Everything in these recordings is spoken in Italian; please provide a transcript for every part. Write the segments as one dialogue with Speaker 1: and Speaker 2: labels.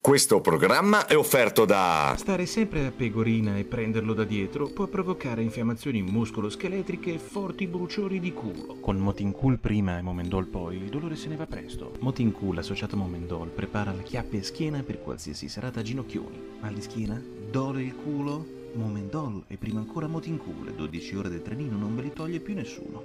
Speaker 1: Questo programma è offerto da...
Speaker 2: Ah. Stare sempre a pegorina e prenderlo da dietro può provocare infiammazioni muscoloscheletriche e forti bruciori di culo. Con Motincul prima e Momendol poi, il dolore se ne va presto. Motincul associato a Momendol prepara la chiappe e schiena per qualsiasi serata a ginocchioni. Mal di schiena? Dole il culo? Momendol e prima ancora Motincul. 12 ore del trenino non ve li toglie più nessuno.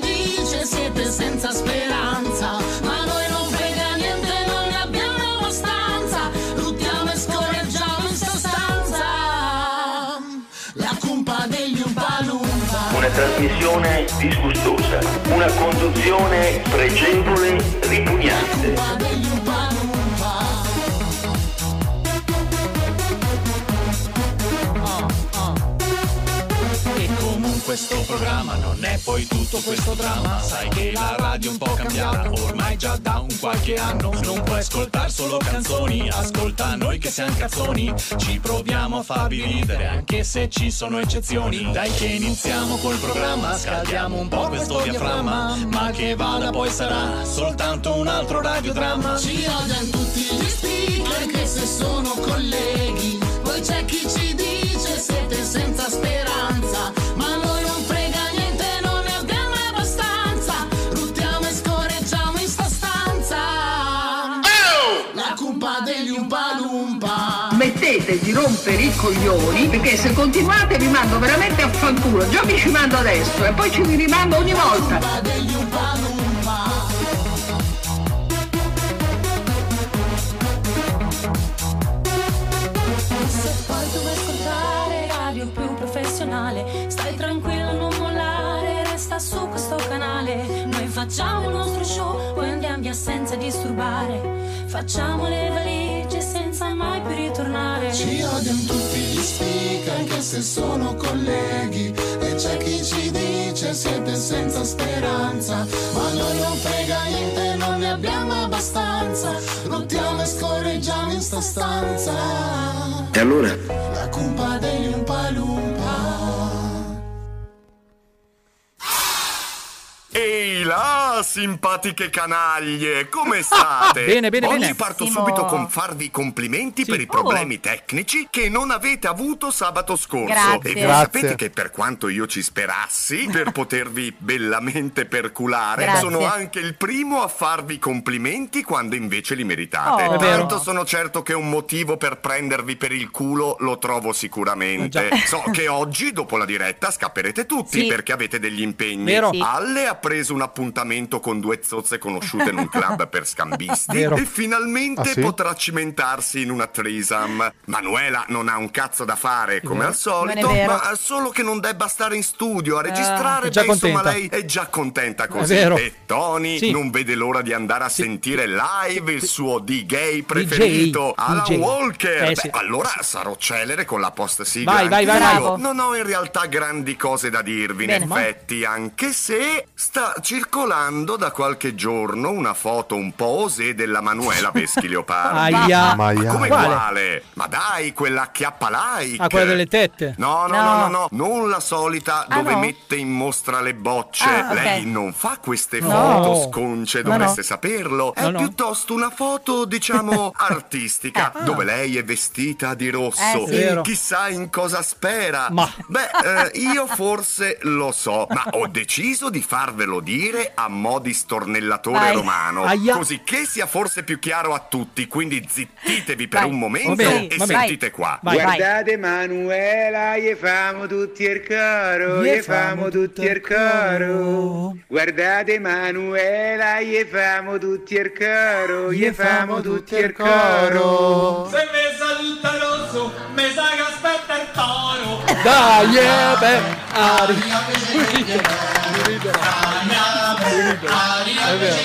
Speaker 3: dice siete senza speranza. Ma a noi non frega niente, non ne abbiamo abbastanza. Ruttiamo e scorreggiamo in sostanza. La cumpa degli Umpalumpa.
Speaker 4: Una trasmissione disgustosa, una conduzione pregevole, ripugnante.
Speaker 3: Cumpa degli Umpalumpa.
Speaker 5: E comunque sto programma non è poi tutto questo dramma Sai che la radio è un po' cambiata ormai già da un qualche anno Non puoi ascoltare solo canzoni, ascolta noi che siamo cazzoni Ci proviamo a farvi ridere anche se ci sono eccezioni Dai che iniziamo col programma, scaldiamo un po' questo diaframma Ma che vada poi sarà soltanto un altro radiodramma
Speaker 3: Ci odiano tutti gli speaker anche se sono colleghi. Poi c'è chi ci dice siete senza speranza. Ma a noi non frega niente, non ne abbiamo abbastanza. Ruttiamo e scorreggiamo in sta stanza. La cumpa degli Umpalumpa.
Speaker 6: smettete di rompere i coglioni perché se continuate vi mando veramente a fanculo già vi ci mando adesso e poi ci vi rimando ogni volta
Speaker 3: Cumpa degli Umpalumpa.
Speaker 7: Se poi tu vuoi ascoltare radio più professionale, stai tranquillo, non mollare, resta su questo canale. Noi facciamo il nostro show, poi andiamo via senza disturbare. Facciamo le valigie senza mai più ritornare.
Speaker 3: Ci odiano tutti gli speaker anche se sono colleghi E c'è chi ci dice siete senza speranza Ma a noi non frega niente, non ne abbiamo abbastanza Lottiamo e scorreggiamo in sta stanza
Speaker 4: E allora?
Speaker 3: La cumpa degli Umpalumpa
Speaker 8: Ehi là, simpatiche canaglie, come state?
Speaker 9: Bene, bene,
Speaker 8: Oggi
Speaker 9: bene.
Speaker 8: parto
Speaker 10: Ottimo.
Speaker 8: subito con farvi i complimenti per i problemi tecnici che non avete avuto sabato scorso.
Speaker 10: Grazie.
Speaker 8: E voi
Speaker 9: Grazie.
Speaker 8: sapete che per quanto io ci sperassi, per potervi bellamente perculare,
Speaker 10: Grazie.
Speaker 8: sono anche il primo a farvi complimenti quando invece li meritate.
Speaker 10: Oh. È
Speaker 9: vero.
Speaker 8: Tanto sono certo che un motivo per prendervi per il culo lo trovo sicuramente. So che oggi, dopo la diretta, scapperete tutti
Speaker 10: Sì.
Speaker 8: perché avete degli impegni.
Speaker 9: Vero.
Speaker 10: Sì.
Speaker 8: Alle ha preso un appuntamento con due zozze conosciute in un club per scambisti
Speaker 9: Vero.
Speaker 8: e finalmente
Speaker 11: Ah, sì?
Speaker 8: potrà cimentarsi in una threesome. Manuela non ha un cazzo da fare come
Speaker 9: Vero.
Speaker 8: al solito,
Speaker 10: Non è vero.
Speaker 8: ma solo che non debba stare in studio a
Speaker 9: è
Speaker 8: registrare,
Speaker 9: Ah, già
Speaker 8: beh, insomma
Speaker 9: contenta.
Speaker 8: lei è già contenta così.
Speaker 9: vero.
Speaker 8: E Tony
Speaker 9: Sì.
Speaker 8: non vede l'ora di andare a sentire live il suo DJ
Speaker 9: DJ.
Speaker 8: preferito, Alan Walker.
Speaker 9: Eh,
Speaker 8: Beh,
Speaker 9: sì.
Speaker 8: Allora sarò celere con la post sigla.
Speaker 9: Vai, vai,
Speaker 8: anch'io.
Speaker 9: vai, vai.
Speaker 8: Non ho in realtà grandi cose da dirvi, in
Speaker 10: Bene.
Speaker 8: effetti, anche se Sta circolando da qualche giorno una foto un po' osè della Manuela Veschi Leopardi. Ma
Speaker 5: Aia. Maia.
Speaker 8: come
Speaker 5: Quale?
Speaker 8: quale? Ma dai, quella che appalà
Speaker 5: Ah, quella delle tette.
Speaker 8: No, no,
Speaker 5: No.
Speaker 8: no, no, no, non la solita
Speaker 5: Ah,
Speaker 8: dove
Speaker 5: no?
Speaker 8: mette in mostra le bocce.
Speaker 5: Ah, ok.
Speaker 8: Lei non fa queste
Speaker 5: No.
Speaker 8: foto sconce,
Speaker 5: No,
Speaker 8: dovreste
Speaker 5: no.
Speaker 8: saperlo. È
Speaker 5: No, Eh. no.
Speaker 8: piuttosto una foto, diciamo, artistica, dove lei è vestita di rosso.
Speaker 5: Ah. Eh, sì. Vero.
Speaker 8: Chissà in cosa spera. Beh, eh, io forse lo so, ma ho deciso di farvelo dire a mo' di stornellatore
Speaker 5: Vai.
Speaker 8: romano.
Speaker 5: Aia.
Speaker 8: Così che sia forse più chiaro a tutti, quindi zittitevi per
Speaker 5: Vai.
Speaker 8: un
Speaker 5: Va
Speaker 8: momento
Speaker 5: bene,
Speaker 8: e
Speaker 5: va bene.
Speaker 8: sentite qua.
Speaker 11: Guardate Manuela, gli famo tutti il coro,
Speaker 5: Gli
Speaker 11: gli famo tutti il coro. Guardate Manuela, gli famo tutti il coro, gli famo tutti il coro.
Speaker 12: Se mi saluta rosso, mi sa che aspetta il toro.
Speaker 5: Dai,
Speaker 11: eh,
Speaker 5: yeah, beh, ari. È vero.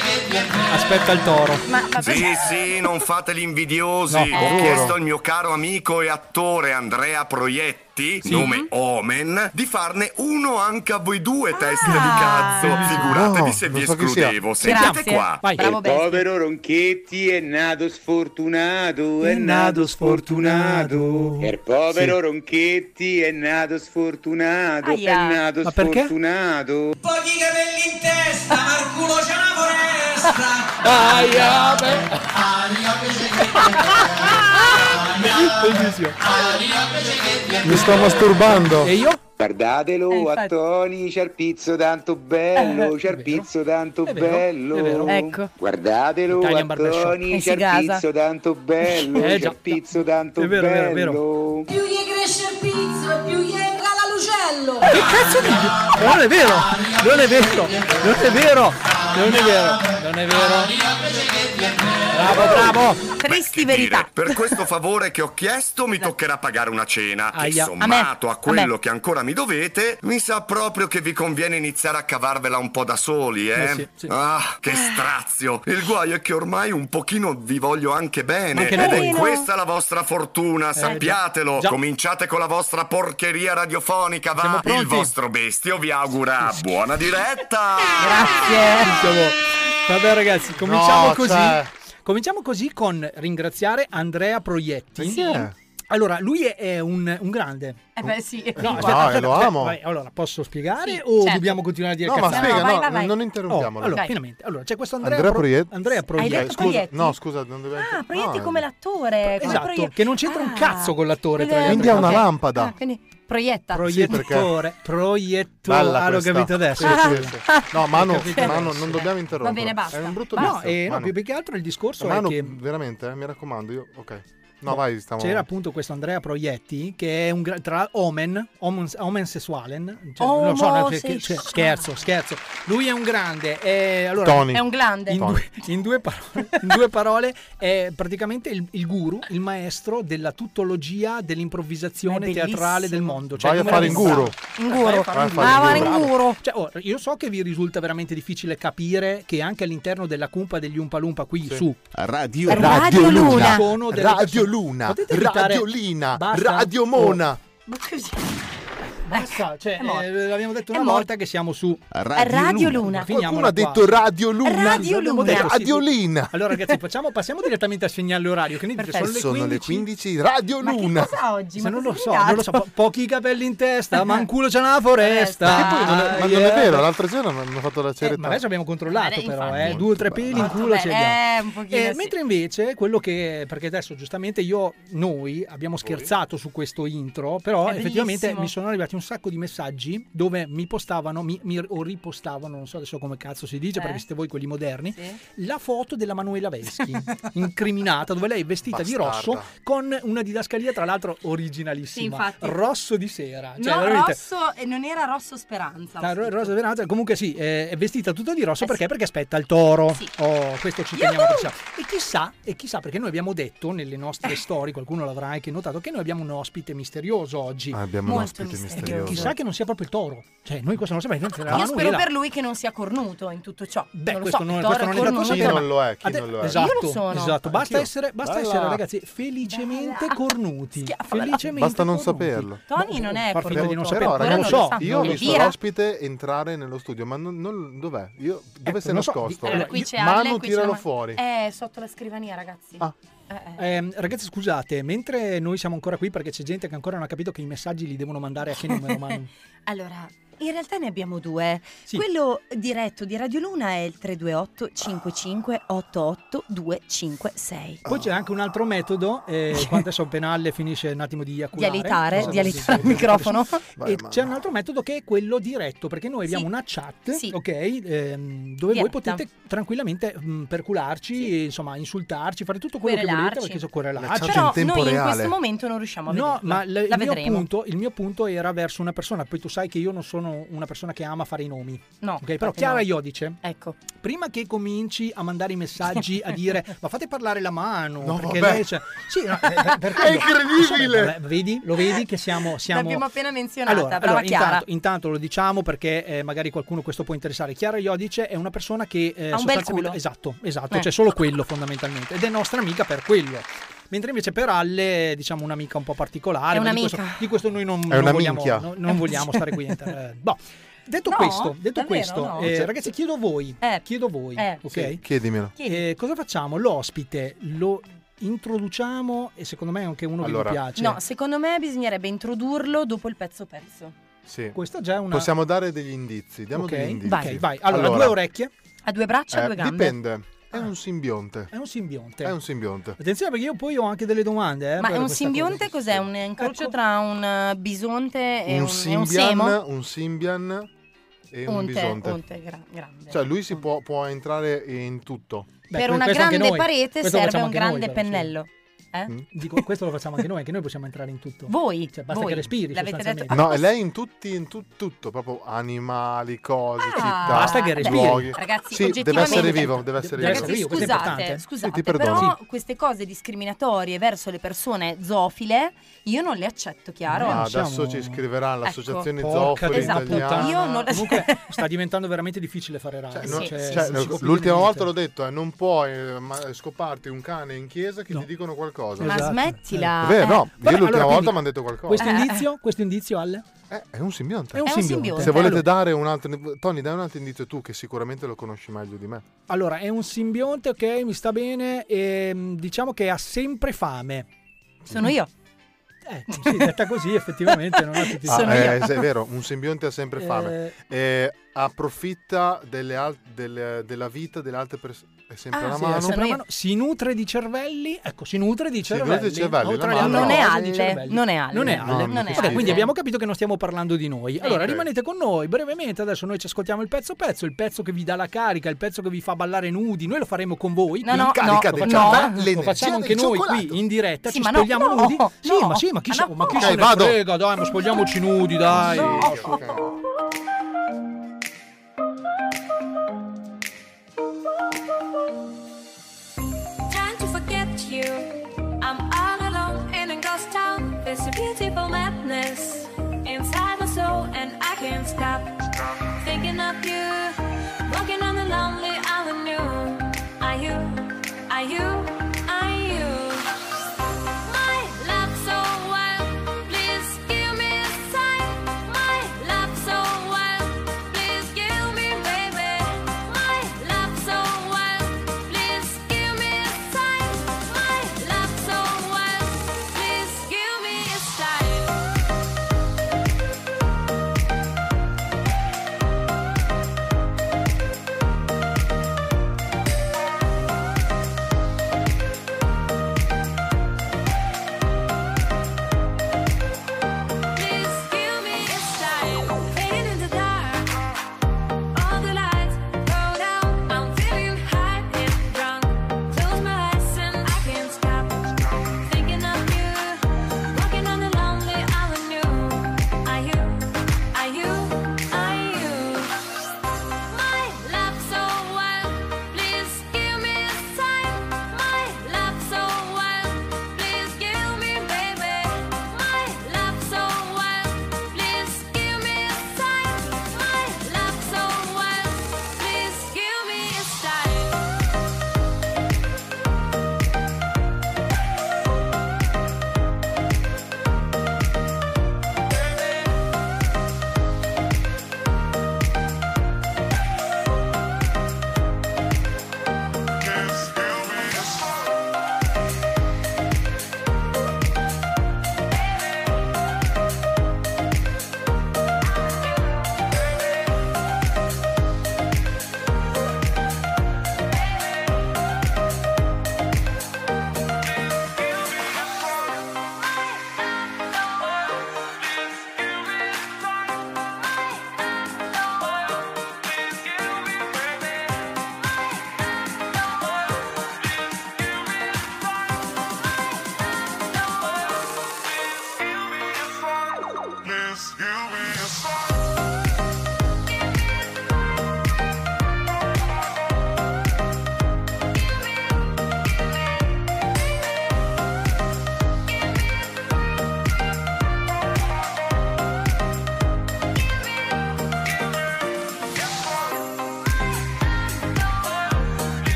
Speaker 5: Aspetta il toro.
Speaker 8: Sì, sì, non fate gli invidiosi.
Speaker 5: No,
Speaker 8: Ho
Speaker 5: giuro.
Speaker 8: chiesto al mio caro amico e attore Andrea Proietti,
Speaker 5: Sì.
Speaker 8: nome Omen, di farne uno anche a voi
Speaker 5: Ah.
Speaker 8: due teste di cazzo.
Speaker 11: No,
Speaker 8: Figuratevi se
Speaker 11: non
Speaker 8: vi
Speaker 11: so chi sia.
Speaker 8: escludevo. Sentite
Speaker 11: Grazie.
Speaker 8: qua.
Speaker 11: Vai. Il povero Ronchetti è nato sfortunato, è nato sfortunato. Il povero
Speaker 5: Sì.
Speaker 11: Ronchetti è nato sfortunato,
Speaker 5: Aia.
Speaker 11: è nato
Speaker 5: Ma perché?
Speaker 11: sfortunato.
Speaker 12: Pochi capelli in testa, ma il culo c'è una foresta. Ah,
Speaker 5: Aia, eh, beh.
Speaker 13: Mi sto masturbando.
Speaker 5: E io?
Speaker 14: Eh,
Speaker 11: Guardatelo a Tony, c'è il pizzo tanto
Speaker 5: Eh,
Speaker 11: bello, c'è il pizzo tanto bello.
Speaker 14: Ecco.
Speaker 11: Guardatelo
Speaker 14: Italian
Speaker 11: a
Speaker 14: Barbershop.
Speaker 11: Tony,
Speaker 14: E
Speaker 11: c'è
Speaker 14: si
Speaker 11: il
Speaker 14: gasa.
Speaker 11: pizzo tanto bello,
Speaker 14: Eh,
Speaker 11: c'è
Speaker 14: già.
Speaker 11: il pizzo tanto
Speaker 5: È vero, è vero, è vero.
Speaker 11: bello.
Speaker 7: Più gli cresce il pizzo, più gli entra la lucello.
Speaker 5: Eh, Che cazzo dici? Non è vero, non è vero, non è vero, non è vero, non è vero. Bravo, bravo.
Speaker 8: Tristi verità. per questo favore che ho chiesto mi toccherà pagare una cena. Che
Speaker 5: Eh. Aia.
Speaker 8: sommato
Speaker 5: A
Speaker 8: a
Speaker 5: me, a
Speaker 8: quello che ancora mi dovete, mi sa proprio che vi conviene iniziare a cavarvela un po' da soli, eh?
Speaker 5: Eh sì, sì.
Speaker 8: Ah, che strazio. Il guaio è che ormai un pochino vi voglio anche bene.
Speaker 5: Anche
Speaker 8: ed
Speaker 5: noi.
Speaker 8: è questa la vostra fortuna,
Speaker 5: già.
Speaker 8: sappiatelo.
Speaker 5: Già.
Speaker 8: Cominciate con la vostra porcheria radiofonica,
Speaker 5: Siamo
Speaker 8: va.
Speaker 5: pronti?
Speaker 8: Il vostro bestio vi augura buona diretta.
Speaker 5: Siamo- Vabbè ragazzi, cominciamo
Speaker 13: No,
Speaker 5: così.
Speaker 13: cioè-
Speaker 5: Cominciamo così con ringraziare Andrea Proietti.
Speaker 13: Chi è?
Speaker 5: Allora, lui è- è un, un grande.
Speaker 14: Eh beh, sì.
Speaker 5: No,
Speaker 13: Vai,
Speaker 5: aspetta, aspetta,
Speaker 13: lo
Speaker 5: aspetta,
Speaker 13: amo.
Speaker 5: vai, allora, posso spiegare
Speaker 14: Sì,
Speaker 5: o
Speaker 14: certo.
Speaker 5: dobbiamo continuare a dire
Speaker 13: No, ma
Speaker 5: cazzate?
Speaker 13: spiega,
Speaker 14: No, vai,
Speaker 13: no,
Speaker 14: vai, vai.
Speaker 13: non interrompiamolo.
Speaker 5: Oh, allora,
Speaker 14: Ok.
Speaker 5: finalmente. Allora, c'è questo Andrea,
Speaker 13: Andrea
Speaker 5: Pro-
Speaker 13: Proietti. Eh,
Speaker 5: Andrea Proietti.
Speaker 14: detto
Speaker 13: scusa,
Speaker 14: Proietti?
Speaker 13: no, scusa, non deve
Speaker 14: Ah, Proietti
Speaker 13: no,
Speaker 14: come l'attore. come
Speaker 5: Esatto,
Speaker 14: proiett-
Speaker 5: che non c'entra un
Speaker 14: Ah.
Speaker 5: cazzo con l'attore, tra le
Speaker 13: Quindi è
Speaker 5: altre
Speaker 13: una
Speaker 5: cose.
Speaker 13: lampada.
Speaker 14: Ah, quindi proietta.
Speaker 5: Proiettore, proiettore.
Speaker 13: Bella
Speaker 5: Ah, l'ho
Speaker 13: questa.
Speaker 5: capito adesso.
Speaker 13: Sì,
Speaker 5: Ah.
Speaker 13: sì, sì. No, Manu,
Speaker 5: Ho capito
Speaker 13: Manu,
Speaker 5: adesso.
Speaker 13: non dobbiamo interrompere.
Speaker 14: Va bene, basta.
Speaker 13: È un brutto
Speaker 14: Basta.
Speaker 5: No, eh, no,
Speaker 13: Manu.
Speaker 5: più più che altro il discorso
Speaker 13: Manu,
Speaker 5: è che
Speaker 13: veramente, eh, mi raccomando, io ok. No, vai, stiamo
Speaker 5: Boh.
Speaker 13: Eh.
Speaker 5: C'era appunto questo Andrea Proietti che è un gra- tra omen, omen, omen sessualen, cioè,
Speaker 14: Omo
Speaker 5: non lo so, no, cioè, che- cioè,
Speaker 14: sessuale.
Speaker 5: scherzo, scherzo. Lui è un grande, è, allora,
Speaker 13: Tony.
Speaker 14: È un glande.
Speaker 5: In due, in due parole, in due parole è praticamente il, il guru, il maestro della tuttologia
Speaker 14: Ma
Speaker 5: dell'improvvisazione
Speaker 14: è
Speaker 5: teatrale del
Speaker 14: bellissimo.
Speaker 5: mondo. Cioè,
Speaker 13: Vai a
Speaker 5: come la
Speaker 13: fare in
Speaker 5: pensavo?
Speaker 13: guru.
Speaker 14: In guru.
Speaker 5: Vai a fare in
Speaker 14: Ma va in
Speaker 5: guru.
Speaker 14: guru.
Speaker 5: Cioè, oh, io so che vi risulta veramente difficile capire che anche all'interno della cumpa degli Umpalumpa qui su
Speaker 13: Radio,
Speaker 14: Radio Luna.
Speaker 5: Sono delle
Speaker 13: Radio
Speaker 5: persone-
Speaker 13: Luna,
Speaker 5: Potete evitare-
Speaker 13: Radio Lina,
Speaker 5: Basta. Oh.
Speaker 13: Radio Mona.
Speaker 14: Ma così.
Speaker 10: Ecco,
Speaker 5: Basta, cioè,
Speaker 14: È morto.
Speaker 5: eh, l'abbiamo detto
Speaker 14: È
Speaker 5: una
Speaker 14: morto.
Speaker 5: volta che siamo su
Speaker 14: Radio Luna.
Speaker 5: Finiamola
Speaker 13: Qualcuno ha
Speaker 5: qua.
Speaker 13: detto Radio Luna.
Speaker 14: Radio
Speaker 5: Abbiamo
Speaker 14: Luna.
Speaker 5: detto, sì.
Speaker 13: Radio Lina.
Speaker 5: Allora ragazzi, facciamo- passiamo direttamente al segnale orario, che ne dite?
Speaker 14: Perfetto.
Speaker 13: Sono
Speaker 5: Sono
Speaker 13: le
Speaker 5: le 15.
Speaker 13: 15, Radio
Speaker 14: Ma
Speaker 13: Luna.
Speaker 14: che cosa oggi?
Speaker 5: Se
Speaker 14: Ma
Speaker 5: non
Speaker 14: cosa
Speaker 5: lo so,
Speaker 14: hai
Speaker 5: non lo so,
Speaker 14: dato?
Speaker 5: po- pochi capelli in testa, ma un culo c'è una foresta.
Speaker 14: Che
Speaker 13: Che poi non è, ma non è
Speaker 5: Yeah.
Speaker 13: vero, l'altro giorno mi hanno fatto la
Speaker 5: Eh, ma
Speaker 13: ceretta.
Speaker 5: adesso abbiamo controllato
Speaker 14: Eh,
Speaker 5: però,
Speaker 14: infatti.
Speaker 5: eh, due o tre peli in
Speaker 14: Molto
Speaker 5: culo ce li
Speaker 14: bene.
Speaker 5: abbiamo.
Speaker 14: Eh, un pochino
Speaker 5: Eh,
Speaker 14: sì.
Speaker 5: mentre invece quello che perché adesso giustamente io noi abbiamo scherzato su questo intro però
Speaker 14: È
Speaker 5: effettivamente
Speaker 14: bellissimo.
Speaker 5: mi sono arrivati un sacco di messaggi dove mi postavano mi, mi- o ripostavano non so adesso come cazzo si dice
Speaker 14: Eh.
Speaker 5: perché siete voi quelli moderni
Speaker 14: Sì.
Speaker 5: la foto della Manuela Veschi incriminata dove lei è vestita di
Speaker 13: Bastarda.
Speaker 5: rosso con una didascalia tra l'altro
Speaker 14: Sì,
Speaker 5: originalissima
Speaker 14: infatti.
Speaker 5: rosso di sera cioè
Speaker 14: no,
Speaker 5: veramente
Speaker 14: Rosso e non era Rosso Speranza.
Speaker 5: Ah,
Speaker 14: ho
Speaker 5: Ro-
Speaker 14: scritto.
Speaker 5: Rosa Veranza, comunque sì, eh, è vestita tutta di rosso
Speaker 14: Eh
Speaker 5: perché?
Speaker 14: sì.
Speaker 5: Perché aspetta il toro.
Speaker 14: Sì.
Speaker 5: Oh, questo ci teniamo
Speaker 14: Yuhu!
Speaker 5: chissà. E chissà, e chissà, perché noi abbiamo detto
Speaker 10: Eh.
Speaker 5: nelle nostre storie, qualcuno l'avrà anche notato, che noi abbiamo un ospite misterioso oggi.
Speaker 13: Ah, abbiamo un
Speaker 14: Molto
Speaker 13: ospite
Speaker 14: misterioso.
Speaker 13: misterioso.
Speaker 5: Che che
Speaker 10: meraviglioso.
Speaker 5: chissà che non sia proprio il toro. Cioè, noi questo non lo sappiamo.
Speaker 10: Io spero per lui che non sia cornuto in tutto ciò.
Speaker 5: Beh,
Speaker 10: non lo
Speaker 5: questo
Speaker 10: so,
Speaker 5: non,
Speaker 10: Toro
Speaker 5: questo non è
Speaker 10: cornuto,
Speaker 5: da
Speaker 10: però-
Speaker 5: non lo è,
Speaker 10: chi non lo è.
Speaker 5: Esatto,
Speaker 10: Io lo sono.
Speaker 5: esatto.
Speaker 10: Anch'io.
Speaker 5: Basta, essere, basta
Speaker 10: Bella.
Speaker 5: essere, ragazzi, felicemente cornuti. Felicemente
Speaker 13: Basta non
Speaker 5: cornuti.
Speaker 13: saperlo.
Speaker 10: Tony non è
Speaker 5: far finta di non
Speaker 10: cornuto.
Speaker 5: saperlo.
Speaker 13: Però,
Speaker 5: Ora non
Speaker 13: ragazzi,
Speaker 5: lo so.
Speaker 13: io ho
Speaker 5: Non lo
Speaker 13: visto
Speaker 5: dirà.
Speaker 13: l'ospite entrare nello studio, ma non, non- dov'è? Io, dove
Speaker 5: Ecco,
Speaker 13: si è
Speaker 5: non so.
Speaker 13: nascosto?
Speaker 5: Allora,
Speaker 10: Qui c'è
Speaker 13: Manu,
Speaker 10: Arlen, qui c'è
Speaker 13: tiralo
Speaker 10: la-
Speaker 13: fuori.
Speaker 10: Eh, sotto la scrivania, ragazzi. Eh, eh.
Speaker 5: Ah. Ehm, ragazzi, scusate, mentre noi siamo ancora qui, perché c'è gente che ancora non ha capito che i messaggi li devono mandare a che numero, Manu?
Speaker 10: Allora, in realtà ne abbiamo due. Quello diretto di Radio Luna è il 328 55 88 256.
Speaker 5: Poi c'è anche un altro metodo, eh, quando adesso Penale finisce un attimo di iaculare.
Speaker 10: Di alitare,
Speaker 5: No,
Speaker 10: di alitare
Speaker 5: sì,
Speaker 10: il microfono.
Speaker 5: E c'è un altro metodo che è quello diretto, perché noi abbiamo una chat, ok, ehm, dove voi
Speaker 10: Diretta.
Speaker 5: potete tranquilamente mh, percularci, e, insomma, insultarci, fare tutto quello che volete,
Speaker 10: Querelarci.
Speaker 5: perché so querelarci.
Speaker 10: Però noi in questo momento non riusciamo a
Speaker 5: No,
Speaker 10: vederla.
Speaker 5: ma l-
Speaker 10: la
Speaker 5: il, mio
Speaker 10: vedremo.
Speaker 5: punto, il mio punto era verso una persona. Poi tu sai che io non sono una persona che ama fare i nomi.
Speaker 10: No,
Speaker 5: Ok, però
Speaker 10: infatti
Speaker 5: Chiara
Speaker 10: no.
Speaker 5: Iodice,
Speaker 10: ecco.
Speaker 5: prima che cominci a mandare i messaggi a dire ma fate parlare la mano,
Speaker 13: No,
Speaker 5: perché
Speaker 13: vabbè.
Speaker 5: lei c'è- Sì, no, eh, perché-
Speaker 13: È incredibile!
Speaker 5: Vabbè, vedi, lo vedi che siamo. siamo...
Speaker 10: L'abbiamo appena menzionata,
Speaker 5: Allora,
Speaker 10: brava
Speaker 5: allora,
Speaker 10: Chiara.
Speaker 5: Intanto, intanto lo diciamo perché eh, magari qualcuno questo può interessare. Chiara Iodice è una persona che eh,
Speaker 10: Ha un bel culo.
Speaker 5: Esatto, esatto,
Speaker 10: Eh.
Speaker 5: c'è solo quello fondamentalmente ed è nostra amica per quello. Mentre invece per Alle, è, diciamo, un'amica un po' particolare.
Speaker 10: È
Speaker 5: ma di
Speaker 10: un'amica.
Speaker 5: questo, di questo noi non,
Speaker 13: È
Speaker 5: non
Speaker 13: una
Speaker 5: vogliamo,
Speaker 13: minchia.
Speaker 5: no- non vogliamo stare qui. a inter- eh, boh. Detto
Speaker 10: No?
Speaker 5: questo, detto
Speaker 10: Davvero?
Speaker 5: questo
Speaker 10: No.
Speaker 5: eh,
Speaker 10: Cioè-
Speaker 5: ragazzi, chiedo voi, chiedo voi,
Speaker 10: Eh.
Speaker 5: ok?
Speaker 13: Sì, chiedimelo.
Speaker 5: Eh, cosa facciamo? L'ospite lo introduciamo e secondo me è anche uno
Speaker 13: Allora.
Speaker 5: che vi piace.
Speaker 10: No, secondo me bisognerebbe introdurlo dopo il pezzo perso.
Speaker 13: Sì.
Speaker 5: Questa già è una-
Speaker 13: Possiamo dare degli indizi. Diamo
Speaker 5: Ok,
Speaker 13: degli indizi.
Speaker 5: vai, vai. Allora, due orecchie. Ah.
Speaker 10: Ha due braccia,
Speaker 13: eh,
Speaker 10: ha due gambe.
Speaker 13: Dipende. È un simbionte.
Speaker 5: È un simbionte.
Speaker 13: È un simbionte.
Speaker 5: Attenzione perché io poi ho anche delle domande. eh,
Speaker 10: Ma
Speaker 5: per
Speaker 10: è un
Speaker 5: questa
Speaker 10: simbionte cos'è? Un incrocio tra un eh, bisonte e un,
Speaker 13: Un
Speaker 10: e un
Speaker 13: simbian,
Speaker 10: semo?
Speaker 13: un simbian e un
Speaker 10: Unte,
Speaker 13: bisonte.
Speaker 10: unte, gra- grande.
Speaker 13: Cioè, lui si può, può entrare in tutto.
Speaker 10: per una grande parete serve un grande
Speaker 5: cioè,
Speaker 10: pennello. Eh?
Speaker 5: cosa. Mm. Dico, questo lo facciamo anche noi, anche noi possiamo entrare in tutto.
Speaker 10: Voi,
Speaker 5: Cioè, basta
Speaker 10: voi,
Speaker 5: che respiri.
Speaker 10: l'avete detto-
Speaker 5: sostanzialmente.
Speaker 13: No, e lei in tutti, in tu- tutto, proprio animali, cose, città.
Speaker 5: Ah, Basta che respiri.
Speaker 13: luoghi.
Speaker 10: Ah! Ragazzi,
Speaker 13: sì, deve
Speaker 10: oggettivamente-
Speaker 13: essere vivo, deve essere
Speaker 5: Deve
Speaker 13: vivo.
Speaker 5: essere vivo, questo è
Speaker 10: Scusate,
Speaker 5: importante.
Speaker 10: scusate,
Speaker 13: Sì, ti perdono.
Speaker 10: però queste cose discriminatorie verso le persone zoofile io non le accetto, chiaro?
Speaker 13: Ah, adesso ci scriverà l'associazione
Speaker 5: Porca
Speaker 13: zoofili
Speaker 5: esatto,
Speaker 13: italiana.
Speaker 10: Io non la-
Speaker 5: Comunque sta diventando veramente difficile fare radio.
Speaker 13: Cioè, non-
Speaker 5: cioè,
Speaker 13: cioè,
Speaker 5: non si può più
Speaker 13: l'ultima
Speaker 5: niente.
Speaker 13: volta l'ho detto, eh, non puoi eh, ma- scoparti un cane in chiesa che ti dicono qualcosa.
Speaker 10: Ma Esatto. Eh, smettila.
Speaker 13: È vero, no,
Speaker 10: Eh.
Speaker 13: io
Speaker 10: Vabbè,
Speaker 13: l'ultima
Speaker 10: allora,
Speaker 13: volta
Speaker 10: quindi,
Speaker 13: mi hanno detto qualcosa. Eh,
Speaker 5: Questo indizio, questo indizio alle?
Speaker 13: È un simbionte.
Speaker 5: È un È un simbionte. simbionte.
Speaker 13: Se volete
Speaker 5: Allora-
Speaker 13: dare un altro Tony, dai un altro indizio tu che sicuramente lo conosci meglio di me.
Speaker 5: Allora, è un simbionte, ok, mi sta bene. E, mm, diciamo che ha sempre fame.
Speaker 10: Sono io.
Speaker 5: Eh, sì, detta così, effettivamente. Non ho tutti i
Speaker 13: Ah,
Speaker 5: soldi.
Speaker 13: eh, se è vero, un simbionte ha sempre fame. Eh, approfitta delle al- delle- della vita delle altre persone. È sempre
Speaker 5: Ah,
Speaker 13: la
Speaker 5: sì,
Speaker 13: mano.
Speaker 5: è sempre la mano. Si nutre di cervelli, ecco, si nutre di
Speaker 13: Si
Speaker 5: cervelli.
Speaker 13: nutre di cervelli,
Speaker 5: o
Speaker 13: la
Speaker 5: tra le
Speaker 13: mano.
Speaker 5: altre
Speaker 13: Non è
Speaker 5: cose,
Speaker 13: Alle,
Speaker 5: di cervelli.
Speaker 10: non è Alle.
Speaker 5: Non è
Speaker 13: No,
Speaker 5: Alle.
Speaker 13: non è
Speaker 5: Ok,
Speaker 13: Alle.
Speaker 5: quindi abbiamo capito che non stiamo parlando di noi. Allora,
Speaker 13: Ok.
Speaker 5: rimanete con noi brevemente. Adesso noi ci ascoltiamo il pezzo pezzo, il pezzo che vi dà la carica, il pezzo che vi fa ballare nudi. Noi lo faremo con voi.
Speaker 10: No,
Speaker 5: qui.
Speaker 10: no, no, Carica
Speaker 5: lo
Speaker 10: del
Speaker 5: facciamo-
Speaker 10: cervello,
Speaker 5: Lo
Speaker 10: l'energia
Speaker 5: facciamo anche
Speaker 10: del
Speaker 5: noi
Speaker 10: cioccolato.
Speaker 5: qui in diretta.
Speaker 10: Sì,
Speaker 5: ci
Speaker 10: ma no,
Speaker 5: spogliamo
Speaker 10: no,
Speaker 5: nudi. Sì,
Speaker 10: no.
Speaker 5: ma sì, ma chi, se, ma chi Eh.
Speaker 13: Ok,
Speaker 5: se ne
Speaker 13: vado.
Speaker 5: frega? Dai, ma spogliamoci nudi, dai.
Speaker 13: No.
Speaker 5: Su,
Speaker 7: Time to forget you. I'm all alone in a ghost town. There's a beautiful madness inside my soul, and I can't stop thinking of you. Walking on the lonely avenue. Are you? Are you? Are you? My love so wild. Please give me a sign. My love so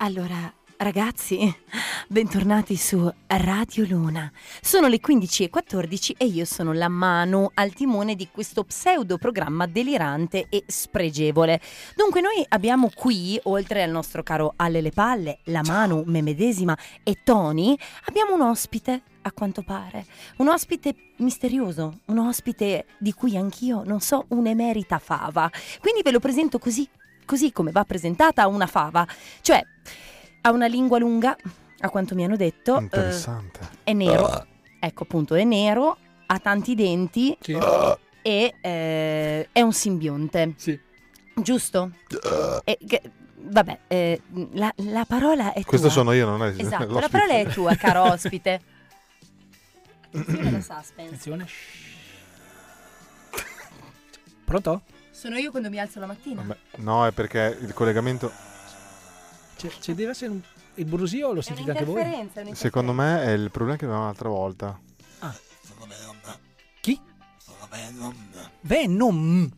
Speaker 10: Allora, ragazzi, bentornati su Radio Luna. Sono le 15.14 e io sono la mano al timone di questo pseudo programma delirante e spregevole. Dunque, noi abbiamo qui, oltre al nostro caro Alle le Palle, la Manu, me medesima e Tony, abbiamo un ospite. A quanto pare, un ospite misterioso, un ospite di cui anch'io non so un'emerita fava. Quindi ve lo presento così, così come va presentata una fava. Cioè, ha una lingua lunga, a quanto mi hanno detto. eh,
Speaker 13: Interessante.
Speaker 10: è nero. Ecco, appunto, è nero, ha tanti denti e eh, è un simbionte.
Speaker 5: Sì.
Speaker 10: Giusto? E che- vabbè, eh, la, la parola è
Speaker 13: Questo
Speaker 10: tua.
Speaker 13: sono io, non è
Speaker 10: Esatto, la
Speaker 13: l'ospite.
Speaker 10: parola è tua, caro ospite. Attenzione.
Speaker 5: Pronto?
Speaker 10: Sono io quando mi alzo la mattina.
Speaker 13: Vabbè, No, è perché il collegamento,
Speaker 5: C'è, c'è deve essere un... il brusio lo sentite anche voi?
Speaker 13: secondo me, è il problema che avevamo l'altra volta.
Speaker 5: Chi? Venom.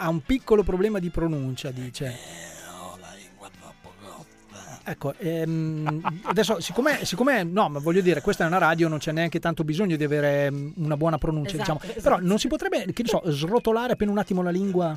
Speaker 5: Ha un piccolo problema di pronuncia, dice. Ecco, ehm, adesso siccome, siccome- no, ma voglio dire, questa è una radio, non c'è neanche tanto bisogno di avere mm, una buona pronuncia,
Speaker 15: Esatto,
Speaker 5: diciamo.
Speaker 15: esatto.
Speaker 5: Però non si potrebbe, che ne so, srotolare appena un attimo la lingua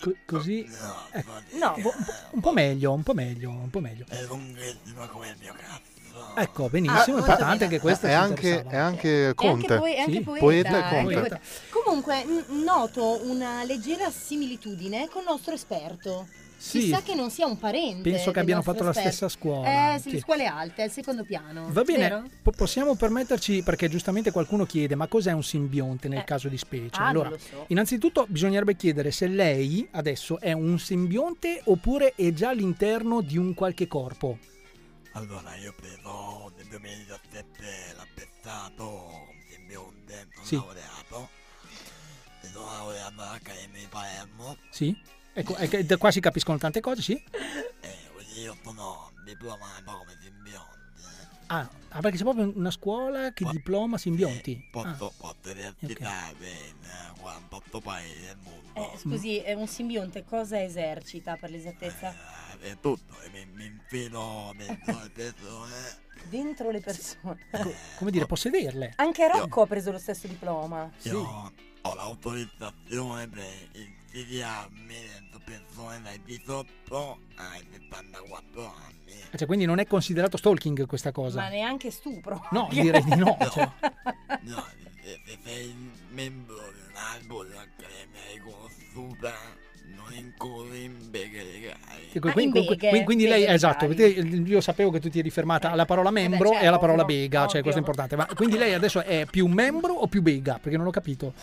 Speaker 5: Co- così. Ecco.
Speaker 10: No.
Speaker 5: Un po- un po' meglio, un po' meglio, un po' meglio.
Speaker 15: È lunghissimo come il mio cazzo.
Speaker 5: Ecco, benissimo,
Speaker 15: Ah,
Speaker 5: importante che questo
Speaker 13: eh, è
Speaker 5: ci
Speaker 13: anche,
Speaker 5: interessava.
Speaker 13: è anche
Speaker 16: E anche
Speaker 13: Eh, Conte.
Speaker 16: poi- e anche
Speaker 13: Sì.
Speaker 16: poeta,
Speaker 13: e
Speaker 16: eh,
Speaker 13: Conte.
Speaker 16: poeta. Comunque n- noto una leggera similitudine col nostro esperto.
Speaker 5: Sì.
Speaker 16: Chissà che non sia un parente.
Speaker 5: Penso che
Speaker 16: del
Speaker 5: abbiano
Speaker 16: nostro
Speaker 5: fatto la
Speaker 16: esperto.
Speaker 5: stessa scuola,
Speaker 16: Eh, sì,
Speaker 5: sì.
Speaker 16: scuole alte, al secondo piano.
Speaker 5: Va
Speaker 16: vero?
Speaker 5: bene, po- possiamo permetterci, perché giustamente qualcuno chiede, ma cos'è un simbionte nel caso di specie?
Speaker 16: ah, non
Speaker 5: allora,
Speaker 16: lo so.
Speaker 5: innanzitutto bisognerebbe chiedere se lei adesso è un simbionte oppure è già all'interno di un qualche corpo.
Speaker 15: Allora io però nel 2017 l'ha pensato il mio tempo
Speaker 5: Sì.
Speaker 15: laureato. Mi sono laureato all'Accademia di Palermo
Speaker 5: Sì? Ecco, è che da qua si capiscono tante cose, sì?
Speaker 15: e quindi io sono diplomato come simbionte.
Speaker 5: Ah, ah, perché c'è proprio una scuola che diploma simbionti. Ah,
Speaker 15: Posso, posso esercitare in 48 paesi del mondo.
Speaker 3: Eh, scusi, è un simbionte cosa esercita per l'esattezza?
Speaker 15: È tutto, e mi, mi infilo dentro le persone.
Speaker 3: Dentro le persone.
Speaker 5: Come dire, possederle.
Speaker 3: Anche Rocco ha preso lo stesso diploma.
Speaker 15: Io ho l'autorizzazione per insediarmi dentro persone dai 18 ai 74 anni.
Speaker 5: Cioè, quindi non è considerato stalking questa cosa.
Speaker 3: Ma neanche stupro.
Speaker 5: No, direi di no. cioè.
Speaker 15: No, se, se sei membro di un'albo che mi hai conosciuta, non incorri in beghe legali.
Speaker 3: Ah,
Speaker 5: Ecco, quindi, quindi- quindi lei, esatto, vedete, io sapevo che tu ti eri fermata alla parola membro e
Speaker 3: certo,
Speaker 5: alla parola bega, cioè questo è importante. Ma quindi lei adesso è più membro o più bega? Perché non ho capito.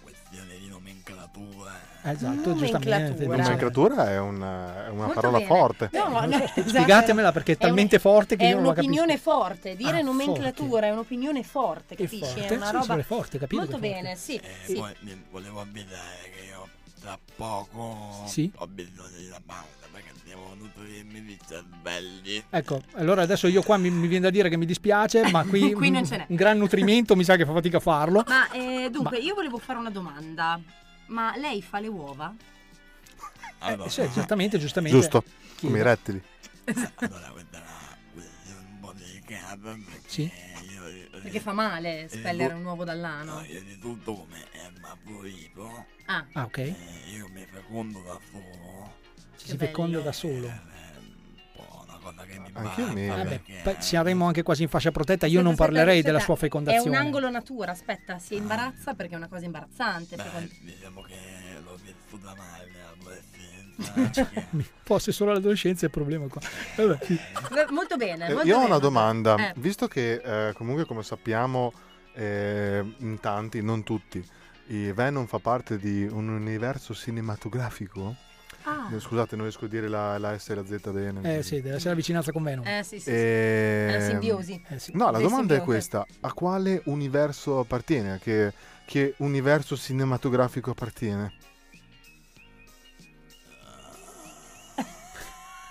Speaker 15: Questione di nomenclatura.
Speaker 5: Esatto, giustamente.
Speaker 13: Nomenclatura è una, è una
Speaker 3: Molto
Speaker 13: parola
Speaker 3: bene.
Speaker 13: forte.
Speaker 3: No, no, no,
Speaker 5: Spiegatemela perché è
Speaker 3: È un-
Speaker 5: talmente forte che
Speaker 3: è
Speaker 5: io non la capisco.
Speaker 3: un'opinione forte, dire
Speaker 5: Ah,
Speaker 3: nomenclatura è un'opinione forte, capisci?
Speaker 5: forte,
Speaker 3: È una
Speaker 5: sì,
Speaker 3: roba
Speaker 5: sono forte, capito
Speaker 3: Molto
Speaker 5: che è forte. Eh,
Speaker 3: bene, sì,
Speaker 15: E
Speaker 3: sì.
Speaker 15: Eh, poi mi volevo avvisare che io tra poco
Speaker 5: Sì.
Speaker 15: ho bisogno di una pausa perché devo nutrirmi di cervelli.
Speaker 5: Ecco, allora adesso io qua mi, mi viene da dire che mi dispiace, ma qui,
Speaker 3: Qui non
Speaker 5: un-
Speaker 3: ce n'è.
Speaker 5: un gran nutrimento mi sa che fa fatica a farlo.
Speaker 3: Ma eh, dunque,
Speaker 5: Ma-
Speaker 3: io volevo fare una domanda. Ma lei fa le uova?
Speaker 5: Eh, sì, esattamente, giustamente.
Speaker 13: Giusto, come i rettili.
Speaker 3: Esatto.
Speaker 5: Sì.
Speaker 3: Perché fa male
Speaker 15: Eh,
Speaker 3: spellere
Speaker 15: boh.
Speaker 3: un uovo dall'ano.
Speaker 15: No, io di tutto come eh, è maturito,
Speaker 3: Ah,
Speaker 5: Ah, ok.
Speaker 15: eh, io mi fecondo da solo.
Speaker 5: Ci si feconda da solo.
Speaker 15: Una cosa che mi
Speaker 13: Anche il mio.
Speaker 15: basta,
Speaker 5: Vabbè,
Speaker 15: Ah, perché-
Speaker 5: poi saremmo anche quasi in fascia protetta, io
Speaker 3: Aspetta,
Speaker 5: non
Speaker 3: aspetta,
Speaker 5: parlerei della
Speaker 3: aspetta.
Speaker 5: sua fecondazione. Ah.
Speaker 3: È un angolo natura, aspetta, si imbarazza perché è una cosa imbarazzante. secondo-
Speaker 15: Beh, diciamo che l'ho vissuta male eh, l'adolescenza.
Speaker 5: Forse solo l'adolescenza è il problema qua. Vabbè, sì.
Speaker 3: Beh, Molto bene.
Speaker 13: Eh,
Speaker 3: molto
Speaker 13: Io ho
Speaker 3: bene.
Speaker 13: una domanda,
Speaker 3: Eh,
Speaker 13: visto che eh, comunque come sappiamo eh, in tanti, non tutti, i Venom fa parte di un universo cinematografico.
Speaker 3: Ah.
Speaker 13: Eh, Scusate, non riesco a dire la, la S e la Z bene.
Speaker 5: Eh sì, deve essere la vicinanza con Venom.
Speaker 3: Eh sì, sì.
Speaker 13: Eh, No, la
Speaker 5: Dei
Speaker 13: domanda è
Speaker 5: simbionti.
Speaker 13: questa: a quale universo appartiene? A che, che universo cinematografico appartiene?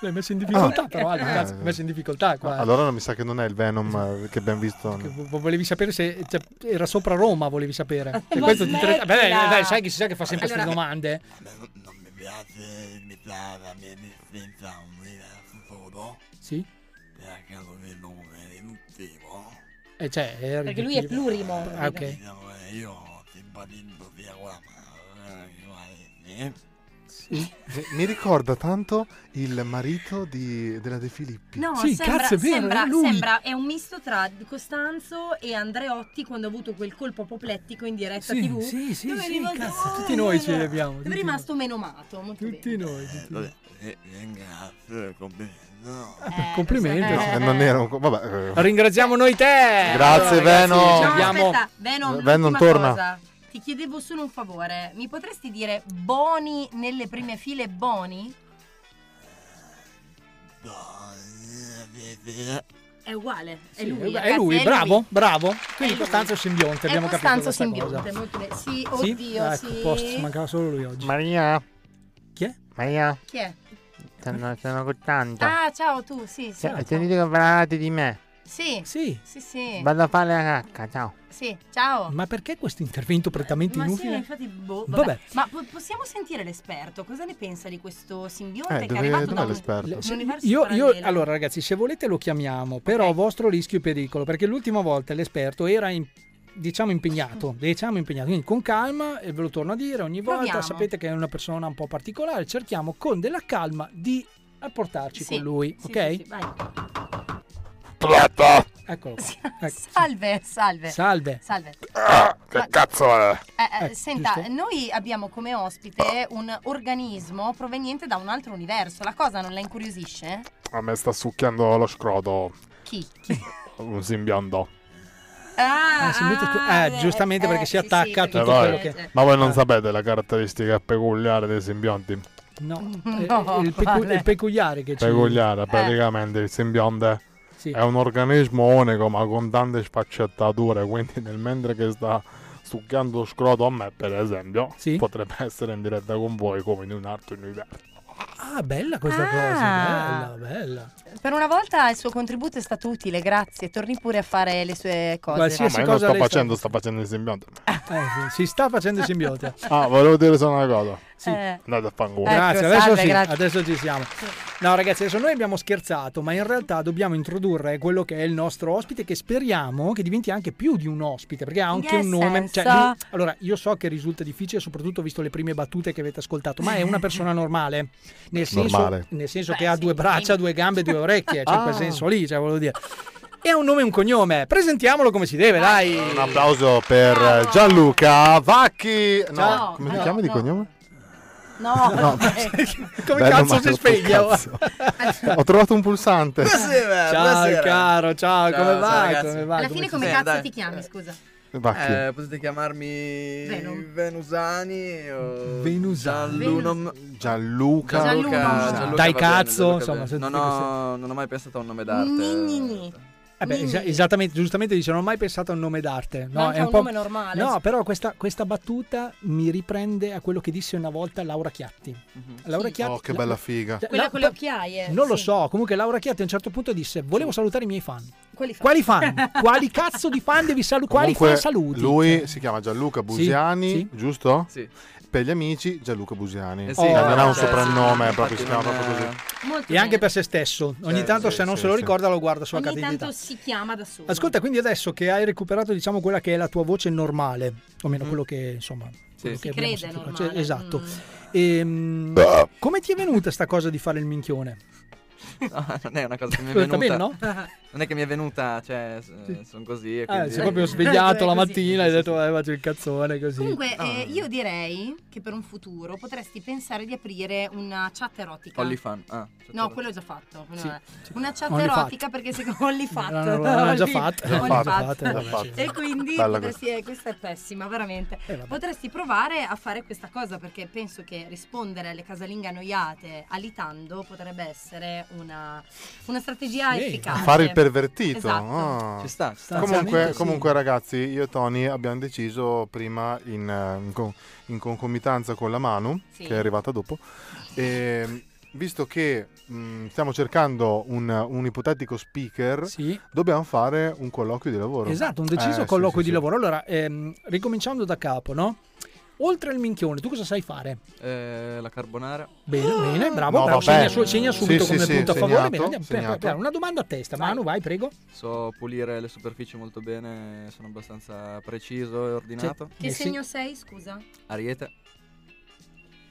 Speaker 5: L'hai messo in difficoltà,
Speaker 13: Ah.
Speaker 5: però, Ale,
Speaker 13: Eh.
Speaker 5: cazzo, l'hai messo in difficoltà qua.
Speaker 13: Allora non mi sa che non è il Venom eh, che abbiamo visto.
Speaker 5: Che vo- Volevi sapere se cioè, era sopra Roma, volevi sapere. Se
Speaker 13: Ma
Speaker 5: questo ti interessa-
Speaker 13: smettila!
Speaker 5: Beh, dai, dai, sai che si sa che fa sempre queste
Speaker 15: Allora-
Speaker 5: domande.
Speaker 15: Ah, Mi piace limitare la mia esistenza a un universo solo.
Speaker 5: Sì?
Speaker 15: Perché non il nome è riduttivo.
Speaker 5: Eh, cioè, è
Speaker 10: Perché lui è
Speaker 5: riduttivo.
Speaker 10: plurimo.
Speaker 5: Ah, ok.
Speaker 15: Diciamo
Speaker 9: eh,
Speaker 15: che Io simpatizzo sia con la madre che con la legge.
Speaker 13: Eh, Mi ricorda tanto il marito di, della De Filippi.
Speaker 10: No, sembra, sembra, sembra- è un misto tra Costanzo e Andreotti quando ha avuto quel colpo apoplettico in diretta
Speaker 5: Sì,
Speaker 10: tv.
Speaker 5: sì, sì,
Speaker 10: dove
Speaker 5: sì,
Speaker 10: è rimasto-
Speaker 5: cazzo, tutti noi ce li abbiamo,
Speaker 10: Dove
Speaker 5: tutti
Speaker 10: è rimasto menomato. Molto
Speaker 5: Tutti
Speaker 10: bene.
Speaker 5: noi.
Speaker 15: Eh, vabbè, eh,
Speaker 9: eh,
Speaker 15: Ringrazio e complimento.
Speaker 5: Complimenti.
Speaker 13: No, eh, non era un co- vabbè, eh.
Speaker 5: Ringraziamo noi te.
Speaker 13: Grazie,
Speaker 5: ragazzi,
Speaker 13: Venom.
Speaker 5: ci
Speaker 13: No,
Speaker 5: abbiamo-
Speaker 10: Aspetta, Venom,
Speaker 13: Venom
Speaker 10: l'ultima
Speaker 13: torna.
Speaker 10: cosa. Ti chiedevo solo un favore. Mi potresti dire Boni nelle prime file Boni?
Speaker 9: eh,
Speaker 10: È uguale, è
Speaker 5: Sì, eh,
Speaker 10: lui.
Speaker 5: è
Speaker 10: ragazzi,
Speaker 5: lui,
Speaker 10: è
Speaker 5: bravo, bravo.
Speaker 10: È
Speaker 5: Quindi
Speaker 10: lui.
Speaker 5: Costanzo è simbionte,
Speaker 10: È
Speaker 5: abbiamo
Speaker 10: Costanzo
Speaker 5: capito. questa
Speaker 10: simbionte, molto bene. Sì,
Speaker 5: cosa. Sì?
Speaker 10: oddio,
Speaker 5: Ecco,
Speaker 10: sì.
Speaker 5: posto, ci mancava solo lui oggi.
Speaker 17: Maria?
Speaker 5: Chi è?
Speaker 17: Maria,
Speaker 10: Chi è?
Speaker 17: sono, sono contento.
Speaker 10: Ah, ciao tu, sì,
Speaker 18: Cioè,
Speaker 10: sì.
Speaker 17: Ho Cioè, sentito che parlate di me.
Speaker 10: Sì.
Speaker 5: Sì.
Speaker 10: Sì, sì.
Speaker 17: Vado a fare la cacca, ciao.
Speaker 10: Sì, ciao.
Speaker 5: Ma perché questo intervento prettamente
Speaker 10: Ma sì, ma
Speaker 5: inutile?
Speaker 10: infatti, boh, vabbè.
Speaker 5: Vabbè.
Speaker 10: Ma po- possiamo sentire l'esperto? Cosa ne pensa di questo simbionte
Speaker 13: Eh,
Speaker 10: che
Speaker 13: dove-
Speaker 10: è arrivato da
Speaker 13: dov'è
Speaker 10: un,
Speaker 13: l'esperto?
Speaker 10: un
Speaker 13: Le- sì,
Speaker 10: universo
Speaker 5: Io, io-
Speaker 10: parallelo?
Speaker 5: allora ragazzi, se volete lo chiamiamo, però a vostro rischio e pericolo, perché l'ultima volta l'esperto era in- diciamo impegnato, diciamo impegnato, quindi con calma, e ve lo torno a dire, ogni volta
Speaker 10: Proviamo.
Speaker 5: sapete che è una persona un po' particolare, cerchiamo con della calma di apportarci
Speaker 10: Sì,
Speaker 5: con lui,
Speaker 10: sì,
Speaker 5: ok?
Speaker 10: sì, sì, vai.
Speaker 4: Pronto?
Speaker 10: Ecco.
Speaker 5: Eccolo qua.
Speaker 10: Salve, salve.
Speaker 5: Ecco, Salve.
Speaker 10: Salve.
Speaker 4: Che cazzo è?
Speaker 10: Eh, eh,
Speaker 5: Eh,
Speaker 10: senta,
Speaker 5: giusto.
Speaker 10: noi abbiamo come ospite un organismo proveniente da un altro universo. La cosa non la incuriosisce?
Speaker 4: A me sta succhiando lo scrodo.
Speaker 10: Chi?
Speaker 4: Un simbiondo.
Speaker 10: Ah,
Speaker 5: Eh, si mette tu- eh, giustamente perché si attacca a
Speaker 4: Eh,
Speaker 5: tutto
Speaker 4: voi-
Speaker 5: quello che...
Speaker 4: Ma voi non sapete la caratteristica peculiare dei simbionti?
Speaker 5: No,
Speaker 10: No,
Speaker 5: eh, eh, il, pecu-
Speaker 10: quale?
Speaker 5: il peculiare che c'è.
Speaker 4: Peculiare,
Speaker 13: Eh.
Speaker 4: praticamente il simbionte
Speaker 5: Sì.
Speaker 4: è un organismo unico ma con tante sfaccettature, quindi nel mentre che sta succhiando lo scroto a me, per esempio, potrebbe essere in diretta con voi come in un altro universo.
Speaker 5: Ah, bella questa
Speaker 10: Ah.
Speaker 5: cosa, bella, bella.
Speaker 10: Per una volta il suo contributo è stato utile, grazie. Torni pure a fare le sue cose.
Speaker 4: Ah, ma io non sto facendo, sto facendo il simbionte.
Speaker 5: Eh, sì, si sta facendo simbiote.
Speaker 4: Ah, volevo dire solo una cosa.
Speaker 5: Sì. Eh.
Speaker 4: Andate a
Speaker 13: Ecco,
Speaker 4: fanculo.
Speaker 5: Grazie, adesso
Speaker 10: salve,
Speaker 5: sì,
Speaker 10: grazie.
Speaker 5: adesso ci siamo. No, ragazzi, adesso noi abbiamo scherzato, ma in realtà dobbiamo introdurre quello che è il nostro ospite, che speriamo che diventi anche più di un ospite, perché ha
Speaker 10: In
Speaker 5: anche
Speaker 10: che
Speaker 5: un nome. cioè,
Speaker 10: senso?
Speaker 5: lui- allora, io so che risulta difficile, soprattutto visto le prime battute che avete ascoltato, ma è una persona normale. Nel senso,
Speaker 13: Normale.
Speaker 5: Nel senso
Speaker 13: Beh,
Speaker 5: che ha
Speaker 13: sì,
Speaker 5: due braccia, due gambe, due orecchie, cioè in quel
Speaker 13: Ah.
Speaker 5: senso lì, cioè, volevo dire. E ha un nome e un cognome. Presentiamolo come si deve, dai.
Speaker 13: Un applauso per eh, Gianluca Vacchi. No,
Speaker 5: Ciao.
Speaker 13: come
Speaker 5: Ah,
Speaker 13: ti
Speaker 5: no,
Speaker 13: chiami di
Speaker 5: no.
Speaker 13: cognome?
Speaker 10: No,
Speaker 13: No.
Speaker 5: come
Speaker 13: Bello,
Speaker 5: cazzo
Speaker 13: ma
Speaker 5: si
Speaker 13: lo
Speaker 5: sveglia?
Speaker 13: cazzo. Ho trovato un pulsante.
Speaker 17: Buonasera,
Speaker 5: ciao
Speaker 17: buonasera.
Speaker 5: caro, ciao,
Speaker 17: Ciao,
Speaker 5: come
Speaker 17: ciao,
Speaker 5: va?
Speaker 17: ragazzi.
Speaker 5: come va?
Speaker 10: Alla
Speaker 5: Come
Speaker 10: fine
Speaker 5: ti
Speaker 10: come
Speaker 5: senti?
Speaker 10: cazzo ti chiami, scusa?
Speaker 13: Vacchi.
Speaker 17: Eh, potete chiamarmi
Speaker 10: Venom.
Speaker 17: Venusani o
Speaker 5: Venusani.
Speaker 17: Giallunum.
Speaker 13: Gianluca.
Speaker 10: Eh,
Speaker 17: Gianluca
Speaker 5: Dai
Speaker 17: va bene,
Speaker 5: cazzo,
Speaker 17: Gianluca
Speaker 5: insomma,
Speaker 17: va bene.
Speaker 5: senti
Speaker 17: non ho, non ho mai pensato a un nome d'arte.
Speaker 10: Mm.
Speaker 5: Eh beh, es- esattamente, giustamente dice, non ho mai pensato a un nome d'arte. No,
Speaker 17: Manca
Speaker 5: è un,
Speaker 17: un
Speaker 5: po'...
Speaker 17: nome normale.
Speaker 5: No, però questa, questa battuta mi riprende a quello che disse una volta Laura Chiatti. Laura Chiatti
Speaker 13: Oh, che
Speaker 5: la-
Speaker 13: bella figa.
Speaker 5: la-
Speaker 10: Quella
Speaker 5: la-
Speaker 10: con le occhiaie.
Speaker 5: non lo
Speaker 10: Eh, sì.
Speaker 5: so, comunque Laura Chiatti a un certo punto disse, volevo salutare i miei fan.
Speaker 10: Quali fan?
Speaker 5: Quali fan? Quali cazzo di fan devi salutare? Quali
Speaker 13: Comunque,
Speaker 5: fan saluti? Cioè,
Speaker 13: Lui si chiama Gianluca Busiani,
Speaker 5: sì.
Speaker 13: giusto? Per gli amici, Gianluca Busiani.
Speaker 5: Eh sì,
Speaker 13: Cioè,
Speaker 5: eh,
Speaker 13: non ha un
Speaker 5: sì,
Speaker 13: soprannome,
Speaker 5: sì,
Speaker 13: proprio, si chiama
Speaker 5: infatti
Speaker 13: proprio
Speaker 5: non è-
Speaker 13: così.
Speaker 10: Molto
Speaker 5: E anche per se stesso. Ogni
Speaker 13: Sì,
Speaker 5: tanto
Speaker 13: sì,
Speaker 5: se non
Speaker 13: sì,
Speaker 5: se lo
Speaker 13: sì.
Speaker 5: ricorda lo guarda sulla
Speaker 10: Ogni
Speaker 5: carta
Speaker 10: tanto
Speaker 5: d'identità.
Speaker 10: si chiama da solo.
Speaker 5: Ascolta, quindi adesso che hai recuperato, diciamo, quella che è la tua voce normale, o
Speaker 13: Mm.
Speaker 5: meno quello che insomma. quello
Speaker 10: Si
Speaker 5: che abbiamo
Speaker 10: crede
Speaker 5: sentito qua.
Speaker 10: normale, Mm.
Speaker 5: Cioè, esatto. Ehm,
Speaker 17: Ah.
Speaker 5: come ti è venuta sta cosa di fare il minchione?
Speaker 17: No, non è una cosa che mi è
Speaker 5: Lo detto
Speaker 17: venuta.
Speaker 5: bene,
Speaker 17: Non è che mi è venuta, cioè, sono così. E
Speaker 5: Ah,
Speaker 17: quindi...
Speaker 5: sei proprio svegliato la
Speaker 10: Eh, cioè, Così.
Speaker 5: mattina e hai detto, eh, faccio il cazzone così.
Speaker 10: Comunque,
Speaker 17: Ah.
Speaker 10: eh, io direi che per un futuro potresti pensare di aprire una chat erotica.
Speaker 17: Ollifan. Ah,
Speaker 10: No, quello ho già fatto. quello
Speaker 17: Sì.
Speaker 10: è- Una chat
Speaker 17: Only
Speaker 10: erotica perché secondo Only fatto.
Speaker 5: No, no, l'hanno già
Speaker 10: Only-
Speaker 5: fatta.
Speaker 10: Only
Speaker 5: Già
Speaker 10: fatto.
Speaker 5: fatta, già fatta.
Speaker 10: E quindi
Speaker 5: Bella
Speaker 10: potresti- eh, questa è pessima, veramente.
Speaker 5: Eh, vabbè.
Speaker 10: potresti provare a fare questa cosa perché penso che rispondere alle casalinghe annoiate alitando potrebbe essere una, una strategia
Speaker 5: Ah, Sì.
Speaker 10: efficace.
Speaker 13: Fare il pervertito.
Speaker 10: Esatto.
Speaker 13: ah.
Speaker 17: Ci sta, ci sta.
Speaker 13: Comunque,
Speaker 17: Sì.
Speaker 13: comunque, ragazzi, io e Tony abbiamo deciso prima in, eh, in con- in concomitanza con la Manu,
Speaker 10: Sì.
Speaker 13: che è arrivata dopo, ehm, visto che mh, stiamo cercando un, un ipotetico speaker, dobbiamo fare un colloquio di lavoro.
Speaker 5: Esatto, un deciso
Speaker 13: Eh, sì,
Speaker 5: colloquio
Speaker 13: sì, sì.
Speaker 5: di lavoro. Allora, ehm, ricominciando da capo, no? Oltre al minchione, tu cosa sai fare?
Speaker 17: Eh, la carbonara.
Speaker 5: Bene,
Speaker 13: Ah.
Speaker 5: bene, bravo,
Speaker 17: No,
Speaker 5: bravo.
Speaker 17: vabbè.
Speaker 5: Segna, su- segna
Speaker 17: Sì,
Speaker 5: subito
Speaker 17: sì,
Speaker 5: come
Speaker 17: sì,
Speaker 5: punto a favore.
Speaker 17: segnato,
Speaker 5: Bene, andiamo, per- per-
Speaker 17: segnato.
Speaker 5: per- una domanda a testa, Manu, vai, prego.
Speaker 17: So pulire le superfici molto bene, sono abbastanza preciso e ordinato.
Speaker 5: Eh,
Speaker 10: Che segno sei, scusa?
Speaker 17: Ariete.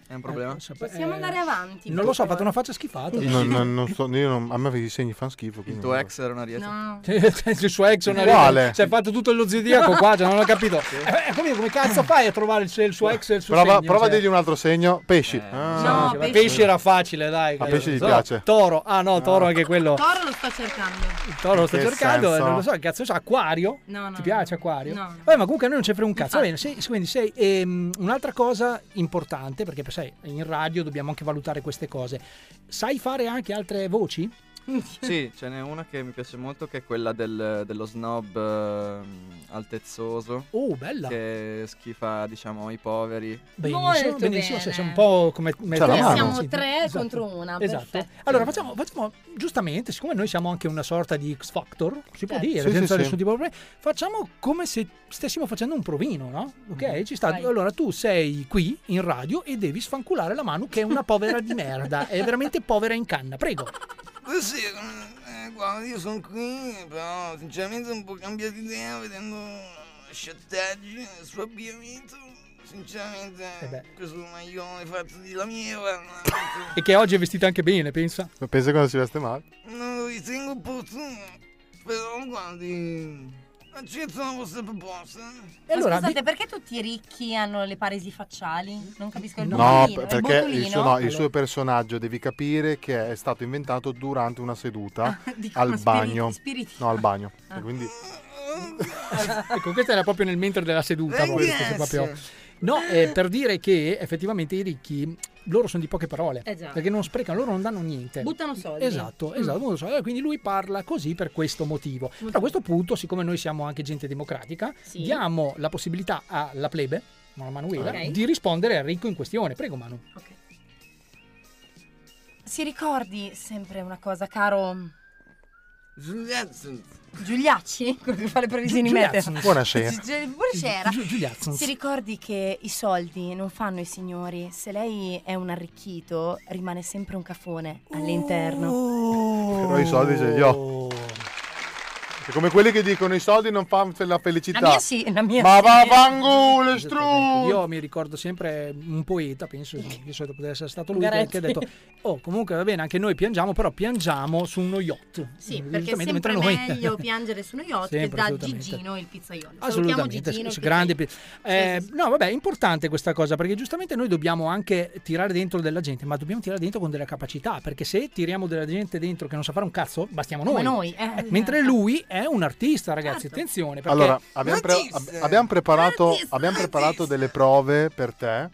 Speaker 17: È
Speaker 5: Eh,
Speaker 17: un problema?
Speaker 10: Possiamo andare avanti?
Speaker 5: Non lo so, ha fatto una faccia schifata.
Speaker 13: Non- non- non so, io non- a me i segni fanno schifo.
Speaker 17: Il tuo ex era un ariete?
Speaker 10: No.
Speaker 5: il suo ex è una
Speaker 13: Uguale.
Speaker 5: Si è fatto tutto lo zodiaco qua, cioè non ho capito. Eh, come, come cazzo fai a trovare il, se- il suo ex e il suo
Speaker 13: Prova,
Speaker 5: segno?
Speaker 13: prova a
Speaker 5: cioè?
Speaker 13: dirgli un altro segno.
Speaker 17: Eh.
Speaker 13: Pesci. Ah.
Speaker 5: No, pesci. era facile, dai.
Speaker 13: Ma
Speaker 5: Eh,
Speaker 13: pesci gli
Speaker 5: so.
Speaker 13: piace.
Speaker 5: Toro, ah no, toro anche quello.
Speaker 10: Toro lo sto cercando.
Speaker 5: Il toro lo sto
Speaker 13: Che
Speaker 5: cercando,
Speaker 13: senso?
Speaker 5: eh, non lo so, che cazzo so, acquario?
Speaker 10: No, no.
Speaker 5: Ti piace acquario?
Speaker 10: No, no.
Speaker 5: Vabbè, ma comunque a noi non ci frega un cazzo. Va bene, sei- quindi sei ehm, un'altra cosa importante, perché sai, in radio dobbiamo anche valutare queste cose. Sai fare anche altre voci?
Speaker 17: Sì, ce n'è una che mi piace molto che è quella del- dello snob ehm, altezzoso.
Speaker 5: Oh, bella.
Speaker 17: Che schifa, diciamo, i poveri.
Speaker 5: Benissimo,
Speaker 10: Molto
Speaker 5: benissimo,
Speaker 10: bene.
Speaker 5: sei un po' come me
Speaker 17: C'è la
Speaker 5: te,
Speaker 17: mano.
Speaker 5: no?
Speaker 10: Siamo
Speaker 5: Sì.
Speaker 10: tre contro una,
Speaker 5: Esatto.
Speaker 10: perfetto.
Speaker 5: Allora facciamo, facciamo- giustamente, siccome noi siamo anche una sorta di X Factor, si può
Speaker 10: Certo.
Speaker 5: dire,
Speaker 10: Sì,
Speaker 5: senza
Speaker 10: sì, sì.
Speaker 5: nessun tipo di problema, facciamo come se stessimo facendo un provino, no? Ok, ci sta.
Speaker 10: Mm. Vai.
Speaker 5: Allora tu sei qui in radio e devi sfanculare la mano che è una povera di merda, è veramente povera in canna, prego.
Speaker 9: Eh sì, eh, guarda, io sono qui, però sinceramente un po' cambiato idea vedendo Sciattaggi e il suo abbigliamento. Sinceramente, questo maglione fatto di lamiera
Speaker 5: E che oggi è vestita anche bene, pensa.
Speaker 13: Pensa quando si veste male.
Speaker 9: non lo ritengo opportuno. Però, guardi, accetto la vostra proposta.
Speaker 10: Ma
Speaker 5: allora,
Speaker 10: scusate, perché tutti i ricchi hanno le paresi facciali? Non capisco il
Speaker 13: No,
Speaker 10: botulino.
Speaker 13: per-
Speaker 10: Il
Speaker 13: perché il
Speaker 10: botulino?
Speaker 13: suo, no, il suo personaggio devi capire che è stato inventato durante una seduta
Speaker 10: dico,
Speaker 13: al
Speaker 10: Ah, spiriti-
Speaker 13: bagno.
Speaker 10: spiriti.
Speaker 13: No, al bagno.
Speaker 10: Ah.
Speaker 13: E Quindi
Speaker 5: ecco, questa era proprio nel mentre della seduta.
Speaker 13: Eh,
Speaker 5: proprio,
Speaker 13: yes.
Speaker 5: questo proprio. No, eh, per dire che effettivamente i ricchi, loro sono di poche parole,
Speaker 10: Eh già.
Speaker 5: perché non sprecano, loro non danno niente.
Speaker 10: Buttano soldi.
Speaker 5: Esatto,
Speaker 10: Mm.
Speaker 5: esatto. molto soldi. Allora, Quindi lui parla così per questo motivo. Però a questo punto, siccome noi siamo anche gente democratica,
Speaker 10: Sì.
Speaker 5: diamo la possibilità alla plebe, non a Manuela,
Speaker 10: Ok.
Speaker 5: di rispondere al ricco in questione. Prego Manu.
Speaker 10: Si ricordi sempre una cosa, caro
Speaker 9: Giuliazzo,
Speaker 10: Giuliacci? Quello che fa le previsioni
Speaker 9: Giu-
Speaker 10: meteo.
Speaker 9: Giuliazzo. Buonasera.
Speaker 10: Gi- Gi- Buonasera.
Speaker 9: Giu- Giu- Giuliazzo.
Speaker 10: Si ricordi che i soldi non fanno i signori. Se lei è un arricchito, rimane sempre un cafone all'interno.
Speaker 13: Oh. però i soldi ce li
Speaker 5: Oh.
Speaker 13: ho. È come quelli che dicono i soldi non fanno la felicità.
Speaker 10: La mia sì, la mia
Speaker 13: Ma
Speaker 10: sì.
Speaker 13: va vangule,
Speaker 5: Esatto, ecco. Io mi ricordo sempre un poeta, penso di solito potesse essere stato lui, che,
Speaker 10: Ungaretti.
Speaker 5: che ha detto: Oh, comunque va bene, anche noi piangiamo, però piangiamo su uno yacht.
Speaker 10: Sì, perché è
Speaker 5: Evidentemente,
Speaker 10: sempre
Speaker 5: Eh, mentre noi-
Speaker 10: meglio piangere su uno yacht che
Speaker 5: Sempre,
Speaker 10: da
Speaker 5: assolutamente.
Speaker 10: Gigino il pizzaiolo. Salutiamo
Speaker 5: Ah, Assolutamente,
Speaker 10: Gigino.
Speaker 5: sì,
Speaker 10: il
Speaker 5: grande. pi- Eh, No, vabbè, è importante questa cosa perché giustamente noi dobbiamo anche tirare dentro della gente, ma dobbiamo tirare dentro con delle capacità perché se tiriamo della gente dentro che non sa fare un cazzo, bastiamo noi.
Speaker 10: Come noi, eh. Certo.
Speaker 5: Eh, mentre lui è un artista, ragazzi, attenzione. Perché
Speaker 13: Allora, abbiamo, pre- ab- abbiamo preparato, abbiamo preparato delle prove per te.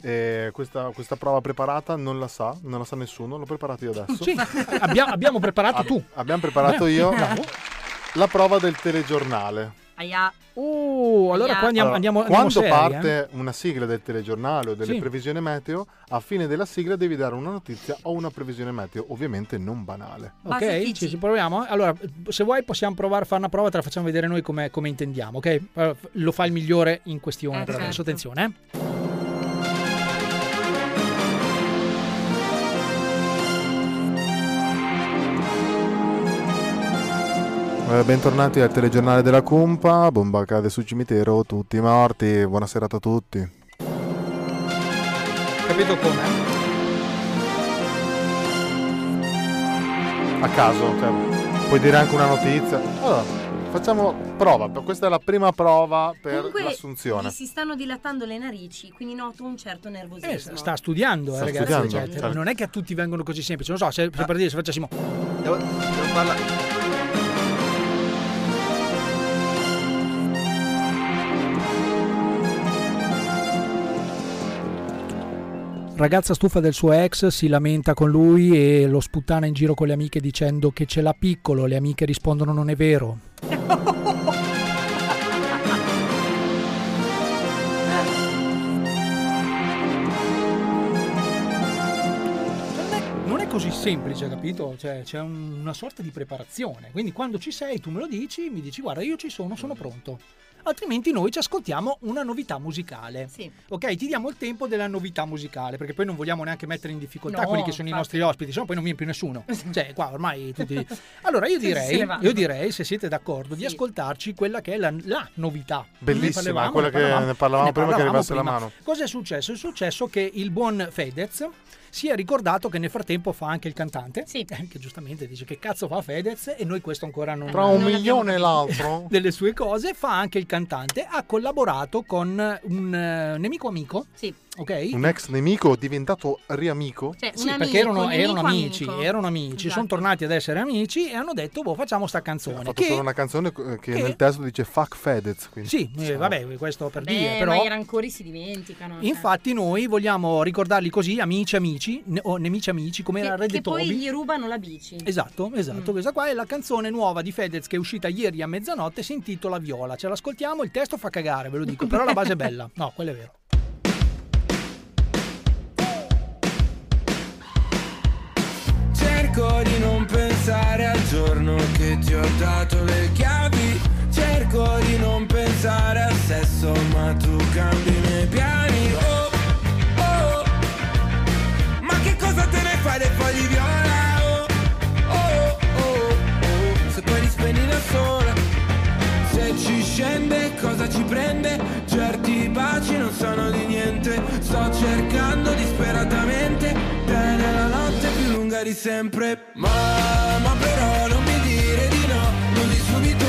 Speaker 13: E questa, questa prova preparata non la sa, non la sa nessuno, l'ho preparata io adesso.
Speaker 5: Sì, abbiamo, abbiamo preparato tu.
Speaker 13: Abbiamo preparato io
Speaker 5: Bravo.
Speaker 13: la prova del telegiornale.
Speaker 10: Aia.
Speaker 5: Uh, allora
Speaker 10: Aia.
Speaker 5: qua andiamo,
Speaker 13: Allora,
Speaker 5: andiamo, andiamo
Speaker 13: quando
Speaker 5: seri, eh.
Speaker 13: parte una sigla del telegiornale o delle
Speaker 5: Sì.
Speaker 13: previsioni meteo, a fine della sigla devi dare una notizia o una previsione meteo, ovviamente non banale.
Speaker 5: Ok, ci, ci proviamo. Allora, se vuoi possiamo provare a fare una prova, te la facciamo vedere noi come, come intendiamo, ok? Allora, f- Lo fa il migliore in questione,
Speaker 10: Eh,
Speaker 5: per
Speaker 10: certo.
Speaker 5: adesso, attenzione. eh.
Speaker 13: Eh, bentornati al telegiornale della Cumpa, bomba cade sul cimitero, tutti morti, buona serata a tutti.
Speaker 5: Capito come?
Speaker 13: A caso, cioè, puoi dire anche una notizia. Allora, facciamo prova, questa è la prima prova per
Speaker 10: Comunque,
Speaker 13: l'assunzione.
Speaker 10: gli si stanno dilatando le narici, quindi noto un certo nervosismo.
Speaker 5: Sta studiando, eh,
Speaker 13: Sta
Speaker 5: ragazzi.
Speaker 13: studiando,
Speaker 5: cioè,
Speaker 13: certo. Ah.
Speaker 5: Non è che a tutti vengono così semplici. Non so, se, se per dire, se facessimo.
Speaker 17: Devo, devo farla.
Speaker 5: Ragazza stufa del suo ex si lamenta con lui e lo sputtana in giro con le amiche dicendo che ce l'ha piccolo. Le amiche rispondono: Non è vero. Non è così semplice, capito? Cioè, c'è un- una sorta di preparazione. Quindi quando ci sei, tu me lo dici, mi dici guarda, io ci sono, sono pronto. Altrimenti noi ci ascoltiamo una novità musicale. Ok, ti diamo il tempo della novità musicale, perché poi non vogliamo neanche mettere in difficoltà
Speaker 10: No,
Speaker 5: quelli che sono i
Speaker 10: infatti.
Speaker 5: nostri ospiti, sennò poi non viene più nessuno. Cioè, qua ormai tutti. Allora io
Speaker 10: Tutti se
Speaker 5: direi,
Speaker 10: ne vanno.
Speaker 5: io direi, se siete d'accordo, di ascoltarci quella che è la, la novità. Ne
Speaker 13: Bellissima,
Speaker 5: parlavamo,
Speaker 13: quella che ne parlavamo prima che arrivasse la mano.
Speaker 5: Cosa è successo? È successo che il buon Fedez si è ricordato che nel frattempo fa anche il cantante. Sì. Che giustamente dice che cazzo fa Fedez e noi questo ancora non
Speaker 13: Tra un
Speaker 5: non
Speaker 13: milione e
Speaker 5: abbiamo
Speaker 13: l'altro.
Speaker 5: delle sue cose, fa anche il cantante. Ha collaborato con un eh, nemico amico. Sì. Ok?
Speaker 13: Un ex nemico diventato riamico?
Speaker 10: Cioè,
Speaker 5: Sì, perché erano, erano amici, erano amici, sono tornati ad essere amici e hanno detto, boh, facciamo sta
Speaker 13: Ha
Speaker 5: canzone.
Speaker 13: fatto
Speaker 5: Che,
Speaker 13: solo una canzone eh, che nel testo dice fuck Fedez. Quindi.
Speaker 5: Sì, eh, vabbè, questo per dire,
Speaker 10: Beh,
Speaker 5: però...
Speaker 10: ma i rancori si dimenticano. cioè.
Speaker 5: Infatti noi vogliamo ricordarli così, amici amici, ne- o nemici amici, come era
Speaker 10: che,
Speaker 5: Red
Speaker 10: che poi Mm.
Speaker 5: Toby.
Speaker 10: gli rubano la bici.
Speaker 5: Esatto, esatto. Questa qua è la canzone nuova di Fedez che è uscita ieri a mezzanotte, si intitola Viola. Ce l'ascoltiamo, il testo fa cagare, ve lo dico, però la base è bella. eh? No, quello è vero.
Speaker 4: Cerco di non pensare al giorno che ti ho dato le chiavi. Cerco di non pensare al sesso, ma tu cambi i miei piani. Oh, oh, ma che cosa te ne fai dei fogli viola? Oh, oh, oh, oh, se poi li spegni da sola. Se ci scende, cosa ci prende? Certi baci non sono di niente. Sto cercando disperatamente te nella notte più lunga di sempre. Mamma, però non mi dire di no, non di subito,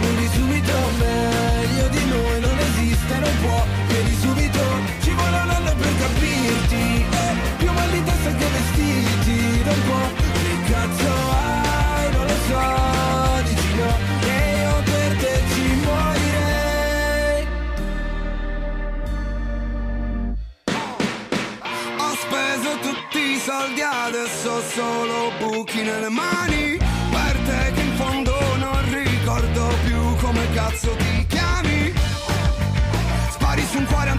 Speaker 4: non di subito. Meglio di noi non esiste, non può. Vieni subito, ci vuole un anno per capirti. Eh, più mal di testa che vestiti, non può. Che cazzo hai? Non lo so, dici no. E io per te ci morirei.
Speaker 9: Ho speso tutti i soldi adesso ho solo buchi nelle mani Per te che in fondo non ricordo più come cazzo ti chiami Spari su un cuore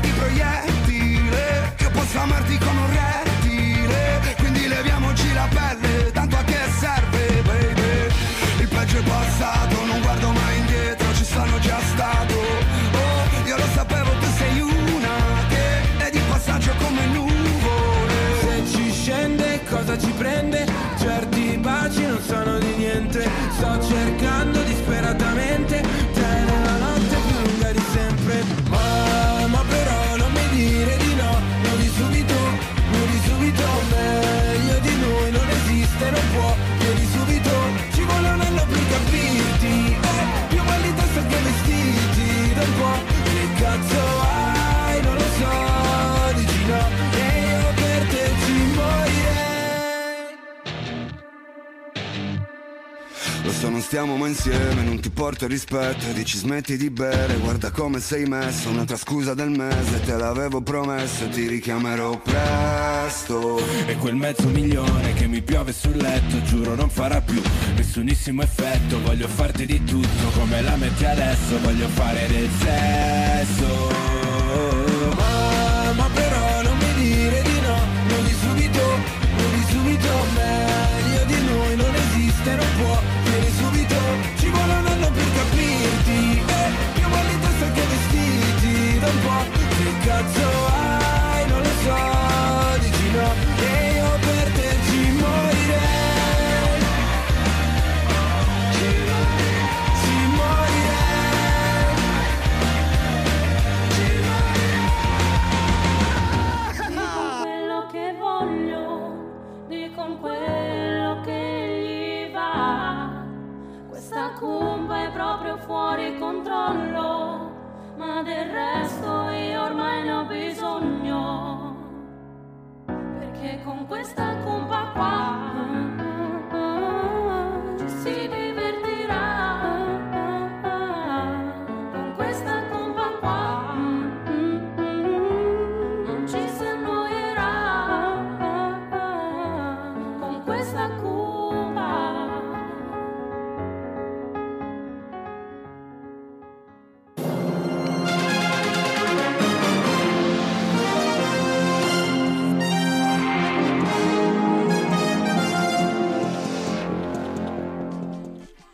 Speaker 9: antiproiettile Io posso amarti come un rettile Quindi leviamoci la pelle Tanto a che serve baby Il peggio è passato Non guardo mai indietro Ci sono già stato Oh io lo sapevo tu sei una Che è di passaggio come nuvole
Speaker 4: Se ci scende, cosa ci prende? Certi baci non sono di niente. Sto cercando disperatamente te nella notte più lunga di sempre. Mamma, però non mi dire di no, non di subito, non di subito. Meglio di noi non esiste, non può. Vieni subito, ci vuole un anno per capirti. Eh, più mal di testa che vestiti, non può. Che cazzo hai? Non lo so, dici no. E io per te ci morirei.
Speaker 9: Lo so non stiamo mai insieme Non ti porto il rispetto Dici smetti di bere Guarda come sei messo Un'altra scusa del mese Te l'avevo promesso Ti richiamerò presto
Speaker 4: E quel mezzo milione che mi piove sul letto Giuro non farà più nessunissimo effetto Voglio farti di tutto come la metti adesso Voglio fare del sesso Mamma però non mi dire di no Non di subito, non di subito Meglio di noi non esiste, non può Vieni subito, ci vuole un anno per capirti eh, Più mal di testa che vestiti da un po' Che cazzo hai? Non lo so, dici no E io per te ci morirei Ci morirei Ci morirei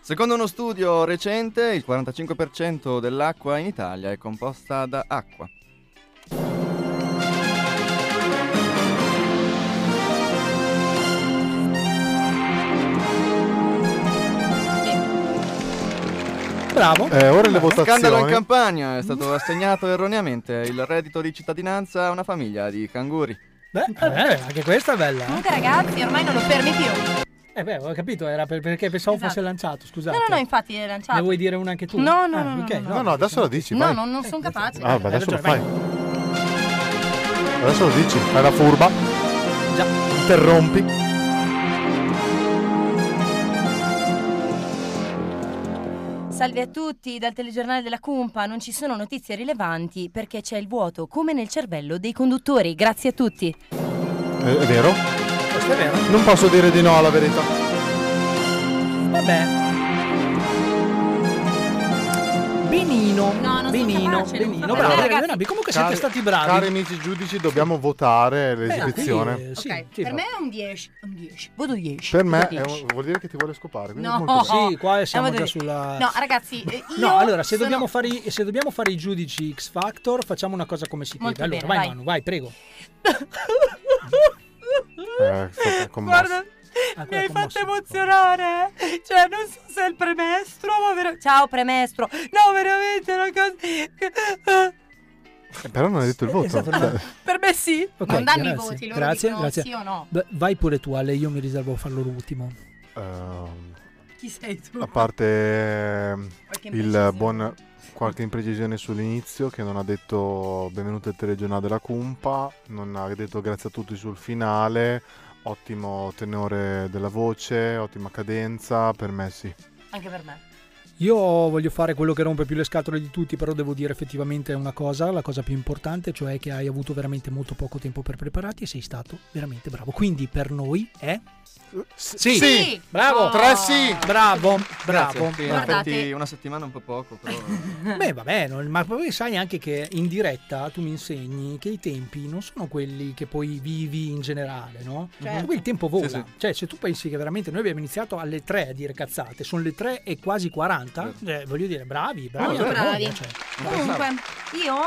Speaker 17: Secondo uno studio recente, il 45% dell'acqua in Italia è composta da acqua.
Speaker 5: Bravo.
Speaker 13: Eh, ora le votazioni.
Speaker 17: Scandalo in Campania, è stato assegnato erroneamente il reddito di cittadinanza a una famiglia di canguri.
Speaker 5: Beh, eh, anche questa è bella. eh.
Speaker 10: Comunque ragazzi, ormai non lo fermi più.
Speaker 5: Eh beh, ho capito, era per- perché pensavo
Speaker 10: Esatto.
Speaker 5: fosse lanciato, scusate.
Speaker 10: No, no, no, infatti è lanciato.
Speaker 5: Ne vuoi dire una anche tu?
Speaker 10: No, no,
Speaker 5: Ah,
Speaker 10: no, no,
Speaker 5: ok,
Speaker 10: no,
Speaker 13: No, no, adesso la dici.
Speaker 10: No,
Speaker 13: vai.
Speaker 10: no, non sono capace.
Speaker 13: Ah, ma
Speaker 5: Eh, esatto. Hai
Speaker 13: adesso lo
Speaker 5: ragione,
Speaker 13: fai. Adesso lo dici, fai la furba.
Speaker 5: Già.
Speaker 13: Interrompi.
Speaker 19: Salve a tutti dal telegiornale della Cumpa, non ci sono notizie rilevanti perché c'è il vuoto come nel cervello dei conduttori. Grazie a tutti.
Speaker 13: Eh, è vero?
Speaker 5: Questo è vero.
Speaker 13: Non posso dire di no alla verità.
Speaker 5: Vabbè. Benino.
Speaker 20: No, non sono
Speaker 5: benino,
Speaker 20: capace, non
Speaker 5: benino.
Speaker 20: so
Speaker 5: Bravo,
Speaker 13: fare.
Speaker 5: bravi, bravi. Comunque siete
Speaker 13: Cari-
Speaker 5: stati bravi.
Speaker 13: Cari amici giudici, dobbiamo votare l'esibizione.
Speaker 5: quindi, eh, sì,
Speaker 10: Ok, per me è un 10. Un 10. Voto 10.
Speaker 13: Per me
Speaker 10: voto
Speaker 13: è
Speaker 10: 10.
Speaker 13: un- vuol dire che ti vuole scopare. quindi
Speaker 10: No.
Speaker 13: molto bene.
Speaker 5: Sì, qua siamo
Speaker 10: Eh, voto
Speaker 5: già
Speaker 10: 10.
Speaker 5: sulla-
Speaker 10: No, ragazzi, eh, io
Speaker 5: No, allora, se,
Speaker 10: sono-
Speaker 5: dobbiamo fare i, se dobbiamo fare i giudici X Factor, facciamo una cosa come si deve.
Speaker 10: Molto
Speaker 5: Allora,
Speaker 10: bene,
Speaker 5: vai,
Speaker 10: vai.
Speaker 5: Manu, vai, prego.
Speaker 13: Eh, sto commosso.
Speaker 10: Guarda,
Speaker 5: Ah,
Speaker 10: mi hai fatto emozionare. Cioè, non so se è il premestro, ma vera- Ciao, premestro. No, veramente è una cosa. che-
Speaker 13: Eh, Però non hai detto il voto.
Speaker 5: Esatto,
Speaker 13: Cioè,
Speaker 5: no.
Speaker 10: Per me sì.
Speaker 5: Ok,
Speaker 10: non danno i
Speaker 5: grazie,
Speaker 10: voti, loro
Speaker 5: grazie,
Speaker 10: dicono
Speaker 5: grazie.
Speaker 10: sì o no.
Speaker 5: Beh, vai pure tu, Ale, io mi riservo a farlo l'ultimo.
Speaker 13: ehm,
Speaker 10: Chi sei tu?
Speaker 13: a parte ehm,
Speaker 10: Qualche
Speaker 13: il buon qualche imprecisione sull'inizio che non ha detto benvenuto al telegiornale della Cumpa, non ha detto grazie a tutti sul finale, ottimo tenore della voce, ottima cadenza, per me sì.
Speaker 10: Anche per me.
Speaker 5: Io voglio fare quello che rompe più le scatole di tutti, però devo dire effettivamente una cosa, la cosa più importante, cioè che hai avuto veramente molto poco tempo per prepararti e sei stato veramente bravo. Quindi per noi è... Sì!
Speaker 17: Sì!
Speaker 5: Bravo!
Speaker 17: Oh. Tre sì!
Speaker 5: Bravo, bravo.
Speaker 17: Grazie, sì, in
Speaker 5: bravo.
Speaker 17: effetti una settimana è un po' poco, però...
Speaker 5: Beh, vabbè, non- ma poi sai anche che in diretta tu mi insegni che i tempi non sono quelli che poi vivi in generale, no?
Speaker 17: Certo.
Speaker 5: Cioè, poi il tempo vola.
Speaker 17: Sì, sì.
Speaker 5: Cioè, se tu pensi che veramente noi abbiamo iniziato alle 3 a dire cazzate, sono le 3 e quasi 40, eh, voglio dire, bravi, bravi.
Speaker 10: Molto
Speaker 5: anche
Speaker 10: bravi.
Speaker 5: noi, cioè.
Speaker 10: Comunque, io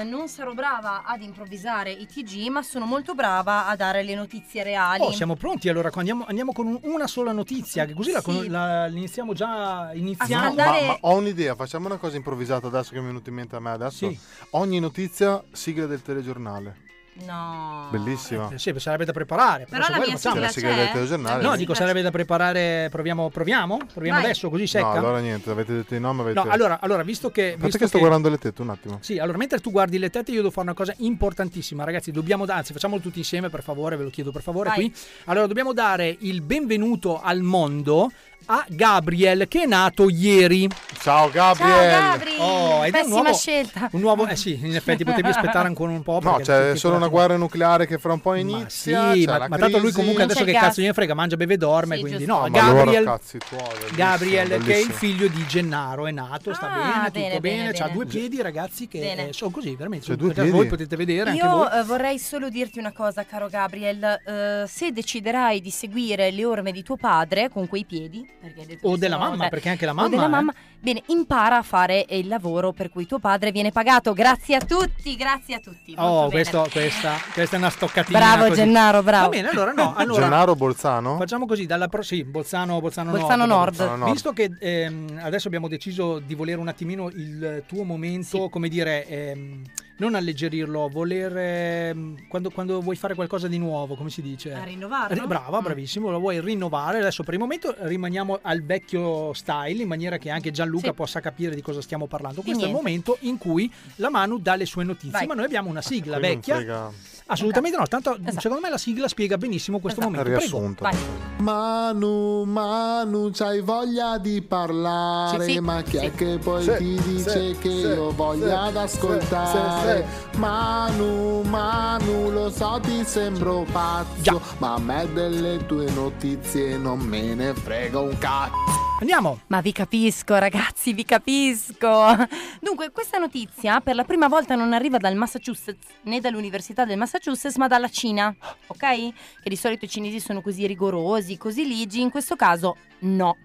Speaker 10: eh, non sarò brava ad improvvisare i TG, ma sono molto brava a dare le notizie reali.
Speaker 5: Oh, siamo pronti allora, qua andiamo, andiamo con un- una sola notizia, che così la, con-
Speaker 10: Sì.
Speaker 5: la- iniziamo già,
Speaker 13: No,
Speaker 5: iniziamo.
Speaker 13: ma- ma, ho un'idea, facciamo una cosa improvvisata adesso che mi è venuta in mente a me adesso. Ogni notizia, sigla del telegiornale.
Speaker 10: No.
Speaker 13: Bellissima.
Speaker 5: Eh, sì, beh, sarebbe da preparare.
Speaker 10: Però la
Speaker 5: se vuoi
Speaker 10: mia
Speaker 5: lo facciamo.
Speaker 13: sigla La sigla c'è?
Speaker 10: Eh,
Speaker 13: del telegiornale.
Speaker 5: No, dico sarebbe da preparare. Proviamo, proviamo? Proviamo
Speaker 13: Vai.
Speaker 5: adesso così
Speaker 13: No,
Speaker 5: secca.
Speaker 13: allora niente, avete detto di no, ma avete...
Speaker 5: No, allora, allora, visto che.
Speaker 13: Aspetta
Speaker 5: visto
Speaker 13: che sto
Speaker 5: che-
Speaker 13: guardando le tette un attimo.
Speaker 5: Sì, allora mentre tu guardi le tette io devo fare una cosa importantissima, ragazzi, dobbiamo dare, anzi facciamolo tutti insieme per favore, ve lo chiedo per favore
Speaker 10: Vai.
Speaker 5: qui. Allora dobbiamo dare il benvenuto al mondo a Gabriel che è nato ieri.
Speaker 13: Ciao Gabriel.
Speaker 10: Ciao, Gabri!
Speaker 5: Oh, ed è un
Speaker 10: Pessima
Speaker 5: nuovo
Speaker 10: scelta.
Speaker 5: Un nuovo eh sì, in effetti potevi aspettare ancora un po'
Speaker 13: No,
Speaker 5: perché
Speaker 13: c'è
Speaker 5: tutti
Speaker 13: Cioè, solo una
Speaker 5: quella-
Speaker 13: guerra nucleare che fra un po'
Speaker 5: Sì,
Speaker 13: inizia. c'è
Speaker 5: ma,
Speaker 13: la
Speaker 5: ma tanto lui
Speaker 13: crisi.
Speaker 5: comunque adesso che cazzo gliene frega, mangia, beve, dorme,
Speaker 13: Sì,
Speaker 5: quindi
Speaker 13: giusto.
Speaker 5: no,
Speaker 13: Ah, ma allora
Speaker 5: Gabriel,
Speaker 13: cazzi tuoi, bellissimo,
Speaker 5: Gabriel che è il
Speaker 13: bellissimo.
Speaker 5: figlio di Gennaro, è nato, sta
Speaker 10: Ah,
Speaker 5: bene,
Speaker 10: bene,
Speaker 5: tutto bene,
Speaker 10: bene,
Speaker 5: ha
Speaker 10: bene.
Speaker 5: due piedi ragazzi che
Speaker 10: Bene.
Speaker 5: eh, sono così, veramente,
Speaker 13: Cioè,
Speaker 5: sono-
Speaker 13: due piedi?
Speaker 5: voi potete vedere anche voi.
Speaker 19: Io eh, vorrei solo dirti una cosa, caro Gabriel. Eh, se deciderai di seguire le orme di tuo padre con quei piedi, perché hai detto
Speaker 5: o
Speaker 19: che
Speaker 5: della
Speaker 19: sono-
Speaker 5: mamma,
Speaker 19: eh,
Speaker 5: perché anche la
Speaker 19: o
Speaker 5: mamma.
Speaker 19: della
Speaker 5: eh.
Speaker 19: mamma, bene, impara a fare eh, il lavoro per cui tuo padre viene pagato. Grazie a tutti, grazie a tutti. molto
Speaker 5: Oh,
Speaker 19: bene.
Speaker 5: questo- questa, questa è una stoccatina.
Speaker 19: Bravo,
Speaker 5: così.
Speaker 19: Gennaro, bravo.
Speaker 5: Va bene, allora no. Allora,
Speaker 13: Gennaro Bolzano?
Speaker 5: Facciamo così, dalla pro- sì, Bolzano, Bolzano,
Speaker 19: Bolzano
Speaker 5: Nord.
Speaker 19: Nord. Bolzano Nord.
Speaker 5: Visto che ehm, adesso abbiamo deciso di volere un attimino il tuo momento, come dire, ehm, non alleggerirlo, voler... ehm, quando, quando vuoi fare qualcosa di nuovo, come si dice?
Speaker 10: A rinnovarlo? Mm.
Speaker 5: Ri- Brava, bravissimo, lo vuoi rinnovare. Adesso per il momento rimaniamo al vecchio style, in maniera che anche Gianluca
Speaker 10: Sì.
Speaker 5: possa capire di cosa stiamo parlando.
Speaker 10: Di
Speaker 5: Questo è il
Speaker 10: niente.
Speaker 5: momento in cui la Manu dà le sue notizie,
Speaker 10: Vai.
Speaker 5: ma noi abbiamo una sigla
Speaker 13: Ah, Qui non
Speaker 5: vecchia.
Speaker 13: frega-
Speaker 5: Assolutamente no, tanto secondo me la sigla spiega benissimo questo momento. Prego.
Speaker 13: Riassunto.
Speaker 18: Manu, Manu, c'hai voglia di parlare,
Speaker 5: Sì, sì,
Speaker 18: ma chi è che poi
Speaker 5: Sì,
Speaker 18: ti
Speaker 5: sì,
Speaker 18: dice che
Speaker 5: sì,
Speaker 18: io voglia
Speaker 5: sì,
Speaker 18: ad ascoltare? Manu, Manu, lo so ti sembro pazzo, ma a me delle tue notizie non me ne frega un cazzo.
Speaker 5: Andiamo!
Speaker 19: Ma vi capisco, ragazzi, vi capisco. Dunque, questa notizia per la prima volta non arriva dal Massachusetts né dall'Università del Massachusetts, ma dalla Cina, ok? Che di solito i cinesi sono così rigorosi, così ligi, in questo caso no.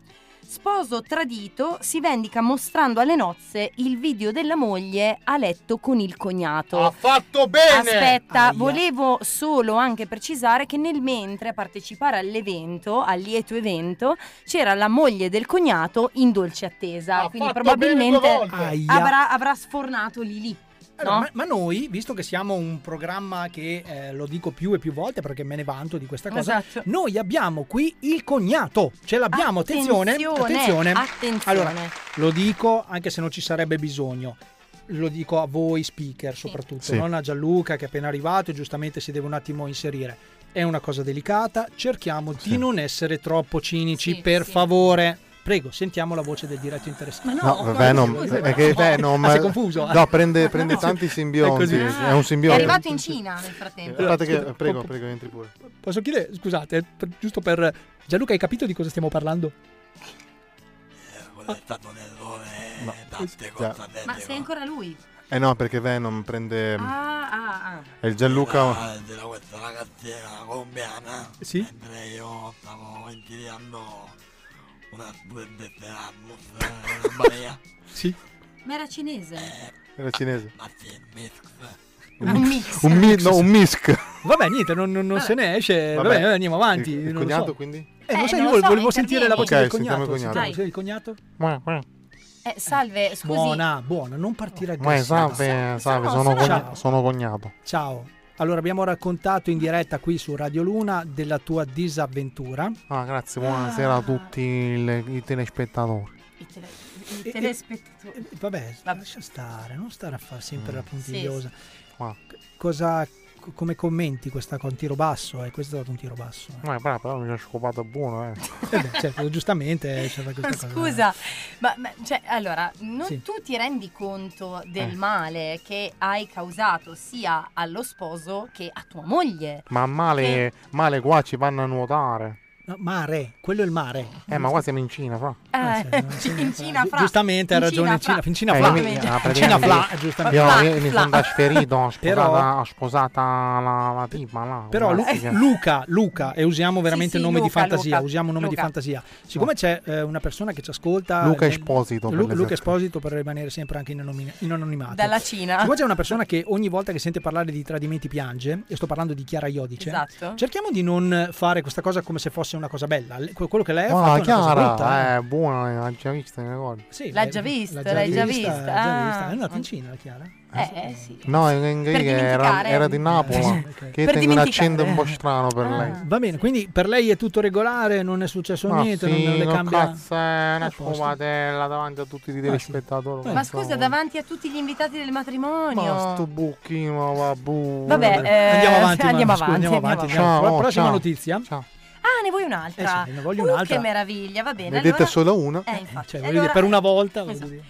Speaker 10: Sposo tradito si vendica mostrando alle nozze il video della moglie a letto con il cognato. Ha fatto bene!
Speaker 12: Aia.
Speaker 10: Aspetta, volevo solo anche precisare che nel mentre a partecipare all'evento, al lieto evento, c'era la moglie del cognato in dolce attesa. quindi
Speaker 5: Ah, fatto
Speaker 10: probabilmente
Speaker 5: bene due volte.
Speaker 10: avrà, avrà sfornato lì lì.
Speaker 5: Allora,
Speaker 10: no?
Speaker 5: ma, ma noi, visto che siamo un programma che eh, lo dico più e più volte perché me ne vanto di questa cosa,
Speaker 10: Esatto.
Speaker 5: noi abbiamo qui il cognato. Ce l'abbiamo, attenzione.
Speaker 10: Attenzione, attenzione.
Speaker 5: Allora, lo dico anche se non ci sarebbe bisogno. Lo dico a voi speaker soprattutto,
Speaker 17: Sì.
Speaker 5: non a Gianluca che è appena arrivato e giustamente si deve un attimo inserire. È una cosa delicata, cerchiamo di non essere troppo cinici, per favore. Prego, sentiamo la voce del diretto interessato.
Speaker 13: No, Venom, è che Venom...
Speaker 5: Ah, sei confuso?
Speaker 13: No, prende, prende tanti simbionti.
Speaker 5: È così.
Speaker 13: È un
Speaker 5: È
Speaker 13: simbionte.
Speaker 5: arrivato
Speaker 3: in Cina nel frattempo.
Speaker 13: Aspetta che-
Speaker 5: Scusa,
Speaker 13: prego,
Speaker 5: po-
Speaker 13: prego, entri pure.
Speaker 5: Posso chiedere, scusate, per- giusto per... Gianluca, hai capito di cosa stiamo parlando?
Speaker 15: Quello è stato un errore.
Speaker 13: No.
Speaker 15: Tante
Speaker 13: Già.
Speaker 15: cose.
Speaker 3: Ma sei ancora lui?
Speaker 13: Eh no, perché Venom prende...
Speaker 3: Ah, ah, ah.
Speaker 13: È il Gianluca...
Speaker 15: Era- Era questa ragazzina colombiana.
Speaker 13: Sì.
Speaker 15: Mentre io stavo intirando una studentessa Erasmus eh, in Albania.
Speaker 5: Sì.
Speaker 3: Ma era cinese?
Speaker 13: Era cinese.
Speaker 15: Ma sì, mix.
Speaker 13: Un mix. Un mi- no, un misc.
Speaker 5: Vabbè, niente, non, non- non se ne esce. Eh, Vabbè,
Speaker 13: Vabbè,
Speaker 5: andiamo avanti.
Speaker 13: il- il
Speaker 5: non lo
Speaker 13: cognato,
Speaker 5: so.
Speaker 13: quindi?
Speaker 5: Eh, non
Speaker 10: Eh,
Speaker 5: sai,
Speaker 10: non
Speaker 5: io
Speaker 10: lo so,
Speaker 5: volevo sentire la voce
Speaker 13: Ok,
Speaker 5: del
Speaker 13: sentiamo
Speaker 5: cognato.
Speaker 13: il cognato.
Speaker 5: sentiamo, sì, il cognato?
Speaker 10: Eh, salve, scusi.
Speaker 5: Buona, buona, non partire
Speaker 13: Ma
Speaker 5: aggressivo.
Speaker 13: salve, salve, sono, cogna-
Speaker 5: Ciao.
Speaker 13: sono cognato.
Speaker 5: Ciao. Allora, abbiamo raccontato in diretta qui su Radio Luna della tua disavventura.
Speaker 13: Ah, grazie, buonasera a tutti il- i telespettatori.
Speaker 5: E-
Speaker 3: Il
Speaker 5: e-
Speaker 3: telespettatore.
Speaker 5: Vabbè, lascia stare, non stare a fare sempre
Speaker 13: Mm.
Speaker 5: la puntigliosa.
Speaker 13: Sì, Ah.
Speaker 5: C- Cosa, co- come commenti questa con tiro basso? Eh, questo è stato un tiro basso.
Speaker 13: Ma bravo, però mi ha scopato buono, eh.
Speaker 5: Eh beh, certo, giustamente eh, c'era questa cosa.
Speaker 10: Scusa, ma, ma, cioè, allora, non
Speaker 5: Sì.
Speaker 10: tu ti rendi conto del
Speaker 13: Eh.
Speaker 10: male che hai causato sia allo sposo che a tua moglie?
Speaker 13: Ma male, male qua ci vanno a nuotare.
Speaker 5: No, mare, quello è il mare. Ah,
Speaker 13: Eh, ma qua siamo in Cina, fra.
Speaker 10: Eh, in Cina, fra.
Speaker 5: Giustamente ha
Speaker 10: In
Speaker 5: ragione,
Speaker 10: fra.
Speaker 5: in Cina
Speaker 13: Eh,
Speaker 5: fla.
Speaker 13: mi-
Speaker 5: In
Speaker 13: ah, praticamente-
Speaker 5: Cina fla, giustamente.
Speaker 13: Io,
Speaker 5: Fla,
Speaker 13: io mi
Speaker 5: fla.
Speaker 13: sono trasferito, ho
Speaker 5: Però-
Speaker 13: sposata, ho sposata la, la tipa là.
Speaker 5: Però Lu-
Speaker 13: una figa.
Speaker 5: Luca, Luca, e usiamo veramente
Speaker 13: Sì,
Speaker 5: il
Speaker 13: sì,
Speaker 5: nome di
Speaker 13: Luca,
Speaker 5: fantasia,
Speaker 13: Luca,
Speaker 5: usiamo un nome di
Speaker 13: Luca.
Speaker 5: fantasia. Siccome c'è eh, una persona che ci ascolta...
Speaker 13: Luca
Speaker 5: eh,
Speaker 13: Esposito, per
Speaker 5: Lu- Luca
Speaker 13: l'esatto.
Speaker 5: Esposito per rimanere sempre anche in, anonim- in anonimato.
Speaker 10: Dalla Cina.
Speaker 5: Siccome c'è una persona che ogni volta che sente parlare di tradimenti piange, e sto parlando di Chiara Iodice,
Speaker 10: Esatto.
Speaker 5: cerchiamo di non fare questa cosa come se fosse una cosa bella. Le- que- Quello che lei ha
Speaker 13: Ah,
Speaker 5: Eh, fatto è una cosa brutta.
Speaker 13: Chiara, eh, buona, l'ha già vista, mi ricordo.
Speaker 5: Sì,
Speaker 10: L'ha
Speaker 5: lei-
Speaker 10: già vista,
Speaker 5: l'ha
Speaker 10: l'hai già vista.
Speaker 5: l'ha già
Speaker 10: Ah.
Speaker 5: vista. È andata in Cina, la Chiara?
Speaker 10: Eh, sì.
Speaker 13: No, è in
Speaker 10: Per
Speaker 13: era,
Speaker 10: dimenticare.
Speaker 13: era di Napoli,
Speaker 5: ok.
Speaker 13: che
Speaker 5: Per
Speaker 13: tengo un
Speaker 5: dimenticare.
Speaker 13: accento un po'
Speaker 10: Eh.
Speaker 13: strano per
Speaker 5: Ah,
Speaker 13: lei.
Speaker 5: Va bene, quindi per lei è tutto regolare, non è successo
Speaker 13: Ma
Speaker 5: niente,
Speaker 13: sì,
Speaker 5: non le
Speaker 13: no,
Speaker 5: cambia.
Speaker 13: cazzo, eh, è
Speaker 5: A
Speaker 13: una
Speaker 5: posto. Eh,
Speaker 13: sfumatella davanti a tutti i telespettatori.
Speaker 10: Ma scusa, davanti a tutti gli invitati del matrimonio.
Speaker 13: Ma sto buchino, va bu-
Speaker 10: Vabbè, eh,
Speaker 5: andiamo avanti,
Speaker 10: andiamo
Speaker 5: ma- scusa,
Speaker 10: avanti,
Speaker 5: andiamo
Speaker 10: andiamo
Speaker 5: avanti.
Speaker 10: avanti.
Speaker 5: andiamo.
Speaker 13: Ciao,
Speaker 5: Pro- Prossima
Speaker 13: ciao.
Speaker 5: notizia.
Speaker 10: Ah, ne vuoi un'altra?
Speaker 5: Eh sì, ne voglio
Speaker 10: Uh,
Speaker 5: un'altra.
Speaker 10: Che meraviglia, va bene.
Speaker 5: Ne hai detta
Speaker 10: allora-
Speaker 5: solo una?
Speaker 10: Eh, infatti.
Speaker 5: Cioè, voglio
Speaker 10: Allora-
Speaker 5: dire, per una volta. voglio
Speaker 10: Esatto.
Speaker 5: dire.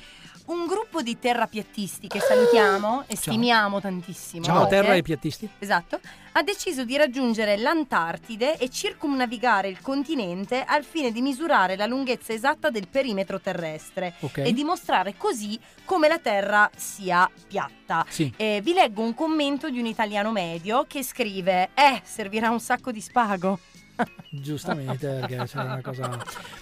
Speaker 10: Un gruppo di terrapiattisti che salutiamo e stimiamo tantissimo.
Speaker 5: Ciao, terra
Speaker 10: ok?
Speaker 5: e piattisti.
Speaker 10: Esatto, ha deciso di raggiungere l'Antartide e circumnavigare il continente al fine di misurare la lunghezza esatta del perimetro terrestre
Speaker 12: Ok.
Speaker 10: e dimostrare così come la Terra sia piatta.
Speaker 12: Sì.
Speaker 10: Eh, vi leggo un commento di un italiano medio che scrive: Eh, servirà un sacco di spago.
Speaker 5: Giustamente, perché c'è una cosa.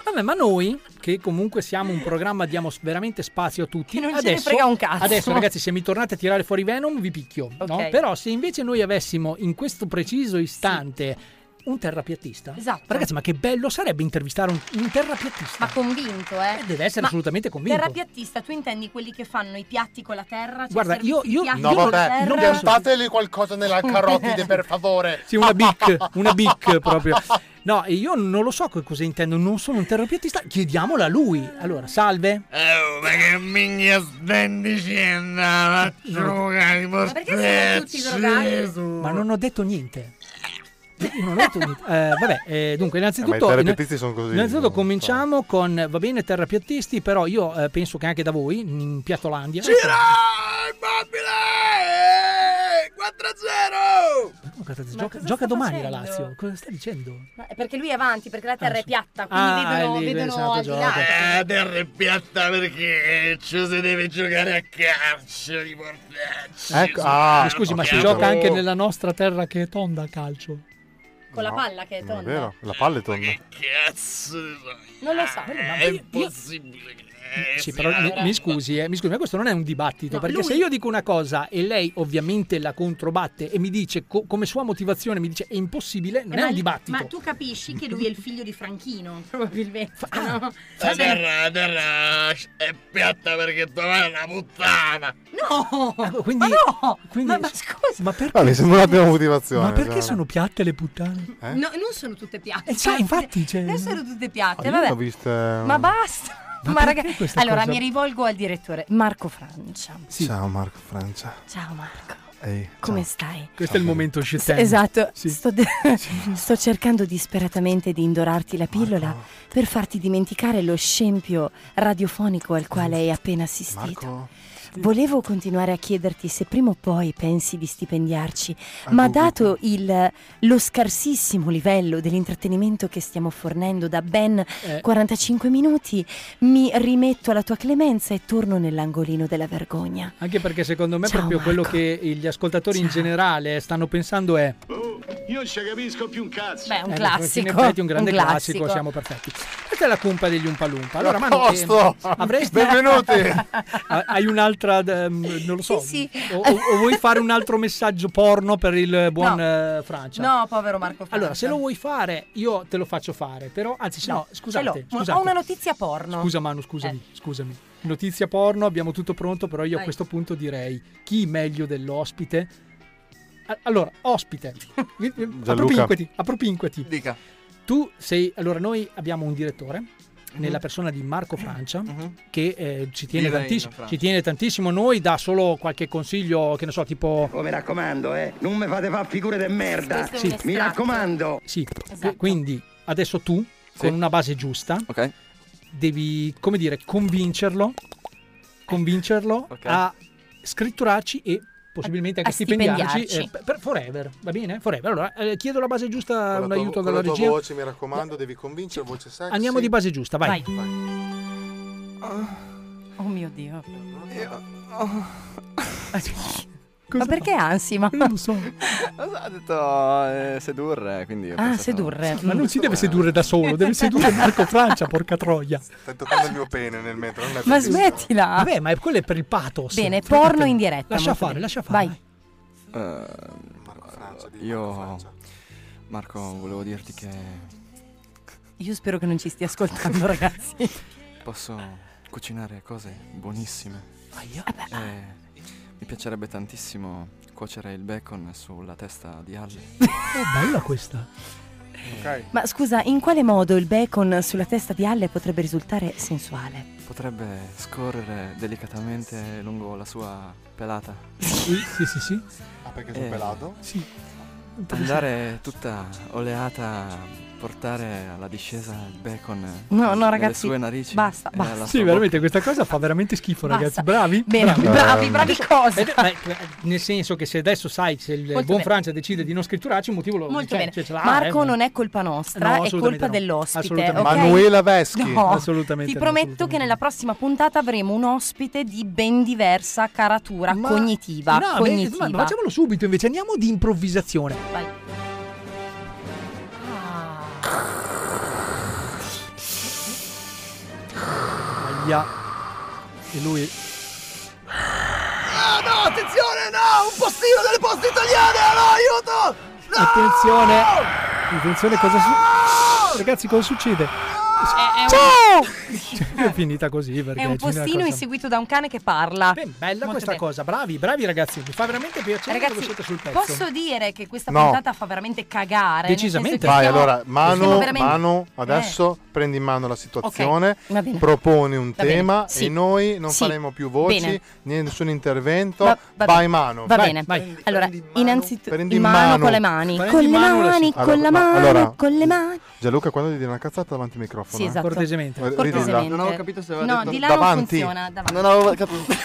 Speaker 5: Vabbè, ma noi, che comunque siamo un programma, diamo s- veramente spazio a tutti.
Speaker 10: non ce ne
Speaker 5: adesso,
Speaker 10: frega un cazzo.
Speaker 5: Adesso, ragazzi, se mi tornate a tirare fuori Venom, vi picchio. no? Però, se invece noi avessimo in questo preciso istante. Un terrapiattista?
Speaker 10: Esatto.
Speaker 5: Ragazzi, ma che bello sarebbe intervistare un, un terrapiattista. Ma
Speaker 10: convinto, eh?
Speaker 5: deve essere
Speaker 10: Ma
Speaker 5: assolutamente convinto.
Speaker 10: Terrapiattista, tu intendi quelli che fanno i piatti con la terra? Cioè
Speaker 5: Guarda,
Speaker 10: servi
Speaker 5: io-
Speaker 10: sui
Speaker 5: io-
Speaker 10: piatti
Speaker 5: No,
Speaker 10: con la
Speaker 5: vabbè,
Speaker 10: terra?
Speaker 5: non penso-
Speaker 18: Fateli qualcosa nella carotide, per favore.
Speaker 5: Sì, una bic, una bic proprio. No, e io non lo so co- cosa intendo, non sono un terrapiattista, chiediamola a lui. Allora, salve.
Speaker 21: Oh, ma che minchia stai dicendo? Ma
Speaker 5: Eh,
Speaker 21: drogati, ma
Speaker 5: Ma non ho detto niente. Io non ho detto niente. Eh, vabbè, eh, dunque, innanzitutto.
Speaker 13: Eh, ma i terrapiattisti sono così,
Speaker 5: Innanzitutto, cominciamo con va bene, terrapiattisti, però io eh, penso che anche da voi, in Piatolandia.
Speaker 21: Immobile! 4-0!
Speaker 5: Oh, cazzo, gioca gioca domani la Lazio. Cosa stai dicendo?
Speaker 10: Ma è perché lui è avanti, perché la terra è piatta, quindi
Speaker 5: Ah,
Speaker 10: vedono,
Speaker 5: è lì,
Speaker 10: vedono
Speaker 5: esatto,
Speaker 10: al di là.
Speaker 5: gioca.
Speaker 21: Eh, terra è piatta perché ci si deve giocare a calcio di portacci.
Speaker 13: Ecco, ah,
Speaker 5: scusi, ma si
Speaker 13: ok.
Speaker 5: gioca anche nella nostra terra che è tonda a calcio.
Speaker 3: Con la palla che è
Speaker 13: Non
Speaker 3: tonda.
Speaker 13: è vero, la palla è tonda.
Speaker 10: Eh,
Speaker 15: Cazzo.
Speaker 3: Non lo so.
Speaker 15: Eh, È impossibile.
Speaker 13: Eh,
Speaker 5: Sì, però mi, mi scusi, eh, mi scusi, ma questo non è un dibattito, perché
Speaker 15: lui-
Speaker 5: se io dico una cosa e lei ovviamente la controbatte e mi dice co- come sua motivazione mi dice è impossibile, non
Speaker 3: Eh,
Speaker 5: è
Speaker 3: ma-
Speaker 5: un dibattito.
Speaker 3: Ma tu capisci che lui è il figlio di Franchino, probabilmente.
Speaker 5: ah,
Speaker 3: no?
Speaker 15: La terra, la terra è piatta perché tua madre è una puttana.
Speaker 3: No!
Speaker 5: Eh, quindi,
Speaker 3: no!
Speaker 5: ma, scusa, ma perché?
Speaker 13: Ah, mi sembra un'ottima motivazione.
Speaker 5: Ma perché
Speaker 13: cioè.
Speaker 5: sono piatte le puttane?
Speaker 13: Eh?
Speaker 22: No, non sono tutte piatte.
Speaker 5: Eh, sai, infatti, cioè-
Speaker 22: Non sono tutte piatte,
Speaker 13: Ah, io
Speaker 22: vabbè.
Speaker 13: l'ho vista-
Speaker 22: Ma
Speaker 3: basta.
Speaker 13: Ma
Speaker 3: Ma,
Speaker 13: perché
Speaker 3: ragazzi,
Speaker 13: questa
Speaker 3: allora
Speaker 13: cosa-
Speaker 3: mi rivolgo al direttore Marco Francia.
Speaker 13: Ciao Marco Francia.
Speaker 3: Ciao Marco,
Speaker 13: Ehi,
Speaker 3: come
Speaker 13: ciao.
Speaker 3: stai?
Speaker 5: Questo è il momento scettino.
Speaker 10: Esatto, sto, de- sto cercando disperatamente di indorarti la pillola per farti dimenticare lo scempio radiofonico al quale hai appena assistito. Volevo continuare a chiederti se prima o poi pensi di stipendiarci, ma dato il- lo scarsissimo livello dell'intrattenimento che stiamo fornendo da ben
Speaker 3: Eh.
Speaker 10: 45 minuti, mi rimetto alla tua clemenza e torno nell'angolino della vergogna.
Speaker 5: Anche perché secondo me
Speaker 10: Ciao,
Speaker 5: proprio quello che gli ascoltatori in generale stanno pensando è
Speaker 23: Io non ci capisco più un cazzo.
Speaker 3: Beh, un
Speaker 5: Eh,
Speaker 3: classico.
Speaker 5: In effetti un grande classico.
Speaker 3: classico.
Speaker 5: siamo perfetti. Questa è la cumpa degli Umpalumpa. Allora,
Speaker 3: A
Speaker 5: Manu, che-
Speaker 3: posto!
Speaker 5: avresti...
Speaker 3: Benvenuti!
Speaker 5: Ah, Hai un'altra, d- mm, non lo so,
Speaker 22: Sì, sì.
Speaker 5: O, o- o vuoi fare un altro messaggio porno per il buon
Speaker 22: No.
Speaker 5: eh, Francia?
Speaker 22: No, povero Marco Francia.
Speaker 5: Allora, se lo vuoi fare, io te lo faccio fare, però, anzi, se no,
Speaker 22: No, ce
Speaker 5: scusate,
Speaker 22: l'ho. Ma
Speaker 5: scusate.
Speaker 22: ho una notizia porno. Eh.
Speaker 5: Scusa Manu, scusami, scusami. Notizia porno, abbiamo tutto pronto, però io a
Speaker 22: Vai.
Speaker 5: questo punto direi chi meglio dell'ospite? A- Allora, ospite, appropinquati, appropinquati.
Speaker 17: Dica.
Speaker 5: Tu sei, allora noi abbiamo un direttore
Speaker 22: Mhm.
Speaker 5: nella persona di Marco Francia che eh, ci, tiene
Speaker 24: Divino,
Speaker 5: tantissimo,
Speaker 24: Francia.
Speaker 5: ci tiene tantissimo, noi dà solo qualche consiglio, che ne so, tipo...
Speaker 24: Oh, mi raccomando, eh, non mi fate fare figure di merda.
Speaker 5: Questo è un esatto.
Speaker 24: Mi
Speaker 5: estratto.
Speaker 24: raccomando.
Speaker 5: Sì, Qu- quindi adesso tu, con una base giusta, devi, come dire, convincerlo, convincerlo a scritturarci e possibilmente anche
Speaker 24: A
Speaker 5: stipendiarci
Speaker 24: stipendiarci.
Speaker 5: eh, per, per forever, va bene? Forever. Allora, eh, chiedo la base giusta,
Speaker 13: Con
Speaker 5: un
Speaker 13: la tua-
Speaker 5: aiuto
Speaker 13: con
Speaker 5: dalla
Speaker 13: la tua
Speaker 5: regia.
Speaker 13: voce, mi raccomando, devi convincere voce sexy.
Speaker 5: Andiamo di base giusta, vai.
Speaker 10: Oh mio Dio.
Speaker 3: Ma perché
Speaker 10: ansima?
Speaker 5: Non lo so.
Speaker 17: Ha detto eh, sedurre, quindi... ho pensato-
Speaker 5: Ah, Ma non si deve sedurre da solo, deve sedurre Marco Francia, porca troia.
Speaker 13: Stai toccando il mio pene nel metro. non è
Speaker 10: Ma
Speaker 13: possibile.
Speaker 10: smettila.
Speaker 5: Vabbè, ma è- quello è per il pathos.
Speaker 10: Bene,
Speaker 5: Fai da
Speaker 10: porno
Speaker 5: te.
Speaker 10: in diretta. molto
Speaker 5: Lascia fare,
Speaker 10: bene.
Speaker 5: lascia fare.
Speaker 10: Vai.
Speaker 17: Ehm, io... Marco, volevo dirti che
Speaker 10: Io spero che non ci stia ascoltando, ragazzi.
Speaker 17: posso cucinare cose buonissime. E mi piacerebbe tantissimo cuocere il bacon sulla testa di Halle. Eh,
Speaker 5: È bella questa.
Speaker 17: Ok.
Speaker 10: Ma scusa, in quale modo il bacon sulla testa di Halle potrebbe risultare sensuale?
Speaker 17: Potrebbe scorrere delicatamente lungo la sua pelata. Eh,
Speaker 5: Sì, sì, sì.
Speaker 13: Ah, perché sono pelato?
Speaker 5: Sì.
Speaker 17: Andare tutta oleata, portare alla discesa il bacon
Speaker 10: No, no,
Speaker 17: nelle
Speaker 10: ragazzi,
Speaker 17: sue narici.
Speaker 10: basta,
Speaker 17: e
Speaker 10: basta.
Speaker 17: alla
Speaker 5: Sì,
Speaker 17: sua
Speaker 5: veramente questa cosa fa veramente schifo, ragazzi. Bravi.
Speaker 10: Bene, bravi, bravi cosa.
Speaker 5: Ed- beh, eh, nel senso che se adesso sai, se il
Speaker 10: Molto
Speaker 5: buon
Speaker 10: bene.
Speaker 5: Francia decide di non scritturarci, un motivo lo
Speaker 10: Molto
Speaker 5: cioè,
Speaker 10: bene.
Speaker 5: cioè, ce l'ha,
Speaker 10: Marco
Speaker 5: eh.
Speaker 10: non è colpa
Speaker 5: No,
Speaker 10: nostra, è
Speaker 5: assolutamente
Speaker 10: colpa
Speaker 5: no.
Speaker 10: dell'ospite.
Speaker 5: Assolutamente
Speaker 10: ok?
Speaker 5: no. Manuela Veschi.
Speaker 10: No.
Speaker 5: Assolutamente
Speaker 10: Ti
Speaker 5: no,
Speaker 10: prometto che nella prossima puntata avremo un ospite di ben diversa caratura cognitiva.
Speaker 5: No, beh,
Speaker 10: cognitiva.
Speaker 5: ma- ma facciamolo subito invece, andiamo di improvvisazione. Aia. E lui.
Speaker 25: Ah, no, attenzione, no! Un postino delle poste italiane! No, aiuto!
Speaker 5: Attenzione! Attenzione, cosa succede? Ragazzi, cosa succede?
Speaker 4: Eh,
Speaker 10: È, è
Speaker 5: Ciao!
Speaker 10: un,
Speaker 5: Cioè, è finita così perché
Speaker 10: è un
Speaker 5: c'è una
Speaker 10: postino
Speaker 5: cosa-
Speaker 10: inseguito da un cane che parla.
Speaker 5: bella questa cosa, bravi, bravi ragazzi, mi fa veramente piacere che voi
Speaker 10: Ragazzi,
Speaker 5: siete sul pezzo.
Speaker 10: posso dire che questa
Speaker 13: No.
Speaker 10: puntata fa veramente cagare. nel senso che
Speaker 13: Vai,
Speaker 10: stiamo-
Speaker 13: allora,
Speaker 10: stiamo
Speaker 13: Manu,
Speaker 10: veramente-
Speaker 13: Manu,
Speaker 10: Eh.
Speaker 13: adesso prendi in mano la situazione,
Speaker 10: Ok, va bene.
Speaker 13: proponi un
Speaker 10: Va bene,
Speaker 13: tema
Speaker 10: sì.
Speaker 13: e noi non
Speaker 10: Sì.
Speaker 13: faremo più voci,
Speaker 10: Bene.
Speaker 13: né nessun intervento.
Speaker 10: Va- va
Speaker 13: vai,
Speaker 10: bene.
Speaker 13: Manu.
Speaker 10: Va
Speaker 13: vai,
Speaker 10: bene.
Speaker 13: vai.
Speaker 10: allora, innanzitutto
Speaker 13: Prendi
Speaker 10: in
Speaker 13: in
Speaker 10: mano,
Speaker 13: mano.
Speaker 10: con le mani,
Speaker 13: Prendi
Speaker 10: con
Speaker 13: in
Speaker 10: le
Speaker 13: mano la
Speaker 10: mani,
Speaker 13: situ-
Speaker 10: con la
Speaker 13: Allora,
Speaker 10: mano,
Speaker 13: no, allora-
Speaker 10: con le mani.
Speaker 13: Gianluca, quando devi dire una cazzata davanti al microfono.
Speaker 10: Sì,
Speaker 13: eh?
Speaker 10: esatto.
Speaker 13: Ridilla.
Speaker 10: Cortesemente.
Speaker 17: Non avevo capito se aveva
Speaker 10: No,
Speaker 17: detto
Speaker 10: di là non
Speaker 13: davanti.
Speaker 10: funziona, davanti.
Speaker 17: Non avevo capito.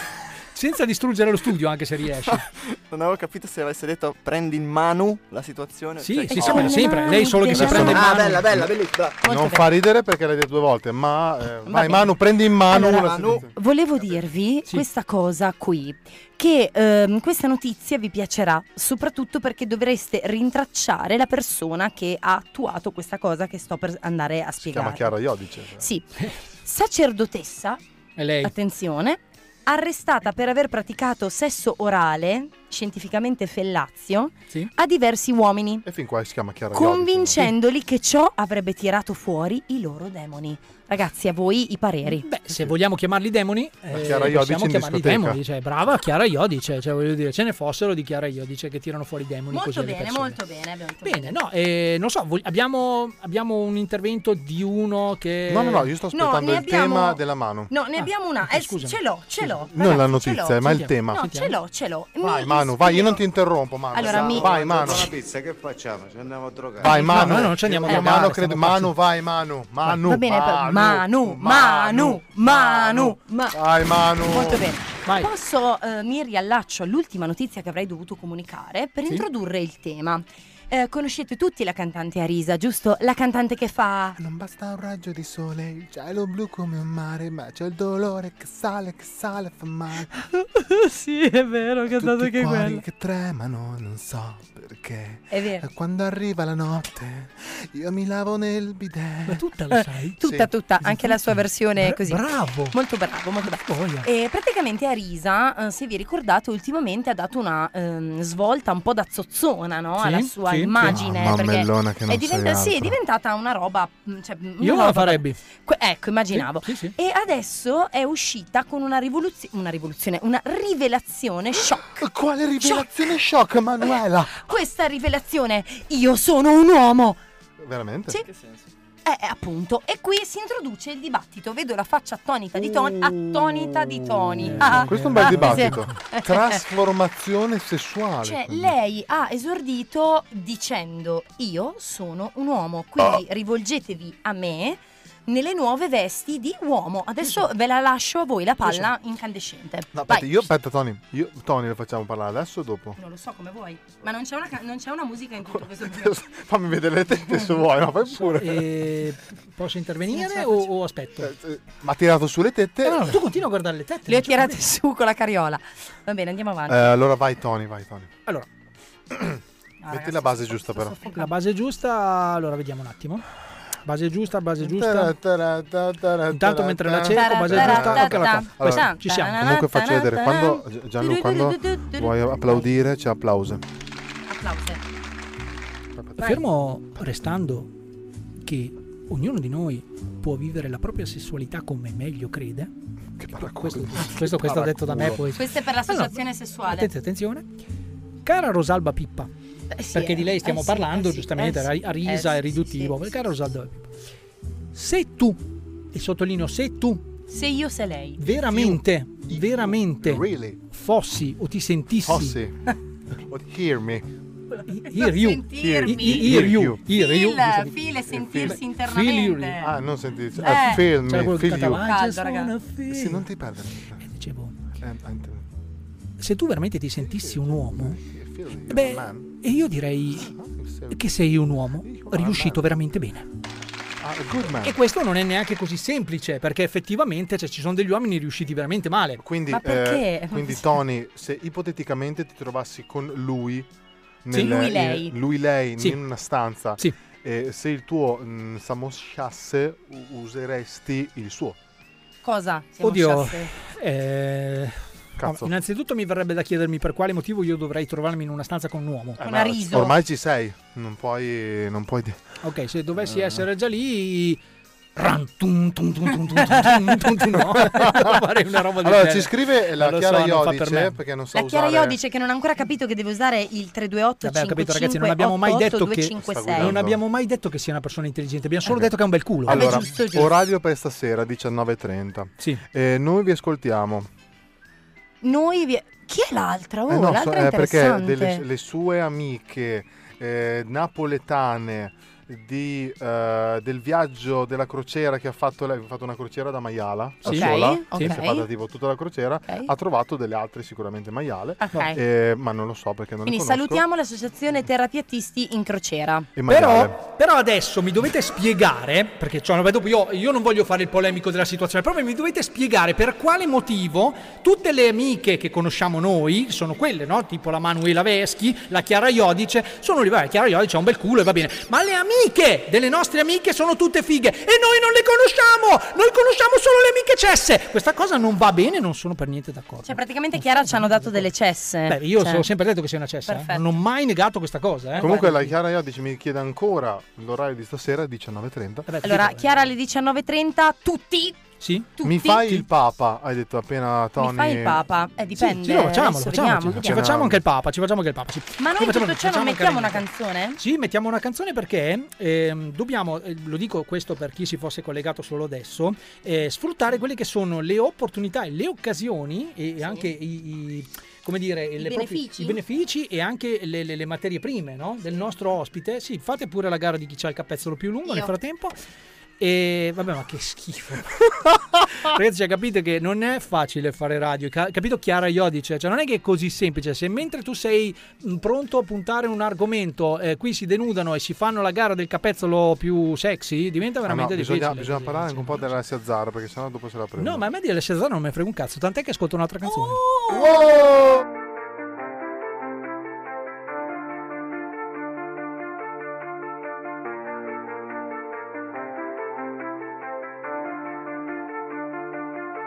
Speaker 5: Senza distruggere lo studio, anche se riesci.
Speaker 17: Non avevo capito se avesse detto prendi in mano la
Speaker 10: Eh,
Speaker 17: situazione.
Speaker 5: Sì,
Speaker 17: cioè,
Speaker 5: sì,
Speaker 17: no.
Speaker 5: sì, ma sempre. Lei solo che si prende in
Speaker 17: Ah,
Speaker 5: mano.
Speaker 17: bella, bella, bellissima.
Speaker 13: non fa ridere perché l'hai detto due volte, ma eh, vai
Speaker 10: bene.
Speaker 13: Manu, prendi in mano
Speaker 10: Allora,
Speaker 13: la situazione.
Speaker 10: volevo dirvi questa cosa qui, che ehm, questa notizia vi piacerà soprattutto perché dovreste rintracciare la persona che ha attuato questa cosa che sto per andare a
Speaker 13: Si chiama
Speaker 10: spiegare.
Speaker 13: Chiara Iodice. cioè.
Speaker 10: Sì, sacerdotessa,
Speaker 5: È lei.
Speaker 10: attenzione, arrestata per aver praticato sesso orale, scientificamente fellazio,
Speaker 5: Sì.
Speaker 10: a diversi uomini.
Speaker 13: E fin qua si chiama Chiara Iodice.
Speaker 10: Convincendoli che ciò avrebbe tirato fuori i loro demoni. Ragazzi, a voi i pareri.
Speaker 5: Beh, se vogliamo chiamarli demoni, eh,
Speaker 13: Chiara
Speaker 5: possiamo
Speaker 13: Iodice in
Speaker 5: chiamarli
Speaker 13: discoteca.
Speaker 5: demoni. Cioè, brava Chiara Iodice, cioè, voglio dire, ce ne fossero di Chiara Iodice che tirano fuori i demoni così
Speaker 7: Molto
Speaker 5: alle
Speaker 7: bene,
Speaker 5: persone.
Speaker 7: molto bene. abbiamo detto
Speaker 5: Bene, no, eh, non so, vog- abbiamo, abbiamo un intervento di uno che...
Speaker 13: No, no, no, io sto
Speaker 7: No,
Speaker 13: aspettando
Speaker 7: ne
Speaker 13: il
Speaker 7: abbiamo-
Speaker 13: tema della mano. Ah.
Speaker 7: No, ne abbiamo una. Eh, ce l'ho, ce l'ho.
Speaker 13: Non la
Speaker 7: Ragazzi, ce
Speaker 13: notizia,
Speaker 7: l'ho,
Speaker 13: ma il
Speaker 7: ce l'ho.
Speaker 13: tema.
Speaker 7: No, ce l'ho, ce l'ho.
Speaker 13: Vai
Speaker 7: Mi-
Speaker 13: Manu, vai, io non ti interrompo, Manu.
Speaker 7: Allora, mi-
Speaker 13: Vai Manu.
Speaker 9: Una pizza, che facciamo? Ci andiamo a drogare.
Speaker 13: Vai Manu. Eh,
Speaker 5: no, non ci andiamo a
Speaker 13: Manu,
Speaker 5: drogare,
Speaker 13: credo-
Speaker 5: stiamo
Speaker 13: Manu, vai Manu. Manu.
Speaker 10: Va bene, però- Manu, Manu, Manu, Ma-
Speaker 13: Vai Manu.
Speaker 10: Molto bene. Posso, eh, mi riallaccio all'ultima notizia che avrei dovuto comunicare per
Speaker 7: Sì.
Speaker 10: introdurre il tema. Eh, conoscete tutti la cantante Arisa, giusto? La cantante che fa...
Speaker 18: Non basta un raggio di sole, il cielo blu come un mare, ma c'è il dolore che sale, che sale, fa male.
Speaker 10: sì, è vero, ho
Speaker 18: cantato
Speaker 10: anche quella.
Speaker 18: che tremano, non so perché.
Speaker 10: È vero.
Speaker 18: E Quando arriva la notte, io mi lavo nel bidet. Ma
Speaker 5: tutta
Speaker 10: Eh, Tutta, tutta, anche la sua versione
Speaker 18: Bra-
Speaker 10: così.
Speaker 18: bravo.
Speaker 10: Molto bravo, molto bravo. E praticamente Arisa, eh, se vi ricordate, ultimamente ha dato una ehm, svolta un po' da zozzona, no?
Speaker 13: Sì,
Speaker 10: Alla sua
Speaker 13: sì.
Speaker 10: immagine.
Speaker 13: Ah,
Speaker 10: perché
Speaker 13: mammellona che non
Speaker 10: è diventa-
Speaker 13: sei
Speaker 10: sì, è
Speaker 13: altro.
Speaker 10: diventata una roba. mm, cioè,
Speaker 4: eh,
Speaker 10: una
Speaker 5: Io non
Speaker 10: roba-
Speaker 5: la farebbe.
Speaker 10: Que- ecco, immaginavo. E adesso è uscita con una rivoluzione, una rivoluzione, una rivelazione shock.
Speaker 18: Quale rivelazione shock, Manuela?
Speaker 10: Questa rivelazione, io sono un uomo.
Speaker 13: Veramente?
Speaker 10: Sì. Eh, eh, appunto. E qui si introduce il dibattito. Vedo la faccia attonita di Tony. Attonita di Tony. Ah,
Speaker 13: Oh. Questo è un bel
Speaker 10: ah,
Speaker 13: dibattito.
Speaker 10: sì.
Speaker 13: Trasformazione sessuale.
Speaker 10: Cioè, lei ha esordito dicendo: Io sono un uomo, quindi rivolgetevi a me nelle nuove vesti di uomo. Adesso ve la lascio a voi la palla incandescente.
Speaker 13: No,
Speaker 10: Vai.
Speaker 13: aspetta, io aspetta Tony. Io, Tony lo facciamo parlare adesso o dopo?
Speaker 7: Non lo so come vuoi, ma non c'è una, ca- non c'è una musica in tutto questo
Speaker 13: Fammi vedere le tette se vuoi, no, fai pure.
Speaker 5: Eh, posso intervenire o, o aspetto?
Speaker 13: Ma ha tirato sulle tette.
Speaker 5: No, no, tu continua a guardare le tette.
Speaker 10: Le ho tirate su con la cariola. Va bene, andiamo avanti.
Speaker 13: Eh, allora vai Tony, vai Tony.
Speaker 5: Allora.
Speaker 13: Metti la base giusta però.
Speaker 5: La base giusta, allora vediamo un attimo. Base giusta, base giusta. Intanto mentre la cerco, base giusta. Ok, la fa. Questa,
Speaker 13: Allora,
Speaker 5: ci siamo.
Speaker 13: Comunque faccio vedere quando Gianlu quando vuoi applaudire c'è applauso.
Speaker 5: Fermo restando che ognuno di noi può vivere la propria sessualità come meglio crede. questo, questo, questo detto da me poi.
Speaker 7: Questo è per l'associazione sessuale.
Speaker 5: Attenzione, attenzione. Cara Rosalba Pippa,
Speaker 7: sì,
Speaker 5: perché di lei
Speaker 7: eh,
Speaker 5: stiamo
Speaker 7: eh sì,
Speaker 5: parlando,
Speaker 7: eh sì,
Speaker 5: giustamente,
Speaker 7: eh sì,
Speaker 5: a risa
Speaker 7: eh
Speaker 5: è riduttivo. Cara Rosalba Pippa, se tu, e sottolineo se tu,
Speaker 10: Se io, se lei.
Speaker 5: veramente, veramente fossi o ti sentissi,
Speaker 13: Fossi. O Hear me.
Speaker 5: hear you,
Speaker 13: Sentirmi.
Speaker 5: i- hear you, hear you,
Speaker 7: Phil, Phil è sentirsi internamente.
Speaker 13: Ah, non sentirsi.
Speaker 7: Eh.
Speaker 13: Ah, feel
Speaker 5: C'era
Speaker 13: me,
Speaker 5: quello che
Speaker 13: feel you.
Speaker 5: cantava, I just
Speaker 7: Caldo,
Speaker 5: wanna
Speaker 7: ragazzi.
Speaker 5: feel.
Speaker 13: Sì, non ti Eh, perdere.
Speaker 5: E dicevo, se tu veramente ti sentissi un uomo, beh, e io direi che sei un uomo riuscito veramente bene.
Speaker 13: Ah, good man.
Speaker 5: E questo non è neanche così semplice, perché effettivamente cioè, ci sono degli uomini riusciti veramente male.
Speaker 13: Quindi, eh, quindi Tony, se ipoteticamente ti trovassi con lui,
Speaker 5: Sì.
Speaker 13: nel-
Speaker 5: Lui, lei.
Speaker 13: in, lui, lei,
Speaker 5: Sì.
Speaker 13: in una stanza, e se il tuo mh, samosciasse, u- useresti il suo.
Speaker 10: Cosa? Siamo
Speaker 5: Oddio,
Speaker 10: sciasse?
Speaker 5: eh,
Speaker 13: Cazzo.
Speaker 5: innanzitutto mi verrebbe da chiedermi per quale motivo io dovrei trovarmi in una stanza con un uomo.
Speaker 13: Eh, ma Ormai ci sei, non puoi... Non puoi di-
Speaker 5: Ok, se dovessi
Speaker 13: Eh.
Speaker 5: essere già lì. Ran, tum, tum, tum, tum, tum, tum, tum, tum, no, farei una roba del
Speaker 13: Allora,
Speaker 5: genere.
Speaker 13: ci scrive la
Speaker 5: Non lo
Speaker 13: Chiara
Speaker 5: so, non fa
Speaker 13: Iodice,
Speaker 5: per me.
Speaker 13: perché non so
Speaker 10: La Chiara
Speaker 13: usare-
Speaker 10: Iodice che non ha ancora capito che deve usare il 328
Speaker 5: Vabbè, ho capito, ragazzi, non abbiamo mai detto che non abbiamo mai detto che sia una persona intelligente, abbiamo solo detto che è un bel culo.
Speaker 13: Allora, orario per stasera, 19.30. Eh, noi vi ascoltiamo.
Speaker 10: Noi vi- chi è l'altra? Oh,
Speaker 13: Eh no, so-
Speaker 10: l'altra è
Speaker 13: eh, perché
Speaker 10: interessante.
Speaker 13: delle- le sue amiche eh, napoletane di, eh, del viaggio della crociera che ha fatto lei, ha fatto una crociera da maiala da
Speaker 26: Sì.
Speaker 13: sola,
Speaker 26: Ok,
Speaker 13: che si
Speaker 26: ok.
Speaker 13: è fatta tipo tutta la crociera,
Speaker 14: Ok.
Speaker 13: ha trovato delle altre sicuramente maiale,
Speaker 14: Ok.
Speaker 13: eh, ma non lo so perché non
Speaker 14: Quindi
Speaker 13: le conosco.
Speaker 14: salutiamo l'associazione Terrapiattisti in crociera.
Speaker 13: E maiale.
Speaker 5: Però, però adesso mi dovete spiegare, perché cioè, vabbè, dopo io, io non voglio fare il polemico della situazione, però mi dovete spiegare per quale motivo tutte le amiche che conosciamo noi sono quelle, no? Tipo la Manuela Veschi, la Chiara Iodice, sono lì, vabbè, Chiara Iodice ha un bel culo e va bene, ma le amiche delle nostre amiche sono tutte fighe e noi non le conosciamo, noi conosciamo solo le amiche cesse. Questa cosa non va bene, non sono per niente d'accordo.
Speaker 14: Cioè, praticamente Chiara ci hanno dato delle cesse.
Speaker 5: Beh, io
Speaker 14: Cioè,
Speaker 5: ho sempre detto che sei una cessa, eh.
Speaker 14: Perfetto.
Speaker 5: non ho mai negato questa cosa. Eh.
Speaker 13: Comunque la Chiara Iodice mi chiede ancora l'orario di stasera 19.30.
Speaker 14: Allora, Chiara alle 19.30, tutti,
Speaker 5: Eh Sì?
Speaker 14: tutti.
Speaker 13: Mi fai il papa, hai detto appena Tony.
Speaker 14: Mi fai il papa? Eh, dipende.
Speaker 5: Sì, no, facciamolo,
Speaker 14: adesso
Speaker 5: facciamolo,
Speaker 14: vediamo,
Speaker 5: ci
Speaker 14: vediamo.
Speaker 5: facciamo anche il Papa, ci facciamo anche il Papa. sì.
Speaker 14: Ma noi
Speaker 5: Sì,
Speaker 14: in tutto
Speaker 5: facciamo-
Speaker 14: ciò non
Speaker 5: facciamo anche
Speaker 14: mettiamo
Speaker 5: la-
Speaker 14: una canzone?
Speaker 5: Sì, mettiamo una canzone perché ehm, dobbiamo, eh, lo dico questo per chi si fosse collegato solo adesso, eh, sfruttare quelle che sono le opportunità e le occasioni e anche i... i- come dire, le proprie-
Speaker 20: benefici?
Speaker 5: i benefici e anche le, le- le materie prime no? del nostro ospite. Sì, fate pure la gara di chi ha il capezzolo più lungo nel
Speaker 20: Io.
Speaker 5: frattempo. E vabbè, ma che schifo. Ragazzi, cioè, capite che non è facile fare radio, ca- capito Chiara Iodice? Cioè, non è che è così semplice. Se mentre tu sei mh, pronto a puntare un argomento, eh, qui si denudano e si fanno la gara del capezzolo più sexy, diventa
Speaker 13: Ah, no,
Speaker 5: veramente difficile.
Speaker 13: bisogna, bisogna parlare anche un po' della Zazzara perché sennò dopo se la prendo.
Speaker 5: No, ma a me di Alessia Zara non mi frega un cazzo, tant'è che ascolto un'altra canzone.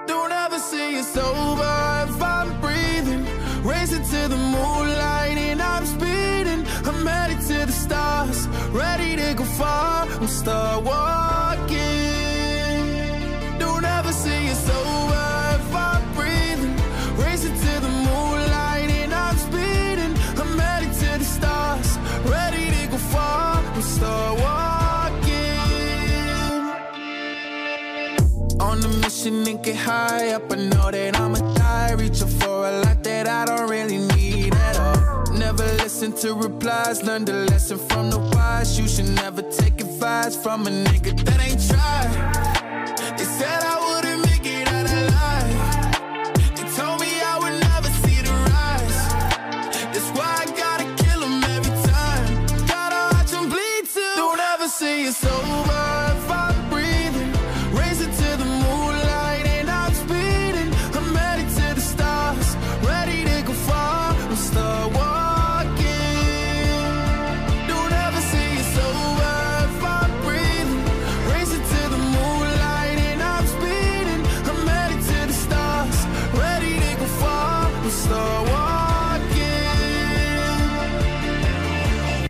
Speaker 27: Don't ever say it's over if I'm breathing. Racing to the moonlight and I'm speeding. I'm headed to the stars, ready to go far. I'm star walking. Don't ever say it's over if I'm breathing. Racing to the moonlight and I'm speeding. I'm headed to the stars, ready to go far. I'm star walking. On a mission and get high up. I know that I'ma die. Reaching for a lot that I don't really need at all. Never listen to replies. Learn the lesson from the wise. You should never take advice from a nigga that ain't tried. They said I wouldn't make it out alive. They told me I would never see the rise. That's why I gotta kill 'em every time. Gotta watch 'em bleed too. Don't ever say it's over if I'm breathing. Racing to the moonlight and I'm speeding. I'm headed to the stars, ready to go far. I'm star walking. Don't ever say it's over if I'm breathing. Racing to the moonlight and I'm speeding. I'm headed to the stars, ready to go far. I'm star walking.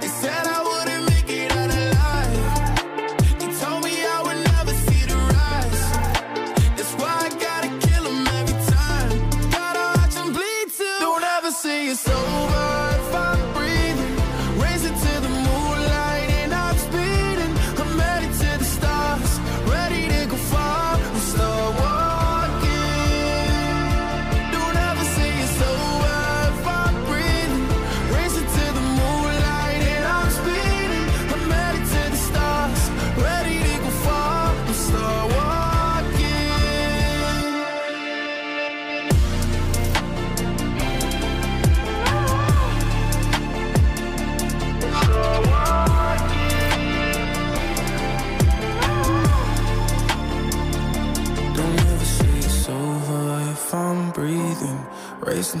Speaker 27: They said I wouldn't make it out alive. They told me I would never see the rise. That's why I gotta kill 'em every time. Gotta watch 'em bleed too. Don't ever say it's over if I'm breathing. Racing to the moonlight and I'm speeding. I'm headed to the stars, ready to go far. I'm slow walking. Don't ever say it's over if I'm breathing. Racing to the moonlight and I'm speeding. I'm headed to the stars, ready to go far. I'm slow walking. Don't ever say it's over if I'm breathing. Racing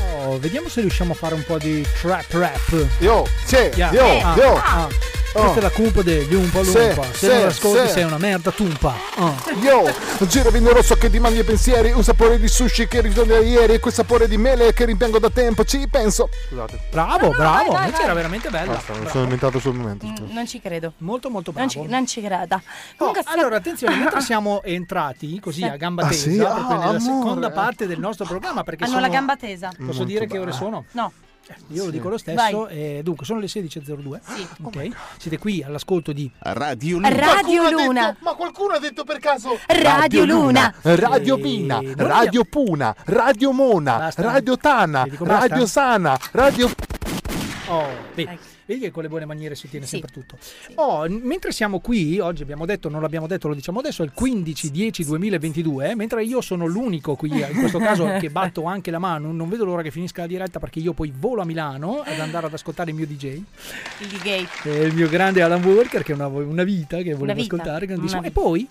Speaker 5: Oh, vediamo se riusciamo a fare un po' di trap rap.
Speaker 13: Yo, sì, Ah, yo,
Speaker 5: Ah,
Speaker 13: yo.
Speaker 5: Questa è la cumpa degli Umpa Lumpa.
Speaker 13: Sì,
Speaker 5: Se, non
Speaker 13: sì,
Speaker 5: l'ascolti
Speaker 13: sì.
Speaker 5: sei una merda tumpa. Ah.
Speaker 13: Yo, gira vino rosso che dimandi i pensieri, un sapore di sushi che ritorna da ieri, quel sapore di mele che rimpiango da tempo, ci penso. Scusate.
Speaker 5: Bravo, bravo.
Speaker 13: vai,
Speaker 5: Invece
Speaker 13: vai.
Speaker 5: era veramente bella. Mm.
Speaker 13: Basta, mi
Speaker 5: Bravo.
Speaker 13: sono inventato sul momento. scusa.
Speaker 2: Non ci credo.
Speaker 5: Molto, molto Oh,
Speaker 2: bravo. Non ci, non ci creda. Comunque, sta-
Speaker 5: Allora, attenzione, mentre siamo entrati così a gamba
Speaker 13: Ah,
Speaker 5: tesa,
Speaker 13: sì? Ah,
Speaker 5: proprio nella
Speaker 13: amore.
Speaker 5: seconda parte del nostro programma, perché
Speaker 2: Hanno
Speaker 5: sono-
Speaker 2: la gamba tesa.
Speaker 5: Posso
Speaker 13: Molto
Speaker 5: dire che ore
Speaker 13: bene.
Speaker 5: sono?
Speaker 2: No.
Speaker 5: Io lo
Speaker 2: Sì.
Speaker 5: dico lo stesso.
Speaker 2: Vai.
Speaker 5: eh, dunque, sono le 16.02. Ok. Siete qui all'ascolto di Radio
Speaker 10: Radio
Speaker 13: Qualcuno ha
Speaker 10: Luna.
Speaker 13: detto- ma qualcuno ha detto per caso
Speaker 10: Radio Luna.
Speaker 13: Radio Pina, Radio Puna, Radio Mona, Radio Tana,
Speaker 5: basta?
Speaker 13: Radio Sana, Radio
Speaker 5: Oh, vedi, vedi che con le buone maniere si tiene sempre tutto. Oh, n- mentre siamo qui, oggi abbiamo detto, non l'abbiamo detto, lo diciamo adesso, è il 15-10-2022, Eh, mentre io sono l'unico qui, in questo caso che batto anche la mano, non vedo l'ora che finisca la diretta perché io poi volo a Milano ad andare ad ascoltare il mio DJ.
Speaker 2: il gay.
Speaker 5: E il mio grande Alan Walker, che è una, una vita che volevo
Speaker 2: vita,
Speaker 5: ascoltare, grandissimo.
Speaker 2: una
Speaker 5: E
Speaker 2: vita. Eh.
Speaker 5: poi.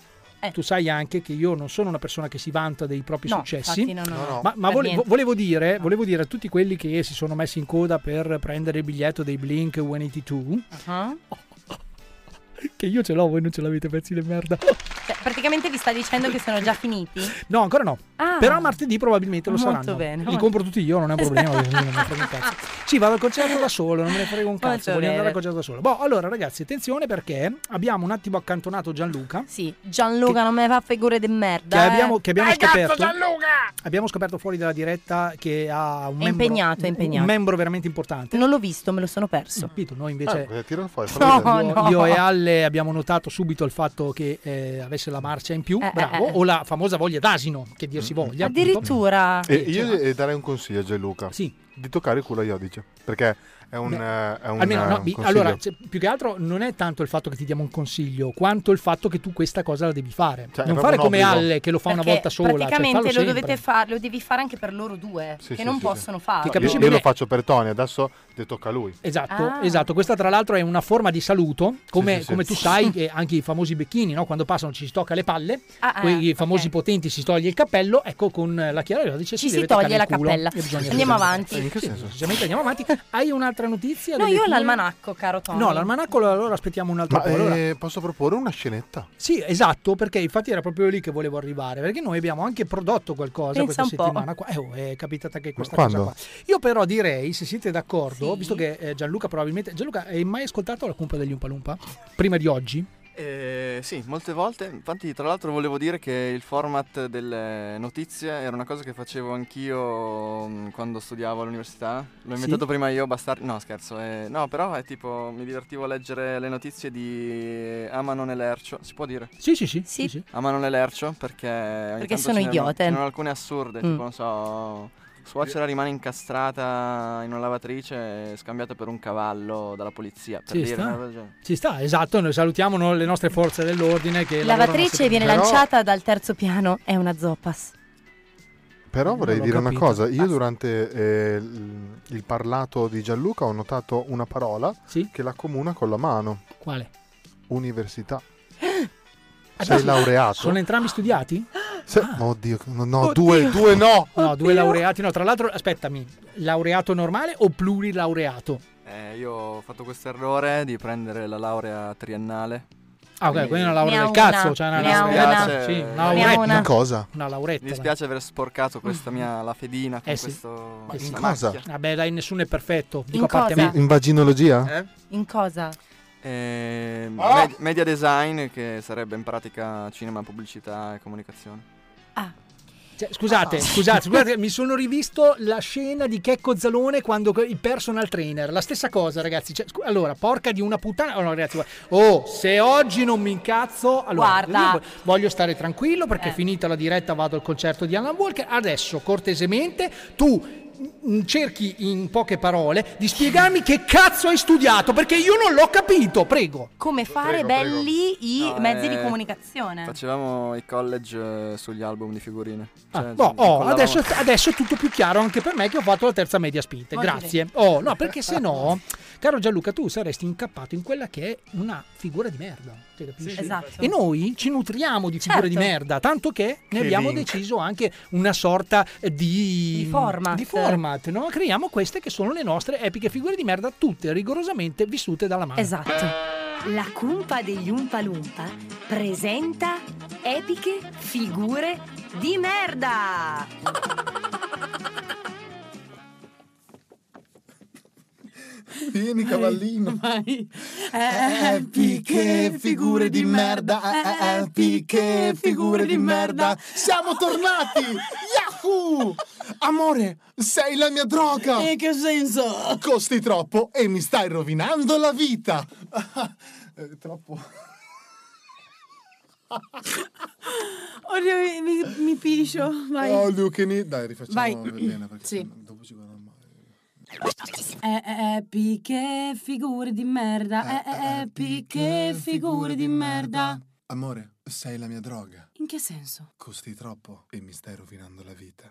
Speaker 5: Tu sai anche che io non sono una persona che si vanta dei propri
Speaker 2: No,
Speaker 5: successi,
Speaker 2: infatti, no, no, no.
Speaker 5: ma, ma
Speaker 2: Per
Speaker 5: vole-
Speaker 2: niente.
Speaker 5: volevo, dire, volevo dire a tutti quelli che si sono messi in coda per prendere il biglietto dei Blink 182
Speaker 2: Uh-huh.
Speaker 5: che io ce l'ho, voi non ce l'avete, pezzi di merda.
Speaker 2: Cioè, praticamente vi sta dicendo che sono già finiti.
Speaker 5: No, ancora no.
Speaker 2: Ah.
Speaker 5: Però martedì probabilmente lo
Speaker 2: Molto
Speaker 5: saranno.
Speaker 2: bene.
Speaker 5: Li compro tutti io, non è un problema. perché non me ne frega un cazzo. Sì, vado al concerto da solo, non me ne frega un
Speaker 2: Molto
Speaker 5: cazzo. Voglio andare
Speaker 2: bene.
Speaker 5: al concerto da solo. Boh, allora ragazzi, attenzione perché abbiamo un attimo accantonato Gianluca.
Speaker 2: Sì, Gianluca non me ne fa figure di merda.
Speaker 5: che
Speaker 2: eh.
Speaker 5: abbiamo- che abbiamo
Speaker 2: Eh, cazzo,
Speaker 5: scoperto.
Speaker 2: Gianluca!
Speaker 5: Abbiamo scoperto fuori dalla diretta che ha un
Speaker 2: È
Speaker 5: membro
Speaker 2: impegnato, è impegnato.
Speaker 5: un membro veramente importante.
Speaker 2: Non l'ho visto, me lo sono perso.
Speaker 5: Capito, noi invece
Speaker 13: Eh, tiralo fuori,
Speaker 2: fallo No, vedere. no.
Speaker 5: io e Alle abbiamo notato subito il fatto che eh, avesse la marcia in più,
Speaker 2: Eh, eh,
Speaker 5: bravo,
Speaker 2: eh.
Speaker 5: o la famosa voglia d'asino, che dir si voglia. appunto.
Speaker 2: Addirittura.
Speaker 13: E io eh, darei un consiglio a Gianluca. Di toccare il culo a Iodice. Perché è un, eh, è un,
Speaker 5: Almeno,
Speaker 13: eh,
Speaker 5: no,
Speaker 13: un
Speaker 5: vi-
Speaker 13: consiglio.
Speaker 5: allora, cioè, più che altro non è tanto il fatto che ti diamo un consiglio, quanto il fatto che tu questa cosa la devi fare.
Speaker 13: Cioè, è
Speaker 5: non
Speaker 13: proprio
Speaker 5: fare
Speaker 13: un
Speaker 5: come
Speaker 13: obbligo.
Speaker 5: Alle che lo fa una
Speaker 2: Perché
Speaker 5: volta sola. cioè,
Speaker 2: Praticamente
Speaker 5: fallo
Speaker 2: lo,
Speaker 5: sempre.
Speaker 2: dovete fare, lo devi fare anche per loro due,
Speaker 13: Sì,
Speaker 2: che
Speaker 13: sì,
Speaker 2: non
Speaker 13: sì,
Speaker 2: possono
Speaker 13: Io-
Speaker 2: farlo.
Speaker 13: io, lo faccio per Tony, adesso ti tocca a lui.
Speaker 5: Esatto,
Speaker 2: Ah.
Speaker 5: esatto, questa tra l'altro è una forma di saluto, come,
Speaker 13: sì, sì.
Speaker 5: come tu sai che anche i famosi becchini, no? quando passano ci si tocca le palle,
Speaker 2: Ah, ah,
Speaker 5: quei famosi potenti si toglie il cappello, ecco con eh, la Chiara Iola dice
Speaker 2: Ci
Speaker 5: si,
Speaker 2: si
Speaker 5: deve
Speaker 2: toglie
Speaker 5: toccare il
Speaker 2: la
Speaker 5: culo
Speaker 2: cappella.
Speaker 5: e bisogna
Speaker 2: Andiamo
Speaker 5: toccare-
Speaker 2: avanti.
Speaker 5: Eh,
Speaker 2: In che
Speaker 5: sì,
Speaker 13: senso?
Speaker 5: Semplicemente andiamo avanti. Hai un'altra notizia?
Speaker 2: No,
Speaker 5: da
Speaker 2: io ho
Speaker 5: dire?
Speaker 2: l'almanacco, caro Tony.
Speaker 5: No, l'almanacco lo- allora aspettiamo un altro
Speaker 13: Ma
Speaker 5: po'. allora.
Speaker 13: eh, posso proporre una scenetta?
Speaker 5: Sì, esatto, perché infatti era proprio lì che volevo arrivare, perché noi abbiamo anche prodotto qualcosa
Speaker 13: Pensa
Speaker 5: questa
Speaker 13: un po'.
Speaker 5: settimana qua. Eh, oh, è capitata anche questa
Speaker 13: Quando?
Speaker 5: cosa qua. Io però direi, se siete d'accordo, visto che eh, Gianluca probabilmente... Gianluca, hai mai ascoltato la cumpa degli Umpalumpa? Prima di oggi?
Speaker 17: Eh, sì, molte volte. Infatti, tra l'altro, volevo dire che il format delle notizie era una cosa che facevo anch'io mm, quando studiavo all'università. L'ho
Speaker 5: Sì?
Speaker 17: inventato prima io, bastardo. No, scherzo. eh, no, però è tipo, mi divertivo a leggere le notizie di Amanon e Lercio. Si può dire?
Speaker 5: Sì, sì, sì. sì, sì.
Speaker 17: Amanon e Lercio perché. ogni
Speaker 2: Perché
Speaker 17: tanto
Speaker 2: sono
Speaker 17: ce n'erano-
Speaker 2: idiote.
Speaker 17: Ce n'erano alcune assurde,
Speaker 2: Mm.
Speaker 17: tipo, non so. Suocera rimane incastrata in una lavatrice e scambiata per un cavallo dalla polizia. Per
Speaker 5: Ci
Speaker 17: dire una
Speaker 13: eh,
Speaker 5: sta.
Speaker 17: roba del genere.
Speaker 5: Ci sta, esatto, noi salutiamo no, le nostre forze dell'ordine che
Speaker 14: Lavatrice
Speaker 5: lavorano
Speaker 14: viene
Speaker 5: sempre-
Speaker 14: lanciata dal terzo piano, è una zoppas.
Speaker 13: Però vorrei
Speaker 14: l'ho
Speaker 13: dire una
Speaker 14: capito.
Speaker 13: cosa, io durante eh, l- il parlato di Gianluca ho notato una parola che la comuna con la mano.
Speaker 5: Quale?
Speaker 13: Università.
Speaker 5: Ah,
Speaker 13: Sei
Speaker 5: sì.
Speaker 13: laureato?
Speaker 5: Sono entrambi studiati?
Speaker 13: Se-
Speaker 26: Ah.
Speaker 13: Oddio, no, no, due, due no!
Speaker 5: No, due laureati no. Tra l'altro, aspettami, laureato normale o plurilaureato?
Speaker 17: Eh, io ho fatto questo errore di prendere la laurea triennale.
Speaker 5: Ah, ok, quindi una laurea
Speaker 17: Ne
Speaker 5: del
Speaker 17: ho
Speaker 5: cazzo,
Speaker 17: una,
Speaker 5: cioè una
Speaker 17: ne ho
Speaker 5: laurea-
Speaker 17: una.
Speaker 5: sì,
Speaker 17: Ne
Speaker 5: una
Speaker 17: ho
Speaker 5: lauretta.
Speaker 17: una. Una
Speaker 13: cosa?
Speaker 5: Una lauretta.
Speaker 17: Mi dispiace aver sporcato questa mia la fedina con
Speaker 5: Eh sì.
Speaker 17: questo
Speaker 5: Ma in
Speaker 17: questa
Speaker 13: cosa?
Speaker 17: macchia.
Speaker 5: Vabbè, dai, nessuno è perfetto. Dico
Speaker 14: In
Speaker 5: a parte
Speaker 14: cosa?
Speaker 5: me.
Speaker 13: In vaginologia?
Speaker 17: Eh?
Speaker 14: In cosa?
Speaker 17: Ehm,
Speaker 14: Ah!
Speaker 17: med- media design che sarebbe in pratica cinema, pubblicità e comunicazione.
Speaker 5: Cioè, scusate,
Speaker 17: Ah.
Speaker 5: scusate, scusate, mi sono rivisto la scena di Checco Zalone quando co- il personal trainer. La stessa cosa, ragazzi. Cioè, scu- allora, porca di una puttana. Allora, ragazzi, guarda- oh, se oggi non mi incazzo, allora
Speaker 14: Guarda.
Speaker 5: io vo- voglio stare tranquillo perché finita la diretta vado al concerto di Alan Walker. Adesso, cortesemente, tu mm, cerchi in poche parole di spiegarmi che cazzo hai studiato perché io non l'ho capito, prego.
Speaker 14: Come fare
Speaker 17: Prego,
Speaker 14: belli i
Speaker 17: No,
Speaker 14: mezzi
Speaker 17: eh,
Speaker 14: di comunicazione.
Speaker 17: Facevamo i college eh, sugli album di figurine. Cioè,
Speaker 5: No, oh,
Speaker 17: collavamo-
Speaker 5: adesso, adesso è tutto più chiaro anche per me che ho fatto la terza media spinta.
Speaker 17: Voglio
Speaker 5: Grazie.
Speaker 17: dire.
Speaker 5: Oh, no, perché se no, caro Gianluca, tu saresti incappato in quella che è una figura di merda. cioè, capisci?
Speaker 14: Sì, esatto.
Speaker 5: E noi ci nutriamo di figure di
Speaker 14: Certo.
Speaker 5: merda, tanto che ne
Speaker 14: Che
Speaker 5: abbiamo
Speaker 14: link.
Speaker 5: deciso anche una sorta eh, di,
Speaker 14: Di format.
Speaker 5: di format, no? Creiamo queste che sono le nostre epiche figure di merda, tutte rigorosamente vissute dalla mano.
Speaker 14: Esatto.
Speaker 19: La cumpa degli Umpalumpa presenta epiche figure di merda.
Speaker 18: Vieni cavallino.
Speaker 3: Epiche Eh, figure di merda, Eh, epiche figure di merda.
Speaker 18: Siamo tornati! Yahoo! Amore, sei la mia droga! In che senso? Costi troppo e mi stai rovinando la vita! Eh, troppo.
Speaker 26: Oddio, mi, mi, mi piscio. Vai.
Speaker 18: Oh, Luchini. Dai, rifacciamo
Speaker 26: Vai.
Speaker 18: per bene perché
Speaker 26: Sì.
Speaker 18: sennò dopo ci guarda male.
Speaker 26: Eh, eh, epiche figure di merda. Eh, eh, epiche figure di merda.
Speaker 18: Amore, sei la mia droga.
Speaker 26: In che senso?
Speaker 18: Costi troppo e mi stai rovinando la vita.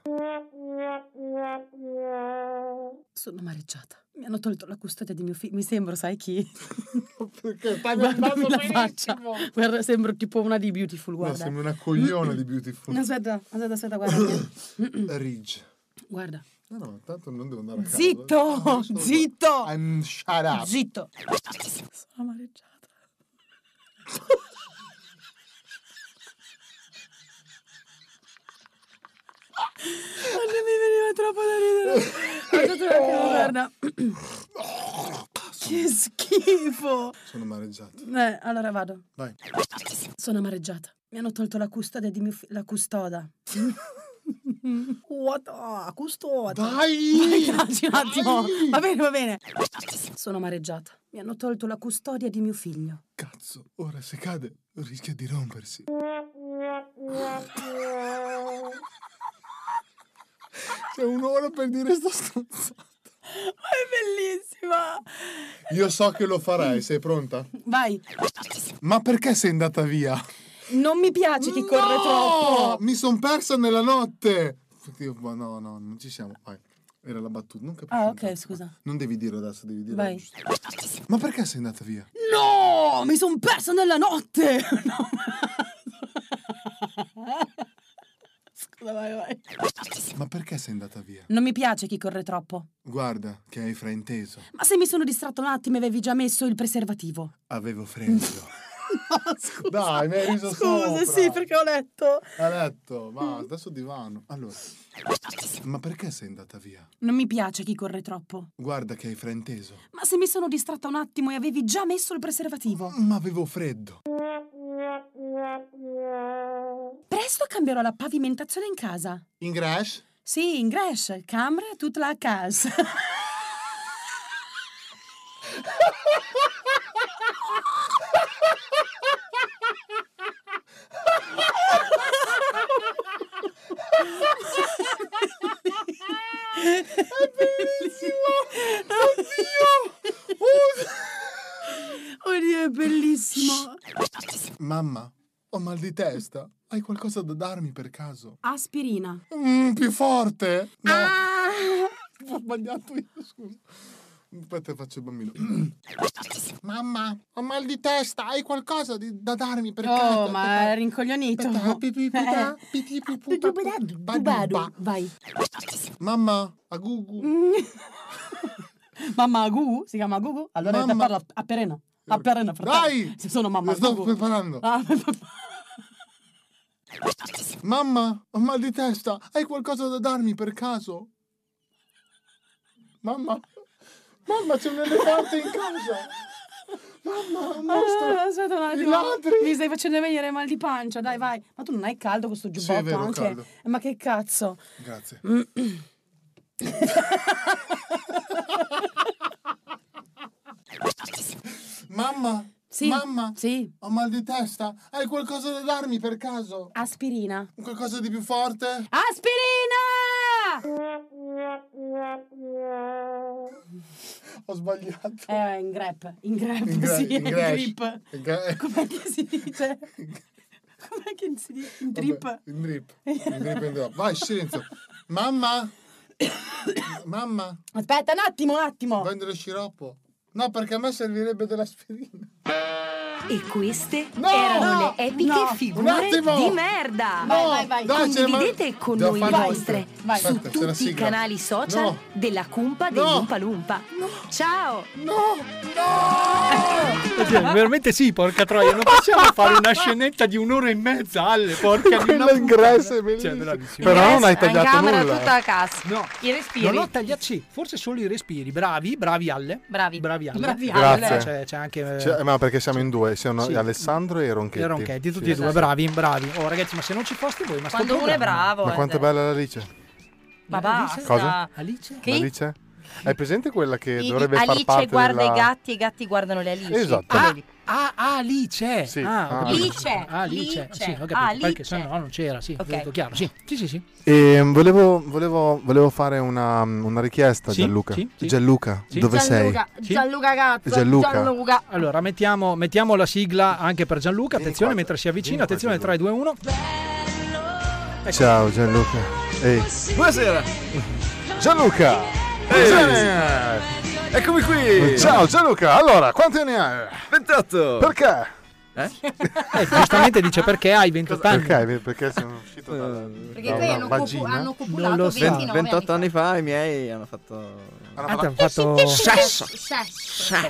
Speaker 26: Sono amareggiata. Mi hanno tolto la custodia di mio figlio. Mi sembro, sai chi?
Speaker 18: Perché stai
Speaker 26: Guardami
Speaker 18: guardando
Speaker 26: la faccia.
Speaker 18: benissimo.
Speaker 26: Guarda, sembro tipo una di Beautiful.
Speaker 18: No,
Speaker 26: Guarda.
Speaker 18: sembri una cogliona di Beautiful.
Speaker 26: No, Aspetta, aspetta, aspetta, guarda.
Speaker 18: Ridge.
Speaker 26: guarda.
Speaker 18: No, no, tanto non devo andare a casa.
Speaker 26: Zitto! Zitto!
Speaker 18: I'm shut up.
Speaker 26: Zitto! Sono amareggiata. Quando mi veniva troppo da ridere. Guarda, tu la guarda. Che schifo!
Speaker 18: Sono amareggiato.
Speaker 26: Eh, allora vado.
Speaker 18: Vai.
Speaker 26: Sono amareggiata. Mi hanno tolto la custodia di mio figlio. La custoda. What? Ah, custoda.
Speaker 18: Dai!
Speaker 26: Ragazzi, un attimo. Va bene, va bene. Sono amareggiata. Mi hanno tolto la custodia di mio figlio.
Speaker 18: Cazzo, ora se cade rischia di rompersi. C'è un'ora per dire sta stronzata.
Speaker 26: Ma è bellissima.
Speaker 18: Io so che lo farai, sei pronta?
Speaker 26: Vai.
Speaker 18: Ma perché sei andata via?
Speaker 26: Non mi piace chi corre
Speaker 18: No!
Speaker 26: troppo.
Speaker 18: Mi son persa nella notte! Io- ma no, no, non ci siamo. Vai. Era la battuta, non capisco.
Speaker 26: Ah, ok, scusa.
Speaker 18: Non devi dire adesso, devi dire.
Speaker 26: Vai.
Speaker 18: Ma perché sei andata via?
Speaker 26: No, mi son persa nella notte. No. Scusa, vai, vai.
Speaker 18: Ma perché sei andata via?
Speaker 26: Non mi piace chi corre troppo.
Speaker 18: Guarda, che hai frainteso.
Speaker 26: Ma se mi sono distratto un attimo avevi già messo il preservativo.
Speaker 18: Avevo freddo.
Speaker 26: No, scusa.
Speaker 18: Dai, mi hai riso
Speaker 26: Scusa,
Speaker 18: sopra.
Speaker 26: sì, perché ho letto.
Speaker 18: A letto, ma adesso divano. Allora, ma perché sei andata via?
Speaker 26: Non mi piace chi corre troppo.
Speaker 18: Guarda che hai frainteso.
Speaker 26: Ma se mi sono distratta un attimo e avevi già messo il preservativo.
Speaker 18: Ma avevo freddo.
Speaker 26: Presto cambierò la pavimentazione in casa.
Speaker 18: Ingrash?
Speaker 26: Sì, in Gresh, camera, tutta la casa. bellissimo! Oddio! Oddio, è bellissimo!
Speaker 18: Mamma, ho mal di testa. Hai qualcosa da darmi per caso?
Speaker 26: Aspirina.
Speaker 18: Mm, più forte? No. Ho sbagliato io, scusa. Aspetta, faccio il bambino. Mamma, ho mal di testa. Hai qualcosa di- da darmi per caso?
Speaker 26: Oh, ma è rincoglionito.
Speaker 18: Badumba.
Speaker 26: Vai.
Speaker 18: Mamma, a Gugu.
Speaker 26: Mamma a Gugu? Si chiama Gugu? Allora te
Speaker 18: Mamma. Eh,
Speaker 26: parla a Perena. A Perena, fratello.
Speaker 18: Dai!
Speaker 26: Se sono mamma
Speaker 18: Mi sto
Speaker 26: Gugu.
Speaker 18: preparando.
Speaker 26: Ah,
Speaker 18: Mamma, ho mal di testa. Hai qualcosa da darmi per caso? Mamma, mamma, c'è un elefante in casa. Mamma, un
Speaker 26: Ah,
Speaker 18: mostro.
Speaker 26: aspetta un
Speaker 18: I
Speaker 26: attimo.
Speaker 18: ladri.
Speaker 26: Mi stai facendo venire mal di pancia, dai, vai. Ma tu non hai caldo questo
Speaker 18: è
Speaker 26: giubbotto
Speaker 18: vero, ho
Speaker 26: anche?
Speaker 18: caldo.
Speaker 26: Eh, Ma che cazzo?
Speaker 18: Grazie. Mamma?
Speaker 26: Sì.
Speaker 18: Mamma?
Speaker 26: Sì.
Speaker 18: Ho mal di testa. Hai qualcosa da darmi per caso?
Speaker 26: Aspirina.
Speaker 18: Qualcosa di più forte?
Speaker 26: Aspirina!
Speaker 18: Ho sbagliato.
Speaker 26: Eh, in grep. In grep,
Speaker 18: In Eh, gra-
Speaker 26: sì,
Speaker 18: in
Speaker 26: in
Speaker 18: grash.
Speaker 26: grip.
Speaker 18: In gra-
Speaker 26: Com'è che si dice? Com'è che si dice? In trip?
Speaker 18: Vabbè, In drip. In drip, in drop. Vai, silenzio. Mamma? Mamma?
Speaker 26: Aspetta un attimo, un attimo.
Speaker 18: Vendo lo sciroppo. No, perché a me servirebbe dell'aspirina.
Speaker 14: E queste
Speaker 18: No!
Speaker 14: erano
Speaker 18: No!
Speaker 14: le epiche
Speaker 18: No! Un
Speaker 14: figure
Speaker 18: attimo!
Speaker 14: di merda.
Speaker 18: Vai, No! vai, vai. Dai, ce ne va-
Speaker 14: Condividete con
Speaker 18: Devo
Speaker 14: noi
Speaker 18: fare
Speaker 14: le
Speaker 18: un'altra.
Speaker 14: vostre
Speaker 18: Vai.
Speaker 14: su
Speaker 18: Aspetta, c'è la
Speaker 14: tutti i
Speaker 18: sigla.
Speaker 14: canali social
Speaker 18: No!
Speaker 14: della cumpa degli
Speaker 18: No!
Speaker 14: Umpa Lumpa. Ciao!
Speaker 5: Oddio, veramente Eh, sì, porca troia, non possiamo fare una scenetta di un'ora e mezza alle porca di una Cioè,
Speaker 4: L'ingresso è bellissimo. Però non
Speaker 20: Cioè,
Speaker 4: hai tagliato nulla. eh.
Speaker 5: cassa. No.
Speaker 20: I respiri.
Speaker 5: Non ho tagliato, sì, forse solo i respiri. Bravi, bravi alle. Bravi. Bravi alle.
Speaker 20: Bravi
Speaker 13: Grazie.
Speaker 5: C'è, c'è anche... eh,
Speaker 13: Cioè, ma perché siamo in due, siamo
Speaker 5: Sì.
Speaker 13: Alessandro e Ronchetti.
Speaker 5: Ronchetti. Ronchetti, tutti
Speaker 13: Sì.
Speaker 5: e due, bravi, bravi. Oh, ragazzi, ma se non ci foste voi, ma sto
Speaker 20: Quando uno è
Speaker 5: programma-
Speaker 20: bravo. eh.
Speaker 13: Ma quanto è bella la Alice?
Speaker 20: Ma
Speaker 13: Alice?
Speaker 20: basta.
Speaker 13: Cosa?
Speaker 5: Alice?
Speaker 20: Chi?
Speaker 13: Alice? Hai presente quella che
Speaker 20: I-
Speaker 13: dovrebbe far
Speaker 20: Alice
Speaker 13: parte
Speaker 20: guarda
Speaker 13: della...
Speaker 20: i gatti e i gatti guardano le Alice.
Speaker 13: Esatto.
Speaker 20: Ah,
Speaker 5: Ah, ah, lì c'è.
Speaker 13: Sì.
Speaker 5: Ah, ho
Speaker 13: Ah,
Speaker 5: capito.
Speaker 13: lì
Speaker 20: c'è,
Speaker 5: Ah, lì
Speaker 20: lì
Speaker 5: c'è.
Speaker 20: c'è.
Speaker 5: Sì, ho capito.
Speaker 20: Ah, lì
Speaker 5: perché se no non c'era, sì, ho detto chiaro, sì. Sì, sì, sì.
Speaker 13: E Ehm, volevo, volevo, volevo fare una, una richiesta,
Speaker 5: Sì,
Speaker 13: Gianluca.
Speaker 5: sì, sì.
Speaker 13: Gianluca, dove sei?
Speaker 5: Sì?
Speaker 20: Gianluca cazzo.
Speaker 13: Gianluca.
Speaker 20: Gianluca.
Speaker 5: Allora, mettiamo, mettiamo la sigla anche per Gianluca. Attenzione mentre si avvicina. Attenzione, 3, 2, 1.
Speaker 13: Ciao Gianluca. Ehi.
Speaker 17: Buonasera.
Speaker 13: Gianluca! Bene!
Speaker 17: Eccomi qui.
Speaker 13: Ciao Gianluca, allora, quanti anni hai?
Speaker 17: 28.
Speaker 13: Perché?
Speaker 5: Eh, giustamente dice perché hai 28 anni.
Speaker 13: Perché? Perché sono uscito dalla...
Speaker 20: Perché poi hanno, copu- hanno copulato
Speaker 17: Non lo so.
Speaker 20: 29
Speaker 17: 28 anni fa i miei hanno fatto.
Speaker 13: Ah, ti hanno
Speaker 20: fatto-
Speaker 17: sesso.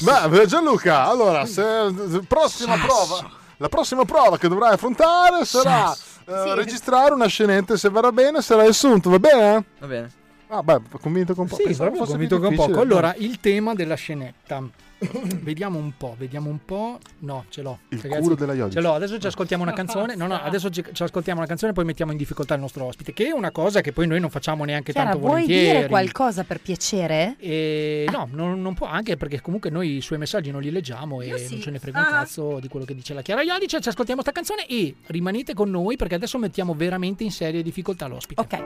Speaker 17: Ah,
Speaker 3: eh,
Speaker 13: Beh, Gianluca, allora, se, se- prossima
Speaker 4: Sasso.
Speaker 13: prova, la prossima prova che dovrai affrontare sarà eh, registrare una scenetta, se verrà bene sarà assunto, va bene?
Speaker 17: Va bene.
Speaker 13: Ah, beh, convinto con poco.
Speaker 5: Sì,
Speaker 13: Pensavo
Speaker 5: proprio
Speaker 13: fosse
Speaker 5: convinto
Speaker 13: più
Speaker 5: con poco.
Speaker 13: difficile.
Speaker 5: Allora, il tema della scenetta. vediamo un po', vediamo un po'. No, ce l'ho.
Speaker 13: Il culo della Iodice.
Speaker 5: Ce l'ho. Adesso ci ascoltiamo una canzone. No, no, adesso ci, ci ascoltiamo una canzone e poi mettiamo in difficoltà il nostro ospite, che è una cosa che poi noi non facciamo neanche
Speaker 14: Chiara,
Speaker 5: tanto
Speaker 14: vuoi
Speaker 5: volentieri.
Speaker 14: dire qualcosa per piacere?
Speaker 5: E no, non, non può anche perché comunque noi i suoi messaggi non li leggiamo e non ce ne frega un
Speaker 14: Ah.
Speaker 5: cazzo di quello che dice la Chiara Iodice. Ci ascoltiamo sta canzone e rimanete con noi perché adesso mettiamo veramente in serie difficoltà l'ospite.
Speaker 14: Ok.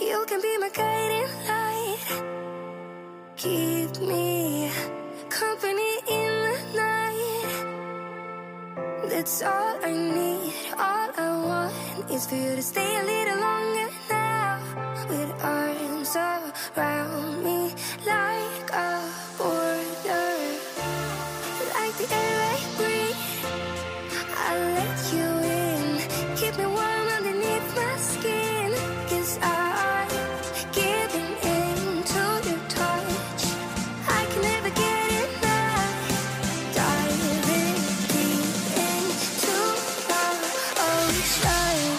Speaker 12: You can be my guiding light. Keep me company in the night. That's all I need. All I want is for you to stay a little longer now. With arms around me like a border. Like the air I breathe. I'll let you in. Keep me warm underneath my skin. Cause I'm giving in to your touch. I can never get enough. Diving deep into the ocean.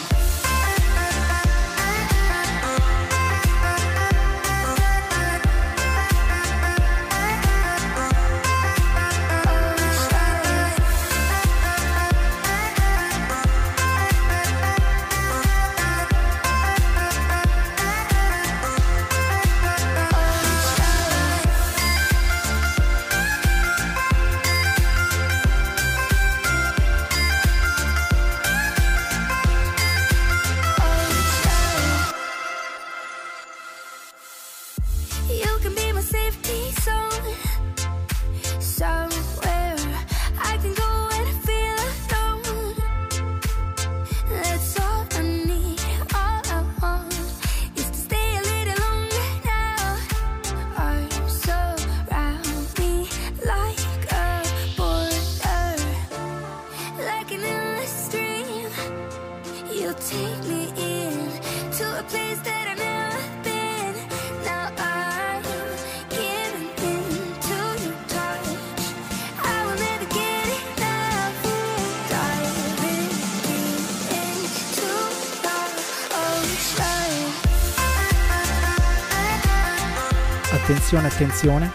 Speaker 5: Attenzione, attenzione.